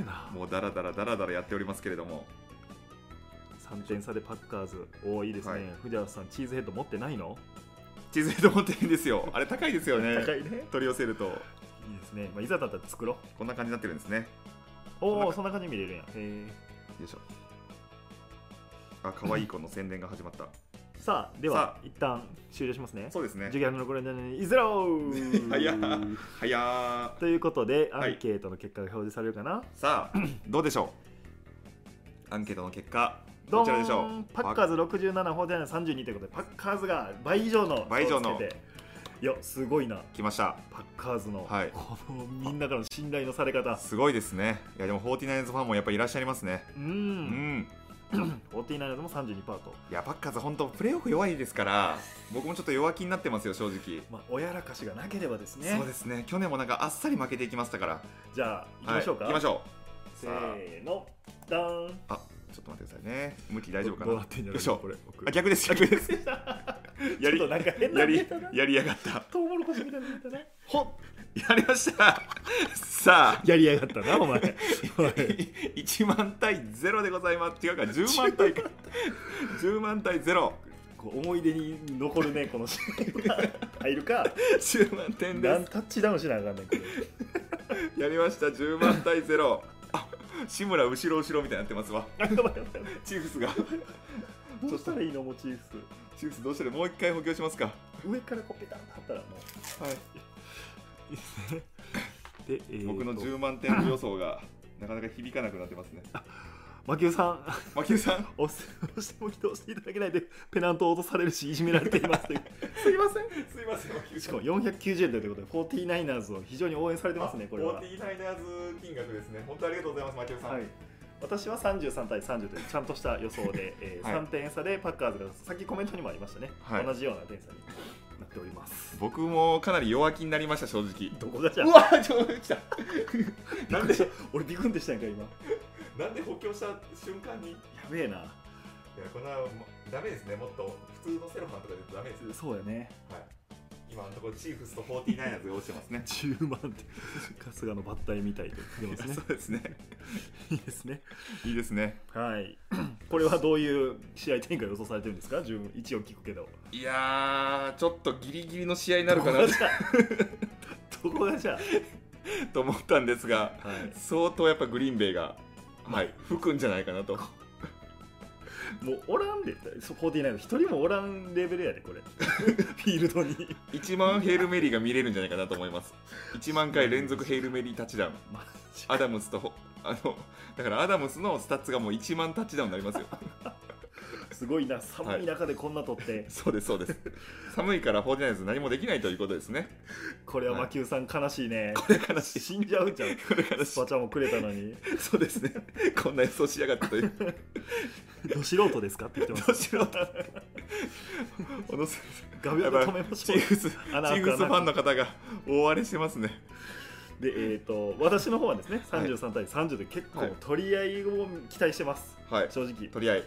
S1: えな
S2: もうだらだらだらだらやっておりますけれども、
S1: 3点差でパッカーズおーいいですね、
S2: はい
S1: 藤原さんチーズヘッド持ってないの、
S2: 地図で持ってるんですよ、あれ高いですよね、
S1: 高いね
S2: 取り寄せると、
S1: いいですね、まあ、いざだったら作ろう
S2: こんな感じになってるんですね。
S1: おおそんな感じで見れるやん、え
S2: よいしょ。あ、可愛い子の宣伝が始まった。
S1: ーさあで
S2: さ
S1: は一旦終了しますね
S2: そうですね
S1: ジュ。ギアルのご覧にいずろう
S2: 早ー早ー
S1: ということで、
S2: はい
S1: アンケートの結果が表示されるかな。
S2: さ
S1: <clears throat>
S2: あどうでしょうアンケートの結果
S1: ど
S2: ど
S1: う
S2: ちらでしょ
S1: も
S2: う
S1: パッカーズ67、ホーディナー32ということで、パッカーズが倍以上の
S2: 倍以上の
S1: 票をつけていやすごいな
S2: 来ました
S1: パッカーズの、
S2: はい
S1: このみんなからの信頼のされ方
S2: すごいですねいやでも 49ers ファンもやっぱいらっしゃいますね
S1: う
S2: うんん
S1: 49ers も32パート
S2: いやパッカーズ本当プレーオフ弱いですから僕もちょっと弱気になってますよ正直
S1: まあ親らかしがなければですね
S2: そうですね去年もなんかあっさり負けていきましたから
S1: じゃあ行きましょうか、
S2: はい、行きましょう
S1: せ
S2: さあ
S1: ーのダーン
S2: あちょっと待ってくださいね向き大丈夫か
S1: どう
S2: な
S1: なってんじゃ
S2: よ
S1: ない
S2: いしょ
S1: これ僕
S2: あ逆です
S1: <laughs>
S2: 逆ですやり
S1: ちょっとなんか変な
S2: や
S1: ネ
S2: り
S1: タが
S2: やりやがった
S1: トウモロコシみたいなのだね
S2: ほっやりました <laughs> さあ
S1: やりやがったなお前 <laughs>
S2: 1万対0でございます違うか10万対か10万対0
S1: <laughs> こう思い出に残るねこの試合
S2: <laughs>
S1: が入るか
S2: 10万点です
S1: 何タッチダウンしなあかんねんこれ
S2: やりました10万対0あ志村後ろ後ろみたいになってますわ
S1: あやばいやばい
S2: チーフスが
S1: どうしたらいいのモチーフ
S2: チーフスどうしたらもう一回補強しますかは
S1: ス上からこうペタンと貼ったらもういいですねで、え
S2: い
S1: ー
S2: 僕の
S1: と
S2: 10万点予想が <laughs> なかなか響かなくなってます
S1: <laughs>
S2: ね
S1: マキオさん
S2: マキュさん
S1: 押して押しても起動していただけないでペナントを落とされるしいじめられていますという
S2: <laughs>
S1: すいません
S2: すいませんマキュ
S1: しかも490円ということで 49ers を非常に応援されてますねこれは、
S2: 49ナーズ金額ですね本当ありがとうございますマキュさん、
S1: はい、私は33対30というちゃんとした予想で、えー
S2: <laughs> はい
S1: 3点差でパッカーズがさっきコメントにもありましたね、
S2: はい
S1: 同じような点差になっております
S2: 僕もかなり弱気になりました正直
S1: どこがじゃ
S2: うわちょっと来たなんで
S1: 俺ビクンでしたんやんか今や
S2: なんで補強した瞬間にいや
S1: べえな
S2: こんなもうダメですねもっと普通のセロハンとかでダメです
S1: そうやね
S2: はい、今のところチーフスと49ナーズが落ちてま
S1: <laughs>
S2: すね
S1: 10万って春日の抜体みたいで出ますね
S2: そうですね
S1: いいですね
S2: いいですね
S1: はい <clears throat> これはどういう試合展開を予想されてるんですか1一を聞くけど
S2: いやーちょっとギリギリの試合になるかな
S1: どこがじゃ <laughs> どこがじゃ
S2: と思ったんですが
S1: あ、はい
S2: 相当やっぱグリーンベイがはい吹くんじゃないかなと
S1: もうおらんでそう49一人もおらんレベルやでこ <laughs> れフィールドに
S2: 1万ヘールメリーが見れるんじゃないかなと思います1万回連続ヘールメリータッチダウン
S1: マジ
S2: アダムスとほあのだからアダムスのスタッツがもう1万タッチダウンになりますよ
S1: すごいな寒い中でこんな取って、
S2: そうですそうです寒いからフォーティナイズ何もできないということですね
S1: これは
S2: はい
S1: 魔球さん悲しいね、
S2: これ悲しい
S1: 死んじゃうんちゃう
S2: これ悲し
S1: スパチャもくれたのに
S2: いそうですねこんな予想しやがってという
S1: ど素人ですかって言ってま
S2: ど
S1: す
S2: しろと。小野先
S1: 画面で止めまし
S2: 生チ
S1: ょ
S2: ーフス、チ
S1: 穴開く
S2: ーフスファンの方が大荒れしてますね。
S1: う <laughs> でえー、と私の方はですね
S2: はい
S1: 33対30で結構
S2: はい
S1: 取り合いを期待してます、
S2: はい。
S1: 正直
S2: とりあえず、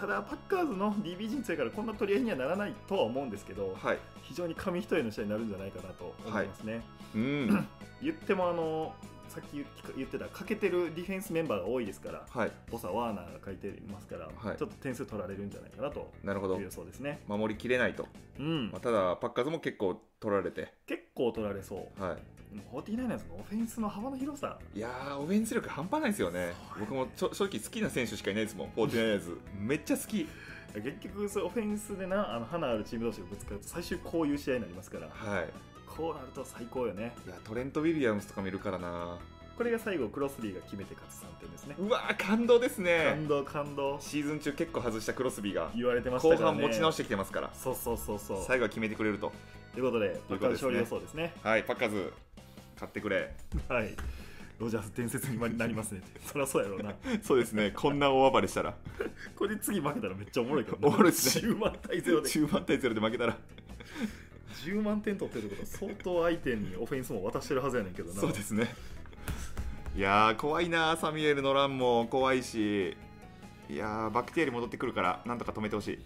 S1: ただパッカーズの DB 人生からこんな取り合いにはならないとは思うんですけど
S2: はい。
S1: 非常に紙一重の試合になるんじゃないかなと思いますね、
S2: うん。
S1: 言ってもあのさっき言ってた欠けてるディフェンスメンバーが多いですから
S2: はい。
S1: ボサワーナーが書いてますから、
S2: はい
S1: ちょっと点数取られるんじゃないかなと
S2: なるほ
S1: い
S2: ど
S1: う。予想ですね、
S2: 守りきれないと。
S1: うん
S2: まあ、ただ、パッカーズも結構取られて。
S1: 結構取られそう
S2: は
S1: 49ers のオフェンスの幅の広さ
S2: い。いやー、オフェンス力半端ないですよね。僕もちょ正直好きな選手しかいないですもん、フォーティナイズ。めっちゃ好き。
S1: 結局そうオフェンスでなあの花あるチーム同士がぶつかると最終こういう試合になりますから
S2: はい。
S1: こうなると最高よね
S2: いや、トレント・ウィリアムスとか見るからな。
S1: これが最後クロスビーが決めて勝つ3点ですね
S2: うわー、感動ですね
S1: 感。動感動
S2: シーズン中結構外したクロスビーが、
S1: 言われてました
S2: 後
S1: から、
S2: 半
S1: ね、
S2: 持ち直しててきてますから、
S1: そうそうそうそう
S2: 最後は決めてくれると。
S1: ということでパッカーズ勝利
S2: ということですね
S1: 予想ですね
S2: はい、パッカーズ、買ってくれ。
S1: はいロジャース伝説になりますねそりゃそうやろうな
S2: そうですね、こんな大暴れした <laughs> ら、
S1: これで次負けたらめっちゃおもろいから
S2: おもろいっすね
S1: 10万対0で
S2: 10万対0で負けたら、
S1: 10万点取ってるってことは相当相手にオフェンスも渡してるはずやねんけどな
S2: そうですね。いやー、怖いな、サミュエルの乱も怖いし、いやー、バクティエリ戻ってくるから、なんとか止めてほしい。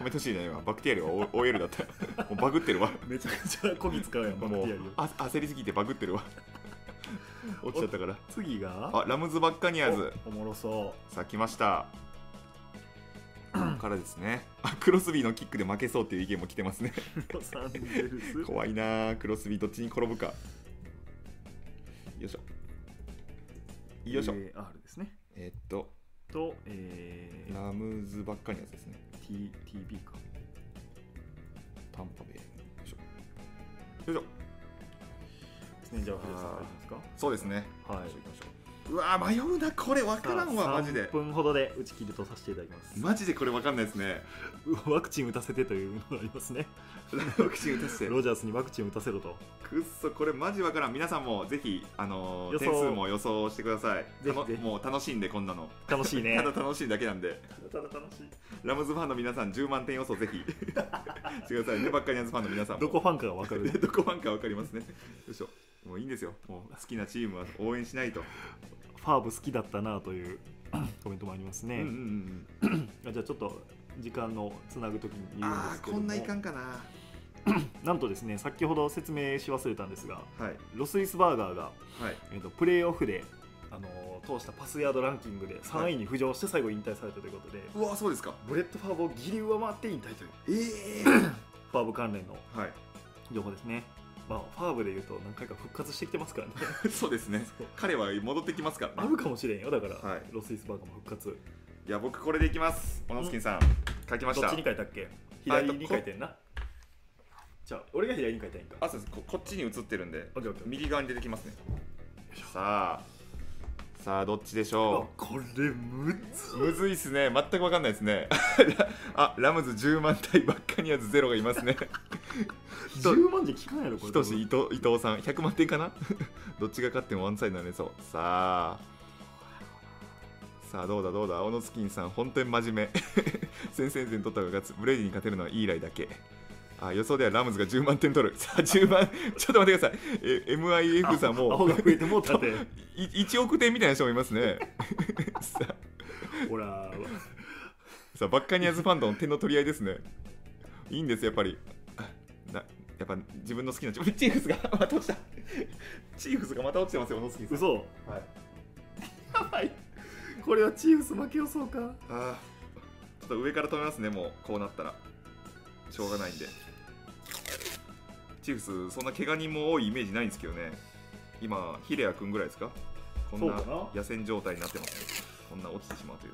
S2: 止めてほしいね、今、バクティエリは O- OL だった。
S1: <laughs>
S2: もうバグってるわ。
S1: めちゃくちゃこぎ使うやんバクテ
S2: も
S1: ィア
S2: う
S1: リを
S2: あ焦りすぎてバグってるわ。落ちちゃったから。
S1: 次が
S2: あラムズ・バッカニアーズ、
S1: おおもろそ
S2: さあ来
S1: <laughs>
S2: ました。ここからですね。あ、クロスビーのキックで負けそうっていう意見も来てますね。
S1: うロサンゼルス
S2: 怖いなあクロスビーどっちに転ぶかよいしょよいしょ
S1: AR ですね
S2: えっと
S1: と、えー、
S2: ラムズばっかりのやつですね
S1: T- TB か
S2: タンパベイよいしょよいしょ
S1: ですねじゃあ藤田さん書いてますか
S2: そうですね
S1: はい
S2: よいしょよいしょうわ迷うなこれ分からんわマジで
S1: 3分ほどで打ち切るとさせていただきます、
S2: マジでこれ分かんないです <laughs> ね
S1: ワクチン打たせてというのがありますね
S2: ワクチン打たせて
S1: ロジャースにワクチン打たせろと
S2: くっそこれマジわからん皆さんもぜひあのー
S1: 予想
S2: 点数も予想してください
S1: ぜひぜひ
S2: たのもう楽しいんでこんなの
S1: 楽しいね
S2: ただ楽しいだけなんで
S1: ただ楽しい
S2: ラムズファンの皆さん10万点予想
S1: <laughs>
S2: ぜひしてくださいねバッカリアンズファンの皆さんも
S1: どこファンかが分かる
S2: <laughs> どこファンかわかりますねよいしょもういいんですよもう好きなチームは応援しないと、
S1: ファーブ好きだったなという <coughs> コメントもありますね、
S2: うんうんうん
S1: あじゃあちょっと時間のつなぐときに言うんで
S2: あ
S1: す
S2: あ
S1: け
S2: こ
S1: ども
S2: んないかんかな
S1: なんとですね先ほど説明し忘れたんですが
S2: はい
S1: ロスイスバーガーが、
S2: はい
S1: えー、とプレーオフで、あのー通したパスヤードランキングで3位に浮上して最後引退されたということで、
S2: うわそうですか
S1: ブレッド・ファーブをギリ上回って引退という
S2: ええー、
S1: ファーブ関連の
S2: はい <laughs>
S1: 情報ですね、まあ、ファーブでいうと何回か復活してきてますからね
S2: そうですね
S1: そう
S2: 彼は戻ってきますから
S1: あ
S2: ね
S1: るかもしれんよだから、
S2: はい
S1: ロスイスバーガーも復活
S2: いや僕これでいきます小野スキンさん書きまし
S1: どったちに書いたっけ
S2: あえっ
S1: 左
S2: と
S1: に書いてんなじゃあ俺が左に書いたんやんか
S2: あそうですここっちに映ってるんで
S1: オッケーオッケー
S2: 右側に出てきますねさあさあどっちでしょ
S1: これむず
S2: うむずいっすね全く分かんないですね <laughs> あラムズ10万対バッカニアーズゼロがいます
S1: <laughs>
S2: ね人
S1: 10万じゃ効かないやろこれ
S2: ひとし伊藤伊藤さん100万点かな <laughs> どっちが勝ってもワンサイドになれそうさあさあどうだどうだ青野スキンさん本当に真面目 <laughs> 先々戦取ったが勝つブレイディに勝てるのはいいライだけあ予想ではラムズが10万点取るさあ10万 <laughs> ちょっと待ってくださいえ MIF さん
S1: 青
S2: も
S1: が増えてもうた <laughs> って
S2: い1億点みたいな人もいます
S1: <laughs>
S2: ねさあ
S1: ほら
S2: さあバッカニアーズファンとの点の取り合いですねいいんですやっぱりなやっぱ自分の好きな <laughs> チームチーフスがまた落ちたチーフスがまた落ちてますよ小野杉さん
S1: 嘘
S2: はい
S1: やばいこれはチーフス負け予想か
S2: あーちょっと上から止めますねもうこうなったらしょうがないんでチーフスそんな怪我人も多いイメージないんですけどね今ヒレア君ぐらいですかこんな
S1: そうかな
S2: 野戦状態になってますねこんな落ちてしまうという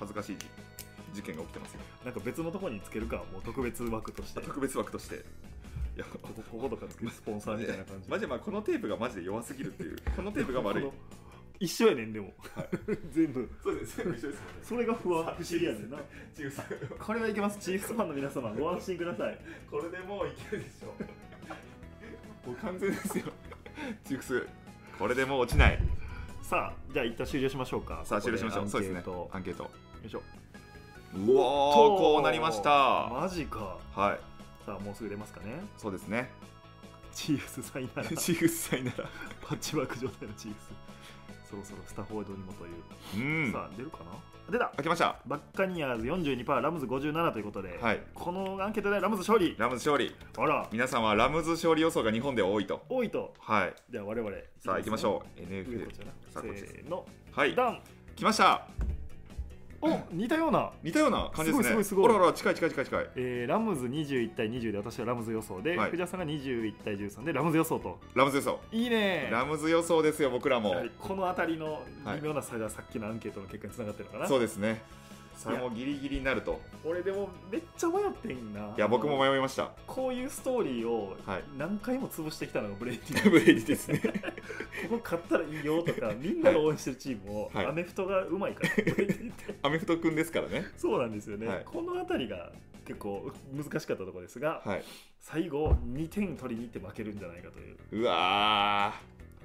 S2: 恥ずかしい事件が起きてますよ
S1: なんか別のとこにつけるかもう特別枠としてこ
S2: 特別枠としていや
S1: ここことかつけるスポンサーみたいな感じ
S2: マジでまあこのテープがマジで弱すぎる <laughs> っていうこのテープが悪い
S1: この一緒やねんでも全部
S2: そうです全部一緒です
S1: それが不安不思議やねんな
S2: チーフス
S1: これはいけますチーフスファンの皆様ご安心ください
S2: これでもういけるでしょもう完全ですよチーフスこれでもう落ちない
S1: さあじゃあ一旦終了しましょうか
S2: さあ
S1: ここ
S2: 終
S1: で
S2: 了しましょうそうですね
S1: アンケート
S2: アンケート
S1: よいしょ
S2: うおー
S1: と
S2: こうなりましたは
S1: マジか
S2: い
S1: さあもうすぐ出ますかね
S2: そうです <laughs> ね
S1: チーフスさんいなら
S2: チーフスさんなら
S1: パッチワーク状態のチーフスそろそろスタフォードにもという、
S2: うん
S1: さあ出るかな出た
S2: 開けました
S1: バッカニアーズ42%ラムズ57ということで、
S2: はい
S1: このアンケートでラムズ勝利
S2: ラムズ勝利
S1: あら
S2: 皆さんはラムズ勝利予想が日本では多いと
S1: 多いと
S2: はい
S1: では我々
S2: さあ行きましょう
S1: う上
S2: NFL
S1: こっちや
S2: さあこっ
S1: な
S2: ち
S1: せ
S2: です
S1: ーの
S2: はい
S1: ダン
S2: 来ました
S1: お似たような
S2: 似たような感じですね
S1: すごいすごいすごい
S2: あらあら近い近い近い近い
S1: えーラムズ21対20で私はラムズ予想で、
S2: はい
S1: 藤田さんが21対13でラムズ予想と
S2: ラムズ予想
S1: いいね
S2: ラムズ予想ですよ僕らも、
S1: やはりこの辺りの微妙な差がさっきのアンケートの結果につながってるのかな、
S2: そうですねそれもギリギリになると
S1: 俺でもめっちゃ迷ってんない
S2: いや僕も迷いました
S1: こういうストーリーを
S2: はい
S1: 何回も潰してきたのがブレイディ
S2: ブレイディですね
S1: ここ勝ったらいいよとかみんなが応援してるチームを、
S2: はい
S1: アメフトがうまいからブレイディって
S2: <laughs> アメフト君ですからね
S1: そうなんですよね、
S2: はい
S1: この辺りが結構難しかったところですが、
S2: はい
S1: 最後2点取りに行って負けるんじゃないかという
S2: うわ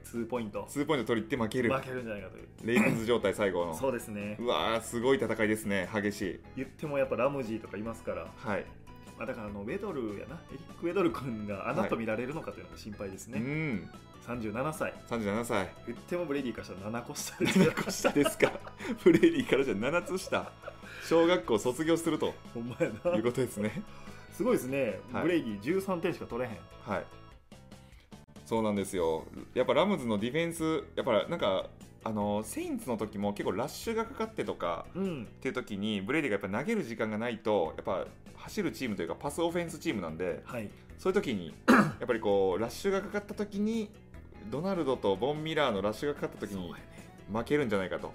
S1: 2ポイント
S2: ー2ポイント取りって負ける
S1: 負けるんじゃないかという
S2: レイブンズ状態最後
S1: そ
S2: の
S1: うですね
S2: うわーすごい戦いですね激しい
S1: 言ってもやっぱラムジーとかいますから、
S2: はい、
S1: まあ、だからあのウェドルやなエリック・ウェドル君が穴と見られるのかというのも心配です
S2: う
S1: ね、
S2: ん
S1: 37歳
S2: 37歳
S1: 言ってもブレディからしたら7個下です
S2: <laughs>
S1: よ
S2: 7個下ですかブレイディからじゃ7つ下小学校卒業すると
S1: ほんまや
S2: いう
S1: な
S2: ことですね
S1: <laughs> すごいですね、
S2: はい
S1: ブレイディ13点しか取れへん
S2: はい、そうなんですよ、やっぱラムズのディフェンス、やっぱなんか、あのセインツの時も結構ラッシュがかかってとか
S1: うん
S2: っていう時に、ブレイディがやっぱ投げる時間がないと、やっぱ走るチームというか、パスオフェンスチームなんで、
S1: はい
S2: そういう時
S1: <coughs>
S2: に、やっぱりこう、ラッシュがかかった時に、ドナルドとボン・ミラーのラッシュがかかった時に
S1: そうやね
S2: 負けるんじゃないかと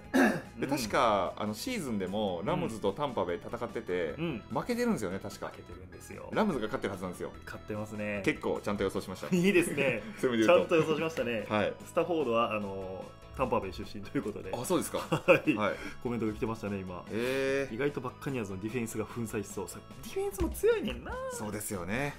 S2: で確かあのシーズンでもラムズとタンパベイ戦ってて
S1: う、ん
S2: 負けてるんですよね確か
S1: 負けてるんですよ
S2: ラムズが勝ってるはずなんですよ
S1: 買ってますね
S2: 結構ちゃんと予想し
S1: <laughs>
S2: ました
S1: いいですね
S2: そういう意味で
S1: ちゃ
S2: <laughs> 言うん
S1: と予想しましたね、
S2: はい
S1: スタフォードはあのタンパベイ出身ということで、
S2: あそうですかは
S1: はい
S2: い、はい、
S1: コメントが来てましたね今
S2: え
S1: 意外とバッカニアーズのディフェンスが粉砕しそうさディフェンスも強いねんな
S2: ー、そうですよね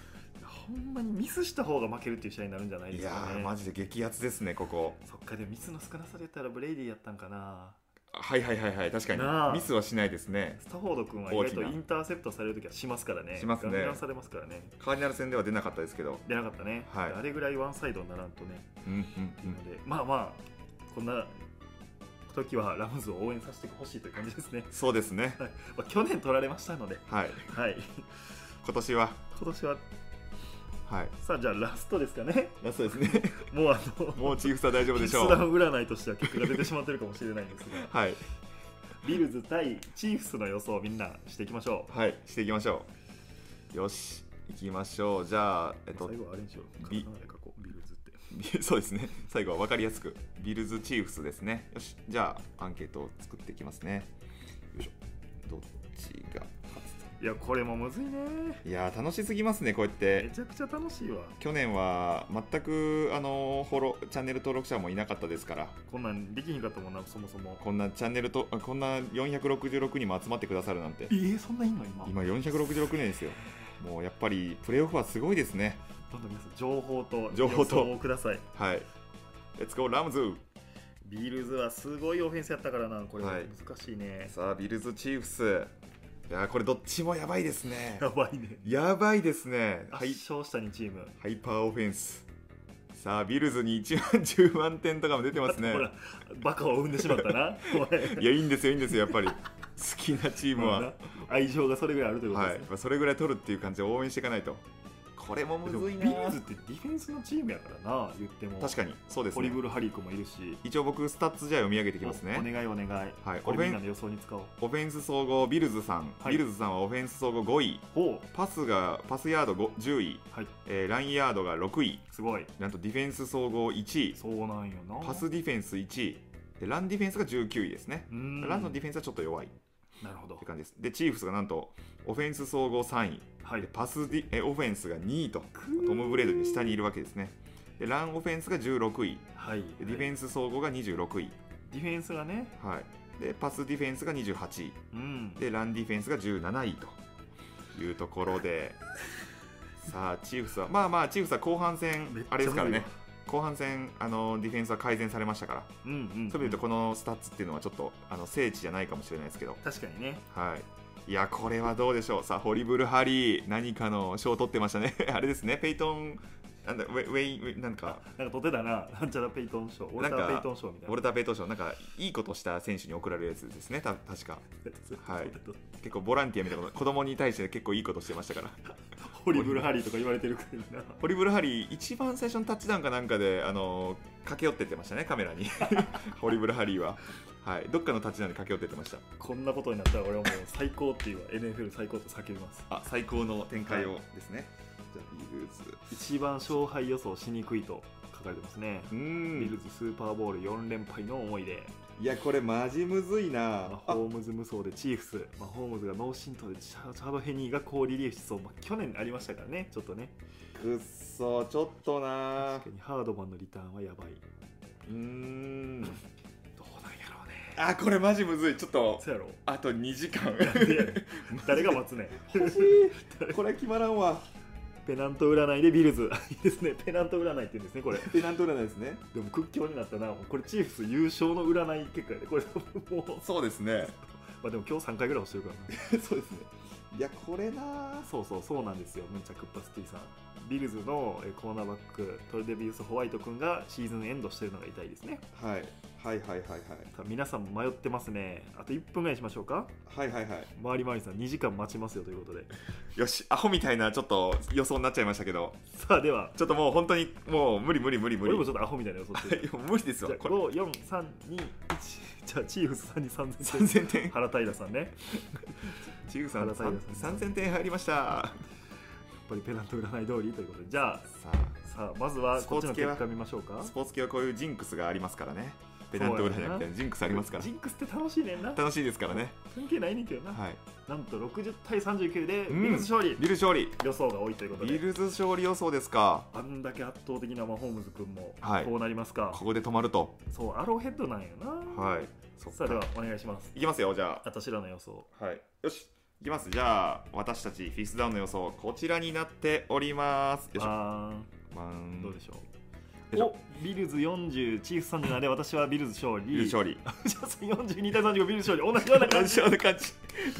S1: ほんまにミスした方が負けるっていう試合になるんじゃないで
S2: い
S1: す
S2: や
S1: かね
S2: ーマジで激アツですねここ
S1: そっかでもミスの少なさで言ったらブレイディやったんかな
S2: はいはいはいはい確かに
S1: なあ
S2: ミスはしないですね
S1: スタフォード君は意外と
S2: 大きな
S1: インターセプトされるときはしますからね
S2: しますね
S1: ガンガンされますからね
S2: カーディナル戦では出なかったですけど
S1: 出なかったね、
S2: はい
S1: あれぐらいワンサイドにならんとね
S2: うんうん
S1: っていうので、まあまあこんな時はラムズを応援させてほしいという感じですね、
S2: そうですね
S1: まあ、去年取られましたので
S2: はい
S1: はい
S2: 今年は
S1: 今年は
S2: はい
S1: さあじゃあラストですか
S2: <laughs>
S1: ね
S2: ラストですね
S1: もうあの
S2: もうチーフスは大丈夫で
S1: キ
S2: し
S1: ス
S2: ょ
S1: ダ
S2: う
S1: ン占いとしては結果が出てしまってるかもしれないんですが
S2: はい
S1: ビルズ対チーフスの予想をみんなしていきましょう
S2: はいしていきましょうよし行きましょうじゃあえっと
S1: 最後はあれにしようカ
S2: ビ
S1: タカナで書こうビルズって
S2: ビ <laughs> そうですね最後は分かりやすくビルズチーフスですねよしじゃあアンケートを作っていきますねよいしょどっちが勝つ
S1: いやこれもむずいね
S2: いやー楽しすぎますねこうやって
S1: めちゃくちゃ楽しいわ
S2: 去年は全くあのフォローチャンネル登録者もいなかったですから
S1: こんなんできひんかったもんなそもそも
S2: こんなチャンネルとあこんな466人も集まってくださるなんて
S1: えー、そんないんの今
S2: 今466人ですよもうやっぱりプレーオフはすごいですね
S1: どんどん皆さん情報と
S2: 情報と
S1: 予想をください
S2: はいレッツゴーラムズ
S1: ビルズはすごいオフェンスやったからなこれ
S2: はい
S1: 難しいね、
S2: さあビルズチーフスいやーこれどっちもやばいですね
S1: やばいね
S2: やばいですねは
S1: 圧
S2: い
S1: 勝した2チーム、
S2: ハイパーオフェンスさあビルズに1万10万点とかも出てますね
S1: ほらバカを生んでしまったなお前
S2: いやいいんですよいいんですよやっ
S1: <laughs>
S2: ぱり好きなチームは、
S1: まあな愛情がそれぐらいあるということ
S2: は
S1: で
S2: い
S1: すね、、
S2: それぐらい取るっていう感じで応援していかないとこれもむ
S1: でも
S2: ずい
S1: ビ
S2: な
S1: ルズってディフェンスのチームやからな言っても
S2: 確かにそうです
S1: ポリ
S2: ね
S1: ブル・ハリークもいるし
S2: 一応僕スタッツじゃあ読み上げていきます
S1: おお
S2: ね
S1: 願いお願い
S2: はい
S1: こ
S2: オフ
S1: れみ
S2: ェン
S1: んなの予想に使おう
S2: オフェンス総合ビルズさん、
S1: はい
S2: ビルズさんはオフェンス総合5位
S1: ほ
S2: パスがパスヤード5 10位、
S1: うはい
S2: えーラインヤードが6位
S1: すごい
S2: なんとディフェンス総合1位
S1: そうなんよな
S2: パスディフェンス1位でランディフェンスが19位ですね
S1: うーん
S2: ランのディフェンスはちょっと弱いって
S1: なるほど
S2: 感じですでチーフスがなんとオフェンス総合3位
S1: はい
S2: でパスディえオフェンスが2位と
S1: くー
S2: トム・ブレードに下にいるわけですねでランオフェンスが16位
S1: はい
S2: でディフェ
S1: ン
S2: ンス総合が26位、
S1: ディフェンスがね
S2: はい、でパスディフェンスが28位
S1: うん
S2: でランディフェンスが17位というところで
S1: <laughs>
S2: さあチーフスはまあまあチーフスは後半
S1: めっ
S2: 戦
S1: ちゃ
S2: あれですから
S1: むずい
S2: ね
S1: わ
S2: 後半戦あのディフェンスは改善されましたから、
S1: うんうんうん
S2: そういう意味で言うとこのスタッツっていうのはちょっとあの聖地じゃないかもしれないですけど、
S1: 確かにね
S2: はい、いやこれはどうでしょうさあホリブル・ハリー何かの賞を取ってましたね <laughs> あれですねペイトンなんだウェウェインウェインなんか
S1: なんかとてだななんちゃらペイトン賞オルタ
S2: なん
S1: ー
S2: か
S1: ペイトン賞みたい
S2: ウォルター・ペイトン賞なんかいいことした選手に贈られるやつですねた確か
S1: な
S2: はい結構ボランティアみたいなこと子供に対して結構いいことしてました
S1: <laughs>
S2: から
S1: ホリブルハリーとか言われてるくらいな
S2: ホリブル・ハリー一番最初のタッチダウンかなんかであの駆け寄ってってましたねカメラに <laughs> ホリブル・ハリーは、はい、どっかのタッチダウンで駆け寄ってってました
S1: こんなことになったら俺はもう最高っていうわ NFL 最高と叫びます
S2: あ最高の展開
S1: は
S2: をですね、じゃあビルズ
S1: 一番勝敗予想しにくいと書かれてますね
S2: う
S1: ビル
S2: ん
S1: ズスーパーボール4連敗の思い出
S2: いやこれマジむずいな
S1: まあホームズ無双でチーフス、まあ、ホームズが脳震盪でチャチャード・ヘニーが好リリーフしそう、まあ、去年ありましたからねちょっとね
S2: くっそちょっとな
S1: 確かにハードマンのリターンはやばいど
S2: うー
S1: うなんやろう
S2: ん
S1: ね
S2: あこれマジむずいちょっと
S1: そうやろ
S2: あと2時間
S1: なん <laughs> でやねん誰が待つねん
S2: 欲しいこれ決まらんわ
S1: ペナント占いでビルズいいですねペナント占いって言うんですねこれ
S2: ペナント占いですね
S1: でも屈強になったなこれチーフス優勝の占い結果やでこれもう
S2: そうですね
S1: まあでも今日3回ぐらい押してるからな
S2: そうですねいやこれな
S1: そうそうそうなんですよムンチャクッパスティさんビルズのえーコーナーバックトレデビウス・ホワイト君がシーズンエンドしてるのが痛いですね
S2: はい、はいはいはい
S1: さあ皆さんも迷ってますねあと1分ぐらいにしましょうか
S2: はいはいはいは
S1: 周り周りさん2時間待ちますよということで
S2: いよしアホみたいなちょっと予想になっちゃいましたけど
S1: さあでは
S2: ちょっともう本当にもう無理無理無理無
S1: 俺
S2: 理
S1: もちょっとアホみたいな予想してる
S2: いや無理です
S1: じゃ
S2: わ
S1: あ
S2: <laughs> これ
S1: 54321じ <laughs> ゃあチーフスさんに3000
S2: <laughs> 3000点
S1: 原平さんねやっ
S2: チグさん
S1: 原
S2: さん
S1: 平さん
S2: 3000点入りましたさ
S1: ぱりペナント占い通りということでじゃあ
S2: あ
S1: さあまずはこっちの
S2: スポーツ系は
S1: 結果見ましょうか
S2: スポーツ系はこういうジンクスがありますからね。ペナント裏じゃなくてジンクスありますから
S1: ジンクスって楽しいねんな
S2: 楽しいですからね
S1: 関係ないねんけどな、
S2: はい
S1: なんと60対39で
S2: ん
S1: ビルズ勝利、
S2: ビル勝利
S1: 予想が多いということ
S2: ビ
S1: で
S2: ルズ勝利予想ですか
S1: あんだけ圧倒的なマホームズ君も
S2: はい
S1: こうなりますか、
S2: ここで止まると
S1: そうアローヘッドなんよな、
S2: はいそっ
S1: さあで
S2: か
S1: はお願いします
S2: いきますよじゃ
S1: あと白の予想
S2: あはいよしいきますじゃあ私たちフィスダウンの予想こちらになっておりますよいしょ
S1: あ
S2: ワ
S1: ー
S2: ン
S1: どうでしょう、
S2: よいしょ
S1: おビルズ40チーフス37で私はビルズ勝利
S2: ビル勝利
S1: <laughs> ジャス42対35ビル勝利同じような感
S2: 感 <laughs>
S1: じ
S2: 情の感じ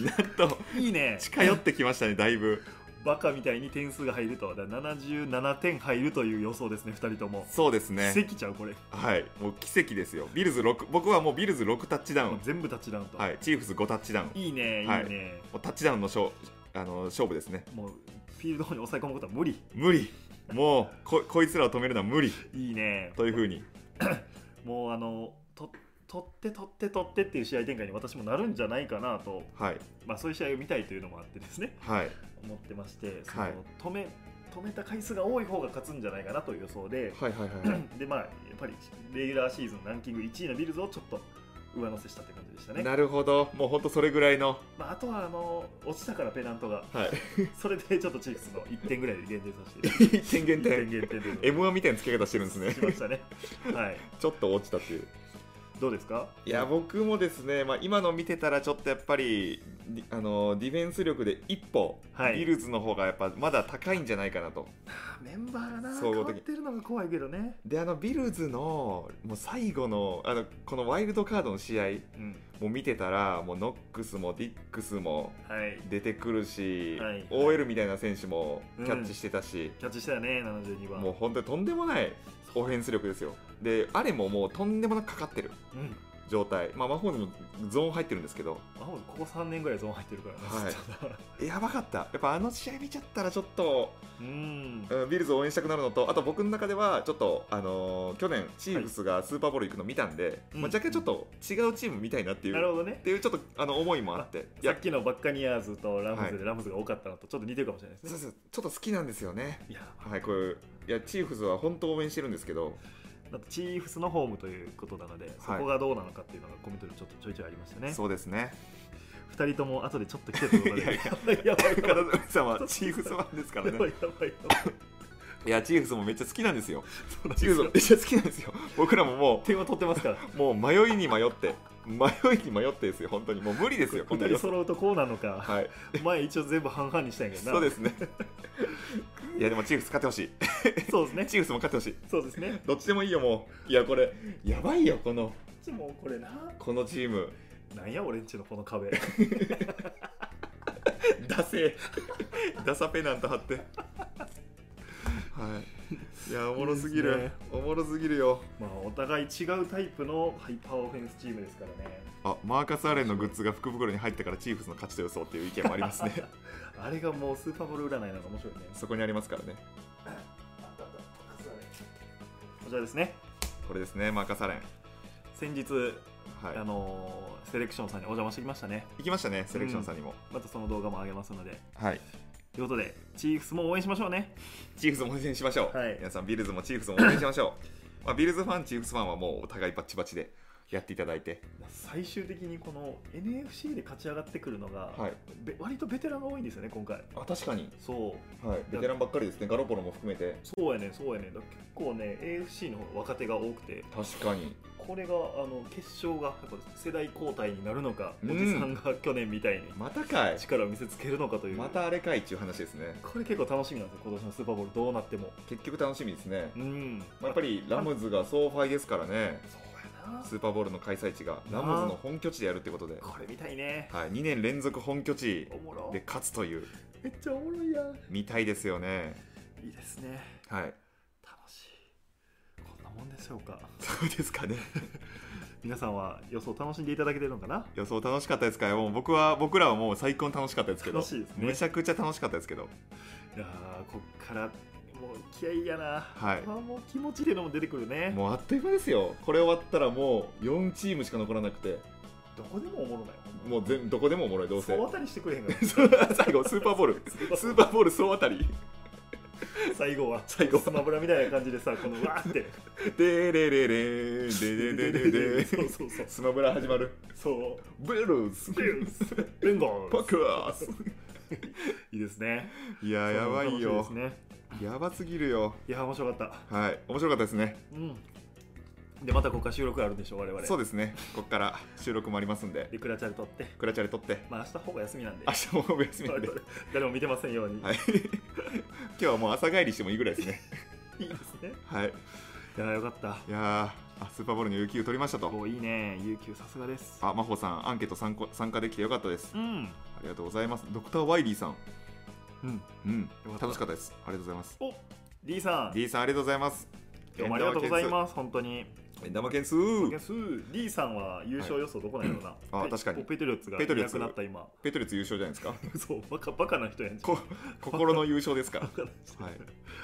S2: <laughs> なんと
S1: いいね
S2: 近寄ってきましたねだいぶ
S1: バカみたいに点数が入るとだから77点入るという予想ですね2人とも、
S2: そうですね
S1: 奇跡ちゃうこれ、
S2: はいもう奇跡ですよビルズ6僕はもうビルズ6タッチダウ
S1: もう
S2: ン
S1: 全部タッチダウンと、
S2: はいチーフス5タッチダウン
S1: い、いねいいね、
S2: はいもうタッチダウンの勝あの勝負ですね
S1: もうフィールドの方に抑え込むことは無理
S2: 無理もうここいつらを止めるのは無理
S1: いいね
S2: というふうに
S1: もうあのと取って取って取ってっていう試合展開に私もなるんじゃないかなと、
S2: はい
S1: まあ、そういう試合を見たいというのもあってですね <laughs>
S2: はい
S1: 思ってましてその、
S2: はい
S1: 止め止めた回数が多い方が勝つんじゃないかなという予想で、 <clears throat>
S2: はいはいはいはい
S1: でまあやっぱりレギュラーシーズンランキング1位のビルズをちょっと上乗せしたって感じでしたね。
S2: なるほどもうほんとそれぐらいの、
S1: まあ、あとはあの落ちたからペナントが <laughs>
S2: <laughs> はい、
S1: それでちょっとチーフスの1点ぐらいで減点させて
S2: 1点減
S1: 1点
S2: 点
S1: 減点というのを
S2: M1 みたいな付け方してるんですね
S1: しましたね。はい。
S2: ちょっと落ちたっていう
S1: どうですか？
S2: いや僕もですね、まあ、今の見てたらちょっとやっぱりディあのディフェンス力で一歩、
S1: はい
S2: ビルズの方がやっぱまだ高いんじゃないかなと
S1: メンバーがな
S2: 総
S1: 変わ
S2: 合
S1: っ
S2: 的
S1: てるのが怖いけどね。
S2: であのビルズのもう最後のあのこのワイルドカードの試合
S1: うん。
S2: も見てたらもうノックスもディックスも
S1: はい。
S2: 出てくるし、
S1: はい
S2: OL みたいな選手もキャッチしてたし、
S1: キャッチしたよね72番。
S2: もう本当にとんでもないオフェンス力ですよであれももうとんでもなくかかってる
S1: うん。
S2: 状態まあマホームズもゾーン入ってるんですけど
S1: あほんとここ3年ぐらいゾーン入ってるからね。
S2: はい
S1: ずっとだ
S2: やばかったやっぱあの試合見ちゃったらちょっと、
S1: <laughs> うん。
S2: うんビルズ応援したくなるのとあと僕の中ではちょっと、あのー去年チーフスがスーパーボール行くの見たんで、
S1: うん
S2: まあ、若干ちょっと違うチーム見たいなっていう
S1: なるほどね
S2: っ。ていうちょっとあの思いもあってい
S1: さ
S2: や
S1: っきのバッカニアーズとラムズで、
S2: は
S1: ラムズが多かったのとちょっと似てるかもしれないです
S2: そう
S1: ね。
S2: そうちょっと好きなんですよね
S1: いや
S2: はいこういういやチーフスは本当応援してるんですけど
S1: だってチーフスのホームということなので、そこがどうなのかっていうのがコメントでちょっとちょいちょいありましたね。
S2: そうですね
S1: 二人とも後でちょっと来てということで、
S2: いやい
S1: やばいやばい
S2: 片上さんはチーフスファンですから
S1: やばい
S2: ね
S1: やばいやばい
S2: いやチーフスもめっちゃ好きなんですよ
S1: そうなんです
S2: チーフス
S1: よ
S2: もめっちゃ好きなんですよ僕らもも
S1: 点は取ってますから。
S2: うもう迷いに迷って迷いに迷ってですよ本当にもう無理ですよ
S1: 二
S2: 本当に
S1: 人揃うとこうなのか、 <laughs>
S2: はい
S1: 前一応全部半々にしたんやけどな。
S2: そうですね。いやでもチーフス勝ってほしい。
S1: そうですね。
S2: チーフスも勝ってほしい。
S1: そうですね。
S2: どっちでもいいよもう。いやこれやばいよこの
S1: こっちもこれな。
S2: このチーム。
S1: なんや俺んちのこの壁。
S2: <laughs> ダセー。ダサペナント貼って。はい。いやおもろすぎる
S1: いいですね
S2: おもろすぎるよ。
S1: まあお互い違うタイプのハイパーオフェンスチームですからね。
S2: あマーカスアレンのグッズが福袋に入ったからチーフスの勝ちと予想っていう意見もありますね。 <laughs>
S1: あれがもうスーパーボール占いなのが面白いね。
S2: そこにありますからね。
S1: こちらですね。
S2: これですねマーカスアレン。
S1: 先日、あ
S2: はい。
S1: のーセレクションさんにお邪魔してきましたね。
S2: 行きましたねセレクションさんにも。
S1: またその動画も上げますので。
S2: はい。
S1: ということで、チーフスも応援しましょうね。
S2: チーフスも応援しましょう、
S1: はい
S2: 皆さんビルズもチーフスも応援しましょう
S1: <laughs>
S2: まあビルズファンチーフスファンはもうお互いバッチバチでやっていただいて
S1: 最終的にこの NFC で勝ち上がってくるのが、
S2: はい
S1: べ割とベテランが多いんですよね、今回。
S2: あ確かに、
S1: そう。
S2: はい、ベテランばっかりですねガロポロも含めて
S1: そうやねんそうやねんだから結構ね AFC の方が若手が多くて
S2: 確かに
S1: これがあの決勝がやっぱ世代交代になるのか、
S2: うん
S1: おじさんが去年みたいに
S2: またかい
S1: 力を見せつけるのかという、
S2: またあれかいっていう話ですね
S1: これ結構楽しみなんですよ今年のスーパーボールどうなっても
S2: 結局楽しみですね
S1: う、ん
S2: まあやっぱりラムズが総敗ですからね
S1: そうやな
S2: スーパーボールの開催地がラムズの本拠地でやるってことで、
S1: これ見たいね
S2: はい、2年連続本拠地
S1: おもろ
S2: で勝つという
S1: めっちゃおもろいやん
S2: 見たいですよね
S1: いいですね
S2: はい
S1: 楽しいこんなもんでしょうか
S2: そうですかね <laughs>
S1: 皆さんは予想楽しんでいただけてるのかな
S2: 予想楽しかったですかもう僕は僕らはもう最高に楽しかったですけど
S1: 楽しいですね
S2: めちゃくちゃ楽しかったですけど
S1: いやーこっからもう気合いやな、
S2: はい
S1: まあもう気持ちでのも出てくるね
S2: もうあっという間ですよこれ終わったらもう4チームしか残らなくて
S1: どこでもおもろないほんまに
S2: もう全どこでもお <laughs> もろいどうせ
S1: 総当たりしてくれへんから
S2: 最後スーパーボールスーパーボール総当たり
S1: 最後は
S2: 最後は
S1: スマブラみたいな感じでさこのわーって
S2: でれれれでででで
S1: <laughs>
S2: で
S1: そうそうそう
S2: スマブラ始まる
S1: そう
S2: ブルース
S1: ビュースベンゴ
S2: パクワース
S1: いいですね
S2: いややばいよ
S1: 楽しみですね
S2: やばすぎるよ
S1: いや面白かった
S2: はい面白かったですね
S1: うんでまたここから収録あるんでしょ我々
S2: そう
S1: で
S2: ですねここから収録もありますんで
S1: クラチャル撮って
S2: クラチャレ撮って
S1: まあ明日ほぼ休みなんで
S2: 明日もお休みなんで
S1: 我々誰も見てませんように、
S2: はい <laughs> 今日はもう朝帰りしてもいいぐらいですね
S1: い、いですね
S2: はい
S1: いやよかった
S2: いやーあスーパーボールの有給取りましたと
S1: おいいね有給さすがです
S2: あ真帆さんアンケート参考参加できてよかったです
S1: うん
S2: ありがとうございますドクターワイリーさん
S1: うん
S2: うん
S1: よかった
S2: 楽しかったですありがとうございます
S1: お D さん
S2: D さんありがとうございます
S1: 今日もありがとうございます本当に
S2: す円玉件数
S1: ゲス D さんは優勝予想どこなんやろうな、
S2: あ
S1: ペ
S2: 確かに
S1: ペトリオッツが
S2: ペ
S1: い
S2: トリオ
S1: な
S2: ッツ
S1: くなった今 <laughs>
S2: ペトリツ優勝じゃないですか
S1: そうバカバカな人やんじゃん
S2: こ心の優勝ですから
S1: バカな人 <laughs>
S2: はい、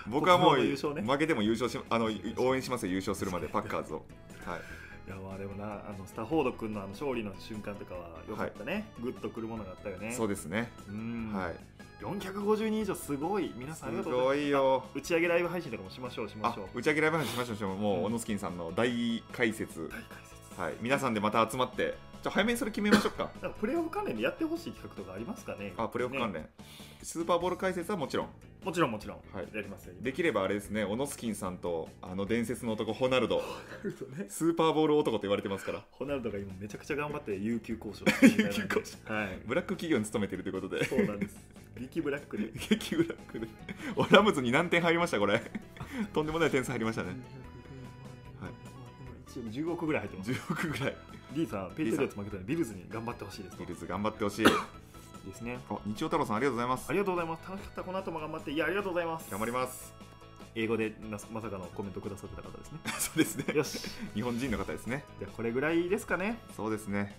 S2: 僕はもう、
S1: 心の優勝ね
S2: 負けても優勝しあの応援しますよ優勝するまでパッカーズを、はい、
S1: いやまあでもなあのスターフォード君のあの勝利の瞬間とかは良かったね、グッとくるものがあったよね
S2: そう
S1: う
S2: ですね、
S1: ん、
S2: はい、
S1: 450人以上すごい皆さんあり
S2: す
S1: がとうござ
S2: ご
S1: います
S2: いよ
S1: 打ち上げライブ配信とかもしましょうしま
S2: あ
S1: しょう
S2: 打ち上げライブ話しましょうもう、
S1: うん
S2: オノスキンさんの大解説
S1: 大解説
S2: はい皆さんでまた集まってじゃあ早めにそれ決めましょうか
S1: なんかプレーオフ関連でやってほしい企画とかありますかね
S2: あプレーオフ関
S1: ね
S2: 連、スーパーボール解説はもちろん
S1: もちろんもちろん、
S2: はい
S1: やりますよ
S2: できればあれですねオノスキンさんとあの伝説の男ホナルド
S1: ホナルドね
S2: スーパーボール男と言われてますから
S1: <laughs> ホナルドが今めちゃくちゃ頑張って有給交渉してるみたいなんで
S2: <laughs> 有給交
S1: <laughs> はい
S2: ブラック企業に勤めてるということで
S1: そうなんですリキブラックで
S2: 激ブラックでオラムズに何点入りましたこれとんでもない点数入りましたねはい
S1: 10億ぐらい入ってます
S2: 10億ぐらい
S1: D さんペイトリオッツ負けたのでビルズに頑張ってほしいですと
S2: ビルズ頑張ってほしい
S1: ですね
S2: あ日曜太郎さんありがとうございま
S1: あ
S2: す
S1: りがとうございます楽しかったこの後も頑張っていやありがとうございます
S2: 頑張ります <laughs>
S1: 英語でなまさかのコメントくださってた方ですね
S2: そうです
S1: <laughs>
S2: ね
S1: よし
S2: 日本人の方ですね
S1: じゃあこれぐらいですかね
S2: そうですね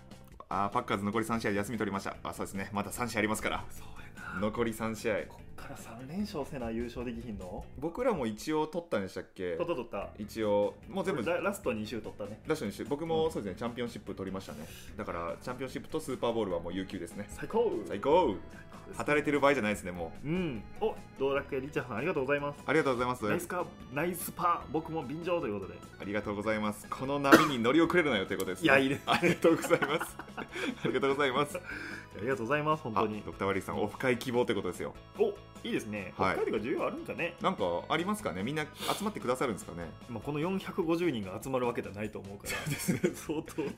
S2: あーパッカーズ残り3試合で休み取りましたあそうですねまだ3試合ありますから
S1: そうや
S2: 残り3試合
S1: こっから3連勝せな優勝できひんの
S2: 僕らも一応取ったんでしたっけ
S1: 取った取った
S2: 一応もう全部
S1: ララスト2周取ったね
S2: ラッシュにして僕もそうですねチャンピオンシップ取りましたねだからチャンピオンシップとスーパーボールはもう有給ですね
S1: 最高
S2: 最高
S1: です
S2: 働いてる場合じゃないですねもう
S1: うんお道楽屋リチャーさんありがとうございます
S2: ありがとうございます
S1: ナイスカナイスパー僕も便乗ということで
S2: ありがとうございます。この波に乗り遅れるなよということです、ね。
S1: いやいいです
S2: <laughs> ありがとうございます。ありがとうございます。
S1: ありがとうございます本当
S2: あ
S1: に
S2: ドクターワリーさん、オフ会希望ということですよ。
S1: おいいですね
S2: はい
S1: 北海道が需要あるんかね、
S2: なんかありますかね。みんな集まってくださるんですかね。
S1: まあ、この450人が集まるわけじゃないと思うから
S2: ですね
S1: 相当な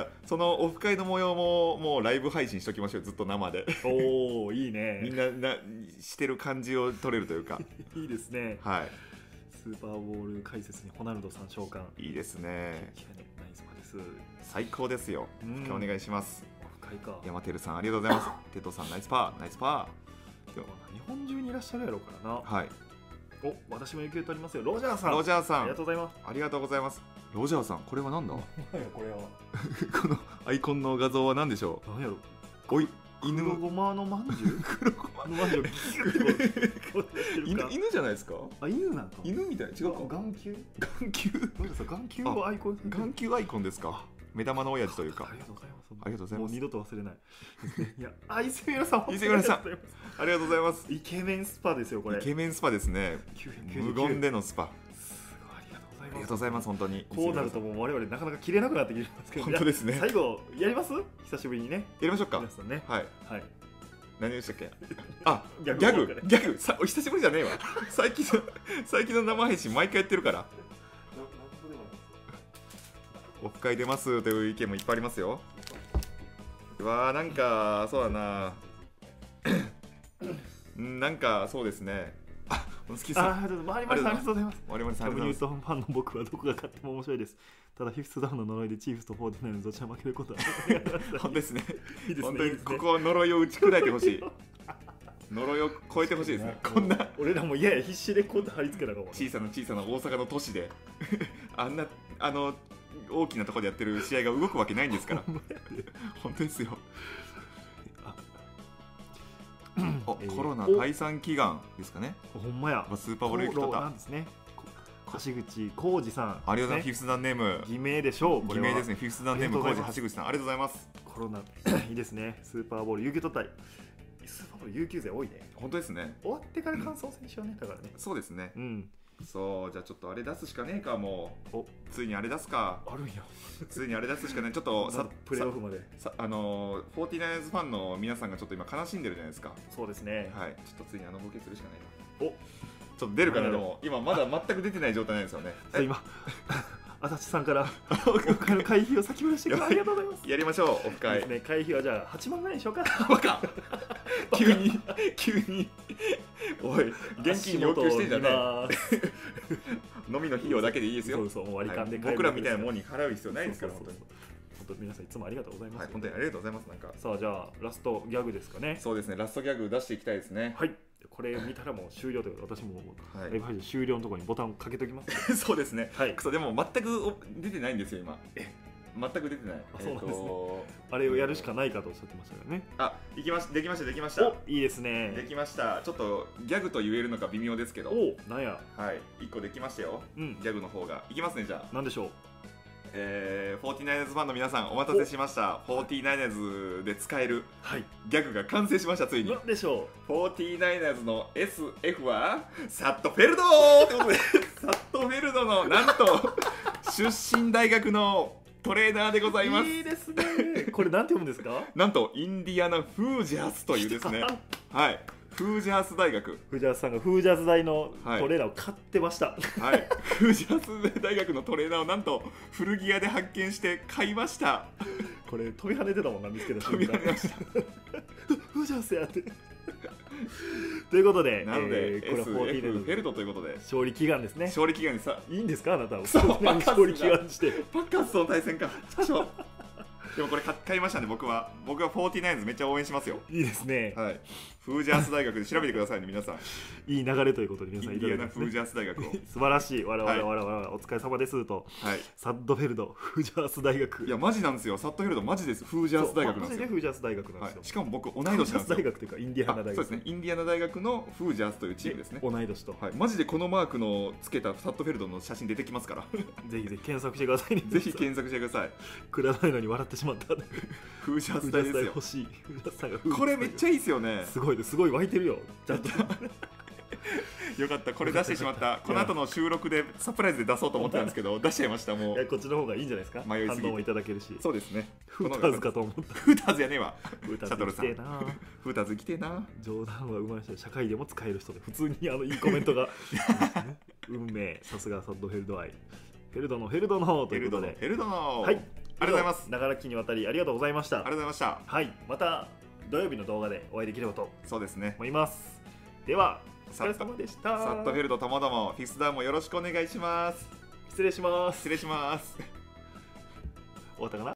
S2: あそのオフ会の模様ももうライブ配信しときましょう。ずっと生で。
S1: おおいい
S2: みん
S1: ね
S2: ななしてる感じを取れるというか。
S1: いいですね
S2: は
S1: スーパーボール解説にホナルドさん召喚
S2: い。いいですね。
S1: いやねナイスパーです
S2: 最高ですよ。
S1: うん
S2: お願いします。
S1: 深いか
S2: 山テルさんありがとうございます。テトさんナイスパー、ナイスパ
S1: でもな日本中にいらっしゃるやろうからな
S2: ー。はい。
S1: お私も有給取りますよロジャーさん
S2: ロジャーさ
S1: あり
S2: ん
S1: がとうございます
S2: ありがとうございます。ロジャーさん、これは何だ？
S1: 何やこれは
S2: このアイコンの画像は何でしょ
S1: 何やろ
S2: うおい
S1: 犬
S2: 犬
S1: 黒ごまのまんじゅう
S2: 黒子
S1: のまんじ
S2: <laughs>
S1: ゅうをギュッてこうこうやってる
S2: 犬
S1: か
S2: 犬じゃないですか
S1: あ犬なんか
S2: 犬みたい違うか
S1: 眼球
S2: 眼球
S1: ロジャーさん眼球をアイコンに
S2: 眼球アイコンですか目玉の親父というか
S1: ありがとうございます
S2: ありがとうございます
S1: もう二度と忘れないいやあ伊勢浦さん
S2: 伊勢浦さん
S1: ありがとうござい
S2: ありがとうございます
S1: ますイケメンスパですよこれ
S2: イケメンスパですね
S1: 999
S2: 無言でのスパ
S1: すごいありがとうござ
S2: あ
S1: います
S2: りがとうございます本当に
S1: こうなるともう我々なかなか切れなくなってきてますけど
S2: 本当ですね
S1: じゃあ最後やります久しぶりにね
S2: やりましょうか
S1: 皆さんね
S2: はい
S1: はい
S2: 何でしたっけあギ
S1: ギ
S2: ャ
S1: ャ
S2: グ
S1: グ
S2: ギャグさお久しぶりじゃねえわ最近の最近の生配信毎回やってるからオフ会出ますという意見もいっぱいありますようわーなんかそうだなうんなんかそうですねあお好きさん
S1: あーちょっと回りましたありがとうございます
S2: 我々さ
S1: サ
S2: ん
S1: ブニュートンファンの僕はどこが勝っても面白いですただフィフスダウンの呪いでチーフスとフォーディナインのどちらも負けることは
S2: <laughs> 本当ですね
S1: いいですね
S2: 本当
S1: いい
S2: に
S1: です
S2: こ
S1: ね
S2: こは呪いを打ち砕いてほしい呪いを超えてほしいですねこんな
S1: 俺らもいやいや必死でこんな貼り付けながら
S2: <laughs> 小さな小さな大阪の都市で <laughs> あんなあの大きなところでやってる試合が動くわけないんですから本当ですよ
S1: あ
S2: お
S1: えー
S2: コロナ退散祈願ですかね
S1: ほんまや
S2: まあスーパーボール行きと
S1: な
S2: た
S1: んですね橋口浩二さん、
S2: ありがとうございます、フィ
S1: ね
S2: フスダンネーム
S1: 偽名でしょうこ
S2: 偽
S1: れは
S2: 名ですねフィフスダンネーム
S1: ありが
S2: 工
S1: とう <coughs> ございます
S2: 事橋口さんありがとうございます
S1: コロナいいですねスーパーボール有給取ったいスーパーボウル有給勢多いね
S2: 本当ですね
S1: 終わってから感想戦しようねだからね
S2: そうですね
S1: うん
S2: そうじゃあちょっとあれ出すしかねえかもう
S1: お
S2: ついにあれ出すか
S1: あるんや
S2: ついにあれ出すしかねえちょっとさ
S1: プレーオフまで
S2: さあのー、49ers ファンの皆さんがちょっと今悲しんでるじゃないですか
S1: そうですね
S2: はいちょっとついにあのボケするしかない
S1: お
S2: なちょっと出るかな
S1: な
S2: で
S1: るほ
S2: も今まだ全く出てない状態なんですよね
S1: じゃあ今 <laughs> 足立さん
S2: <laughs>
S1: からお金の会費を先払いしてくれてありがとうございます
S2: やりましょうオ
S1: で <laughs>
S2: フ会
S1: すね会費はじゃあ8万ぐらいにしよう
S2: <laughs>
S1: かな
S2: バカ急に急におい現金要求してんじゃね
S1: 足元を見ます
S2: え飲みの費用だけでいいです
S1: そ
S2: よ
S1: うそうもう割り
S2: は
S1: 勘
S2: い
S1: で
S2: 僕らみたいな
S1: も
S2: もんに払う必要ないですから
S1: そう
S2: 本
S1: そ
S2: 当
S1: う
S2: に
S1: そう本当に皆さんいつもありがとうございます、
S2: はい本当にありがとうございますなんか
S1: さあじゃあラストギャグですかね
S2: そうですねラストギャグ出していきたいですね
S1: はいこれ見たらもう終了ということで私も
S2: は
S1: ライブ配信終了のところにボタンをかけときます、
S2: いそうですね
S1: はい
S2: ク、ソでも全くお出てないんですよ今全く出てない
S1: あそうなんですね
S2: えーと
S1: あれをやるしかないかとおっしゃってましたよね
S2: あ行きましできましたできました
S1: おいいです
S2: で
S1: ね
S2: きましたちょっとギャグと言えるのか微妙ですけど
S1: おなんや
S2: はい1個できましたよ
S1: うん
S2: ギャグの方がいきますねじゃあ
S1: なんでしょう
S2: えー、49ers ファンの皆さんお待たせしました 49ers で使える
S1: はい
S2: ギャグが完成しましたついに
S1: なんでしょ
S2: 49ers の SF はサットフェルドーってことで <laughs> サットフェルドのなんと出身大学のトレーナーでござ
S1: う
S2: います
S1: いいですねこれなんて読むんですか
S2: なんとインディアナ・フージャースというですねはいフージャース大学
S1: フージャーズさんがフージャーズ大の
S2: はい
S1: トレーラーを買ってました、
S2: はい、フージャース大学のトレーナーをなんと古着屋で発見して買いました
S1: これ飛び跳ねてたもんなんですけど
S2: 飛び跳ねま
S1: したフージャーズやって <laughs> ということで
S2: <laughs> なので、
S1: えーこれは
S2: SF フェ
S1: 49
S2: ル
S1: の
S2: トということで
S1: 勝利祈願ですね
S2: 勝利祈願にさ
S1: いいんですかあなたは
S2: そう
S1: こんなに勝利祈願して
S2: パッカーズとの対戦かちくしょうでもこれ買買いましたんで僕は僕は 49ers めっちゃ応援しますよ
S1: いいですね、
S2: はいフージャース大学で調べてくださいね皆さん
S1: いい流れということで皆
S2: イ
S1: さん
S2: ン
S1: い
S2: デ
S1: た
S2: ィ
S1: だ
S2: ア
S1: き
S2: ナ・
S1: ます
S2: フー
S1: ね
S2: ジャース大学をはい
S1: 素晴らしい、わらわ
S2: はい
S1: らわらわら、お疲れ様ですと、サッドフェルド、フージャース大学。
S2: いやマジなんですよサットフェルトマジですフージャース大学なんです
S1: そうまあマジで
S2: よ
S1: フージャース大学なん
S2: は
S1: ですよ
S2: い、。しかも僕同い
S1: フー
S2: 年
S1: ジ
S2: な
S1: ャース
S2: んですよ
S1: 大学というか、インディア
S2: あ
S1: ナ大
S2: そう
S1: 学。
S2: ですねインディアナ大学のフージャースというチームですね
S1: 同い年と、
S2: はい、マジでこのマークのつけたサットフェルドの写真出てきますから
S1: <laughs> ぜひぜひ検索してくださいね。
S2: ぜひ検索してください
S1: くだらないのに笑ってしまった。フ
S2: フージャー
S1: ー
S2: ス
S1: ジャ
S2: 大
S1: ース大
S2: ですよ
S1: 欲しい。フージャース大が
S2: これめっちゃいいです
S1: <laughs>
S2: よね
S1: ゃすごいです。すごい湧いてるよ。ちゃんと
S2: よかったこれ出してし
S1: <laughs>
S2: まったこの後の収録でサプライズで出そうと思ってたんですけど出しちゃいましたも
S1: いや
S2: う
S1: こっちの方がいいんじゃないですか。
S2: 迷いすぎて
S1: 反応もいただけるし。
S2: そうですね
S1: フー
S2: こ
S1: タ
S2: の方
S1: ーズかと思った。
S2: フーターズやねえわ
S1: フータ
S2: シャト
S1: ー
S2: ル
S1: ズ
S2: さ
S1: 来
S2: ん
S1: てえな。
S2: フーターズ来てえな
S1: 冗談はうまいし、社会でも使える人で、普通にあのいいコメント
S2: <laughs>
S1: が。運命、さすがサッドフェルド愛。フェルドのフェルドのと
S2: エ
S1: いう
S2: ル
S1: こ
S2: ド
S1: と
S2: の
S1: で。
S2: エルドの
S1: はい
S2: ありがとうございますあり
S1: 長らきにわたりありがとうございました
S2: がとう。ございました
S1: はい、また土曜日の動画でお会いできればと
S2: そうですね
S1: 思います。では、お
S2: サ
S1: 疲
S2: ッ
S1: れ
S2: ト
S1: 様でした。
S2: サットフェルドともどもフィスダウンもよろしくお願いします
S1: 失礼します。
S2: 失礼します
S1: 終わったかな